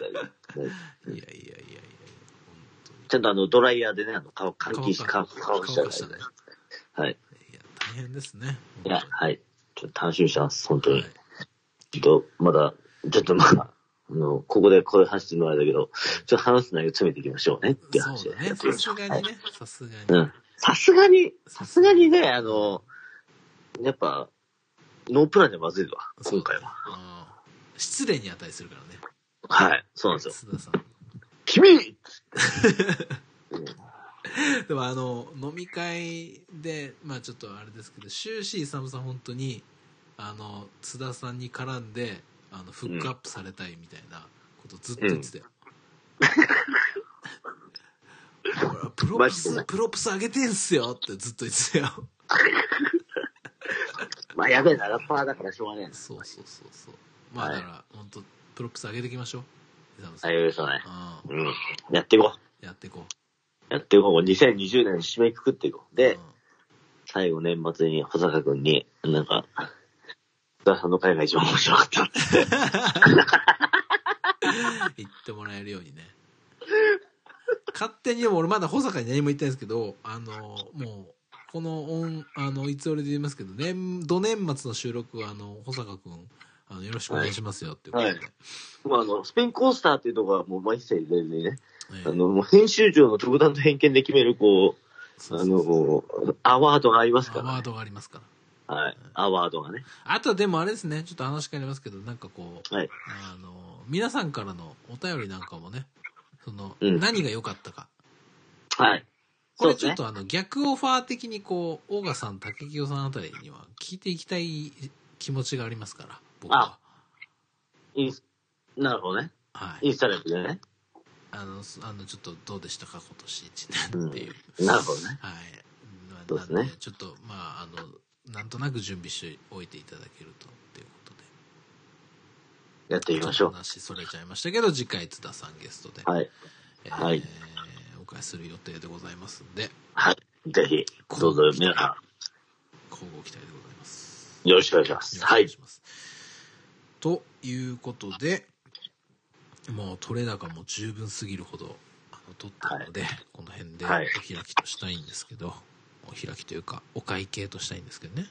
Speaker 2: 大丈
Speaker 1: いやいやいやいやいや、本
Speaker 2: 夫。ちゃんとあの、ドライヤーでね、あの、顔、
Speaker 1: 当
Speaker 2: 換
Speaker 1: に。
Speaker 2: 気し、乾乾かしたら大丈夫
Speaker 1: ね。
Speaker 2: はい。
Speaker 1: いや、大変ですね。
Speaker 2: いや、はい。ちょっと楽しみにしてます、本当
Speaker 1: は
Speaker 2: に
Speaker 1: い。
Speaker 2: ちょっと、まだ、ちょっとまだ、あの、ここでこれ話してもらえだけど、ちょっと話す内容詰めていきましょうねっていう話
Speaker 1: そう
Speaker 2: で
Speaker 1: だね。
Speaker 2: やってい
Speaker 1: さ
Speaker 2: きまし
Speaker 1: す
Speaker 2: ょう
Speaker 1: が
Speaker 2: はい
Speaker 1: にね。さすがに。
Speaker 2: うん。さすがに、さすがにね、あの、やっぱ、ノープランじゃまずいわ、今回は。
Speaker 1: は。うん失礼に値するからね。
Speaker 2: はい、そうなんですよ。
Speaker 1: 須田さん。
Speaker 2: 君
Speaker 1: でもあの、飲み会で、まあちょっとあれですけど、終始勇さん本当に、あの、津田さんに絡んで、あの、フックアップされたいみたいなことずっと言ってたよ。 ほらプロプ
Speaker 2: マジで
Speaker 1: ス、プロプス上げてんすよってずっと言ってたよ。
Speaker 2: まあ、やべえな、ラッパーだからしょうがね
Speaker 1: そうそうそうそう。まあ
Speaker 2: は
Speaker 1: だ
Speaker 2: い
Speaker 1: から、本当プロプス上げていきましょう。勇
Speaker 2: え
Speaker 1: さ。
Speaker 2: なんい。はい、そ
Speaker 1: う
Speaker 2: うね。うん。やっていこ
Speaker 1: ん。やっていこ
Speaker 2: う。やっていこう。2020年締めくくっていこう。
Speaker 1: う。
Speaker 2: で
Speaker 1: うん、
Speaker 2: 最後年末に保坂くんに、なんか、津田さんの会が一番面白かった。
Speaker 1: 言ってもらえるようにね。勝手にでも俺まだ保坂に何も言ってないんですけど、あの、もう、このオン、あの、いつ俺で言いますけど、年、度年末の収録は、あの、保坂くん、あの、よろしくお願いしますよっていうことで。
Speaker 2: はいまあ、あの、スペインコースターっていうとこはもう、まあ、一切入れずにね、
Speaker 1: ええ
Speaker 2: あの、もう編集長の独断と偏見で決める、こう、
Speaker 1: そう
Speaker 2: あ
Speaker 1: そう
Speaker 2: の、
Speaker 1: そう
Speaker 2: こうアワードがありますか
Speaker 1: アワ
Speaker 2: ら、
Speaker 1: ー
Speaker 2: ね。
Speaker 1: ドがありますから。
Speaker 2: はい。アワードがね。
Speaker 1: あとはでもあれですね、ちょっと話変わりますけど、なんかこう、
Speaker 2: はい
Speaker 1: あの、皆さんからのお便りなんかもね、その、
Speaker 2: うん
Speaker 1: 何が良かったか。
Speaker 2: はい。
Speaker 1: こ
Speaker 2: そう
Speaker 1: れ
Speaker 2: です
Speaker 1: ちょ
Speaker 2: ね
Speaker 1: っ。とあの、逆オファー的にこう、オーガさん、竹清さんあたりには聞いていきたい気持ちがありますから、僕は。
Speaker 2: インスなるほどね。
Speaker 1: はい
Speaker 2: イ。ンスタライブでね。
Speaker 1: あの、すあの、ちょっとどうでしたか、今年一
Speaker 2: う
Speaker 1: 年
Speaker 2: ん
Speaker 1: っていう。
Speaker 2: なるほどね。
Speaker 1: はい。まあ
Speaker 2: そうです
Speaker 1: な
Speaker 2: ね
Speaker 1: んで、ちょっと、まあ、あの、なんとなく準備しておいていただけると、っていうことで。
Speaker 2: やっていきましょ
Speaker 1: 話それちゃいましたけど、次回津田さんゲストで、
Speaker 2: う。はい。
Speaker 1: えー
Speaker 2: はい
Speaker 1: お伺いする予定でございますんで、
Speaker 2: はい。ぜひ、どうぞ皆さ
Speaker 1: 今後期待でございます。
Speaker 2: ん、よろしくお願いします。は
Speaker 1: よろ
Speaker 2: い
Speaker 1: し。くお願いします。ということで、もう取れ高も十分すぎるほど、あの、取ったので、この辺でお
Speaker 2: はい
Speaker 1: 開きとしたいんですけど、お開きというか、お会計としたいんですけどね。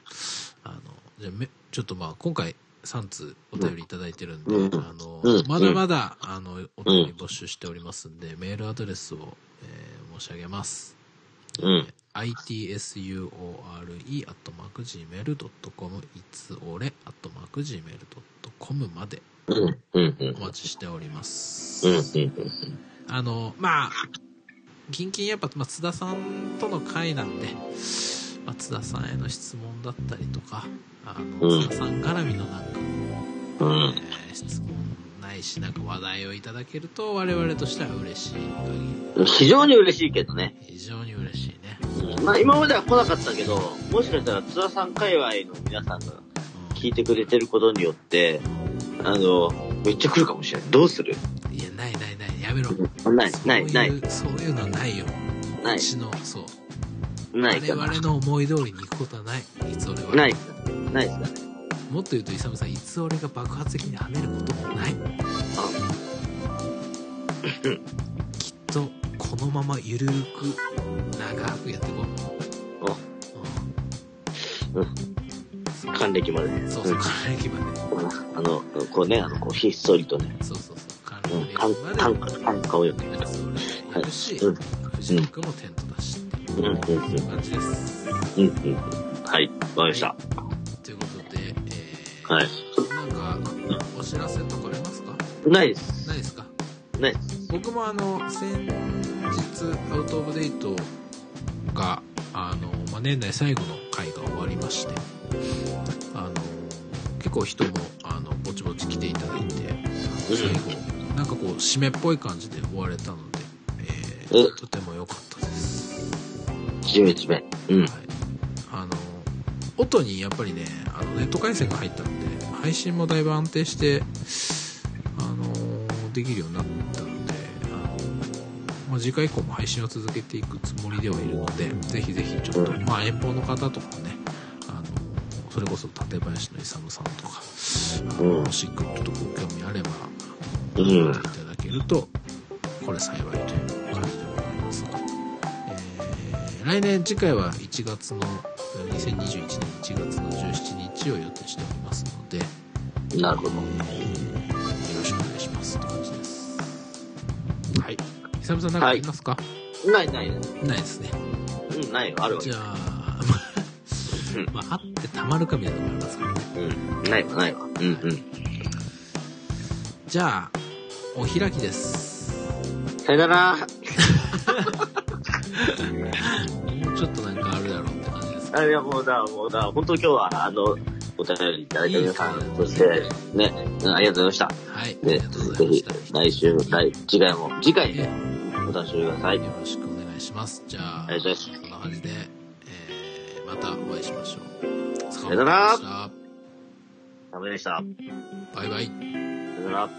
Speaker 1: あの、じゃあめ、ちょっとまあ、今回、3通お便りいただいてるんで、
Speaker 2: うん
Speaker 1: あの、
Speaker 2: うん
Speaker 1: まだまだ、あの、お便り募集しておりますんで、メールアドレスを、えー申し上げます。
Speaker 2: うん。
Speaker 1: itsure.gmail.com いつ俺 .gmail.com まで
Speaker 2: うん。うん。うん。うん
Speaker 1: お。待ちしております。
Speaker 2: うん。うん。
Speaker 1: あの、まあ、キンキンやっぱ、まあ、津田さんとの会なんで、まあ、津田さんへの質問だったりとか、あの、
Speaker 2: うん
Speaker 1: 津田さん絡みのなんか、
Speaker 2: うん。うん。
Speaker 1: えー質問ないし、なんか話題をいただけると我々としては嬉しい限
Speaker 2: 非常に嬉しいけどね。
Speaker 1: り、非常に嬉しいね。
Speaker 2: うんまあ、今までは来なかったけど、もしかしたら津田さん界隈の皆さんが
Speaker 1: うん
Speaker 2: 聞いてくれてることによって、あの、めっちゃ来るかもしれない。どうする
Speaker 1: いや、ないないない、やめろ。
Speaker 2: ない、
Speaker 1: そう、
Speaker 2: ないい、ないう
Speaker 1: そういうのはないよ。
Speaker 2: な
Speaker 1: う
Speaker 2: い、
Speaker 1: ちの、そう。
Speaker 2: ない
Speaker 1: 我
Speaker 2: かな
Speaker 1: 々。の思い通りに行くことはない。いつ俺は。
Speaker 2: ない、ないですかね。
Speaker 1: もっと言うとイサムさんいつ俺が爆発的に跳ねることもないきっとこのままゆるく長くやっていこう
Speaker 2: あ
Speaker 1: うん
Speaker 2: 還暦までね。
Speaker 1: そうそう還暦まで
Speaker 2: あの、こうね、あの、こう、ひっそりとね、
Speaker 1: そうそうそう還
Speaker 2: うん、
Speaker 1: 暦
Speaker 2: 短
Speaker 1: まで
Speaker 2: 歌、短歌短歌を読んでる。
Speaker 1: それもやるし
Speaker 2: うん
Speaker 1: 藤野君もテント出しって
Speaker 2: うん、うん、
Speaker 1: いう感じです
Speaker 2: うん、うん。はい、わかりました。
Speaker 1: ということで、えー
Speaker 2: はい。
Speaker 1: なんかお知らせとかありますか
Speaker 2: ないです。
Speaker 1: ないですか
Speaker 2: ないです。
Speaker 1: 僕もあの先日アウト・オブ・デイトがあの、まあ、年内最後の回が終わりましてあの結構人もあのぼちぼち来ていただいて最後なんかこう締めっぽい感じで終われたので、えー
Speaker 2: うん
Speaker 1: とても良かったです、
Speaker 2: じめじめ。うん
Speaker 1: はい。、あの音にやっぱりねあのネット回線が入ったので配信もだいぶ安定してあのできるようになったのであの、まあ、次回以降も配信を続けていくつもりではいるのでぜひぜひちょっと、
Speaker 2: うん
Speaker 1: まあ、遠方の方とかねあのそれこそ館林の勇さんとかあの
Speaker 2: うん
Speaker 1: もしちょっとご興味あれば
Speaker 2: う
Speaker 1: 見てい
Speaker 2: ん。
Speaker 1: ただけるとこれ幸いという感じでございますが、えー来年次回は1月の2021年1月の17日を予定しておりますので、
Speaker 2: なるほど。
Speaker 1: えーよろしくお願いしますって感じですはい久々なんかありますか、
Speaker 2: ない、ない、ない。
Speaker 1: ないですね
Speaker 2: うん、ないよ。あるわ
Speaker 1: じ
Speaker 2: け
Speaker 1: ゃ。あ、
Speaker 2: うん
Speaker 1: まあ、あってたまるかみたいなのもありますからね
Speaker 2: うん。ないわ、ないわ。うん、うん。
Speaker 1: じゃあお開きです
Speaker 2: さよなら。
Speaker 1: もうちょっとなんかあるだろうって感じですか
Speaker 2: あいや、もうだ、もうだ、本当今日は、あの、お便りいただいた皆さ
Speaker 1: いいですね
Speaker 2: ん、そして、ね、うんありがとうございま
Speaker 1: はいあ
Speaker 2: し
Speaker 1: り
Speaker 2: た。
Speaker 1: がとうご
Speaker 2: で、
Speaker 1: ざ
Speaker 2: ぜ
Speaker 1: いまし
Speaker 2: ひ
Speaker 1: た、
Speaker 2: 来週、来、次回も、次回
Speaker 1: え
Speaker 2: ね、お楽しみください。あり
Speaker 1: よ
Speaker 2: が
Speaker 1: ろしくお願いします。じゃあ、
Speaker 2: とうございます。
Speaker 1: こんな感じで、えーまたお会いしましょう。さ
Speaker 2: よなら
Speaker 1: ら
Speaker 2: ダメでした。
Speaker 1: バイバイ。
Speaker 2: さよなら。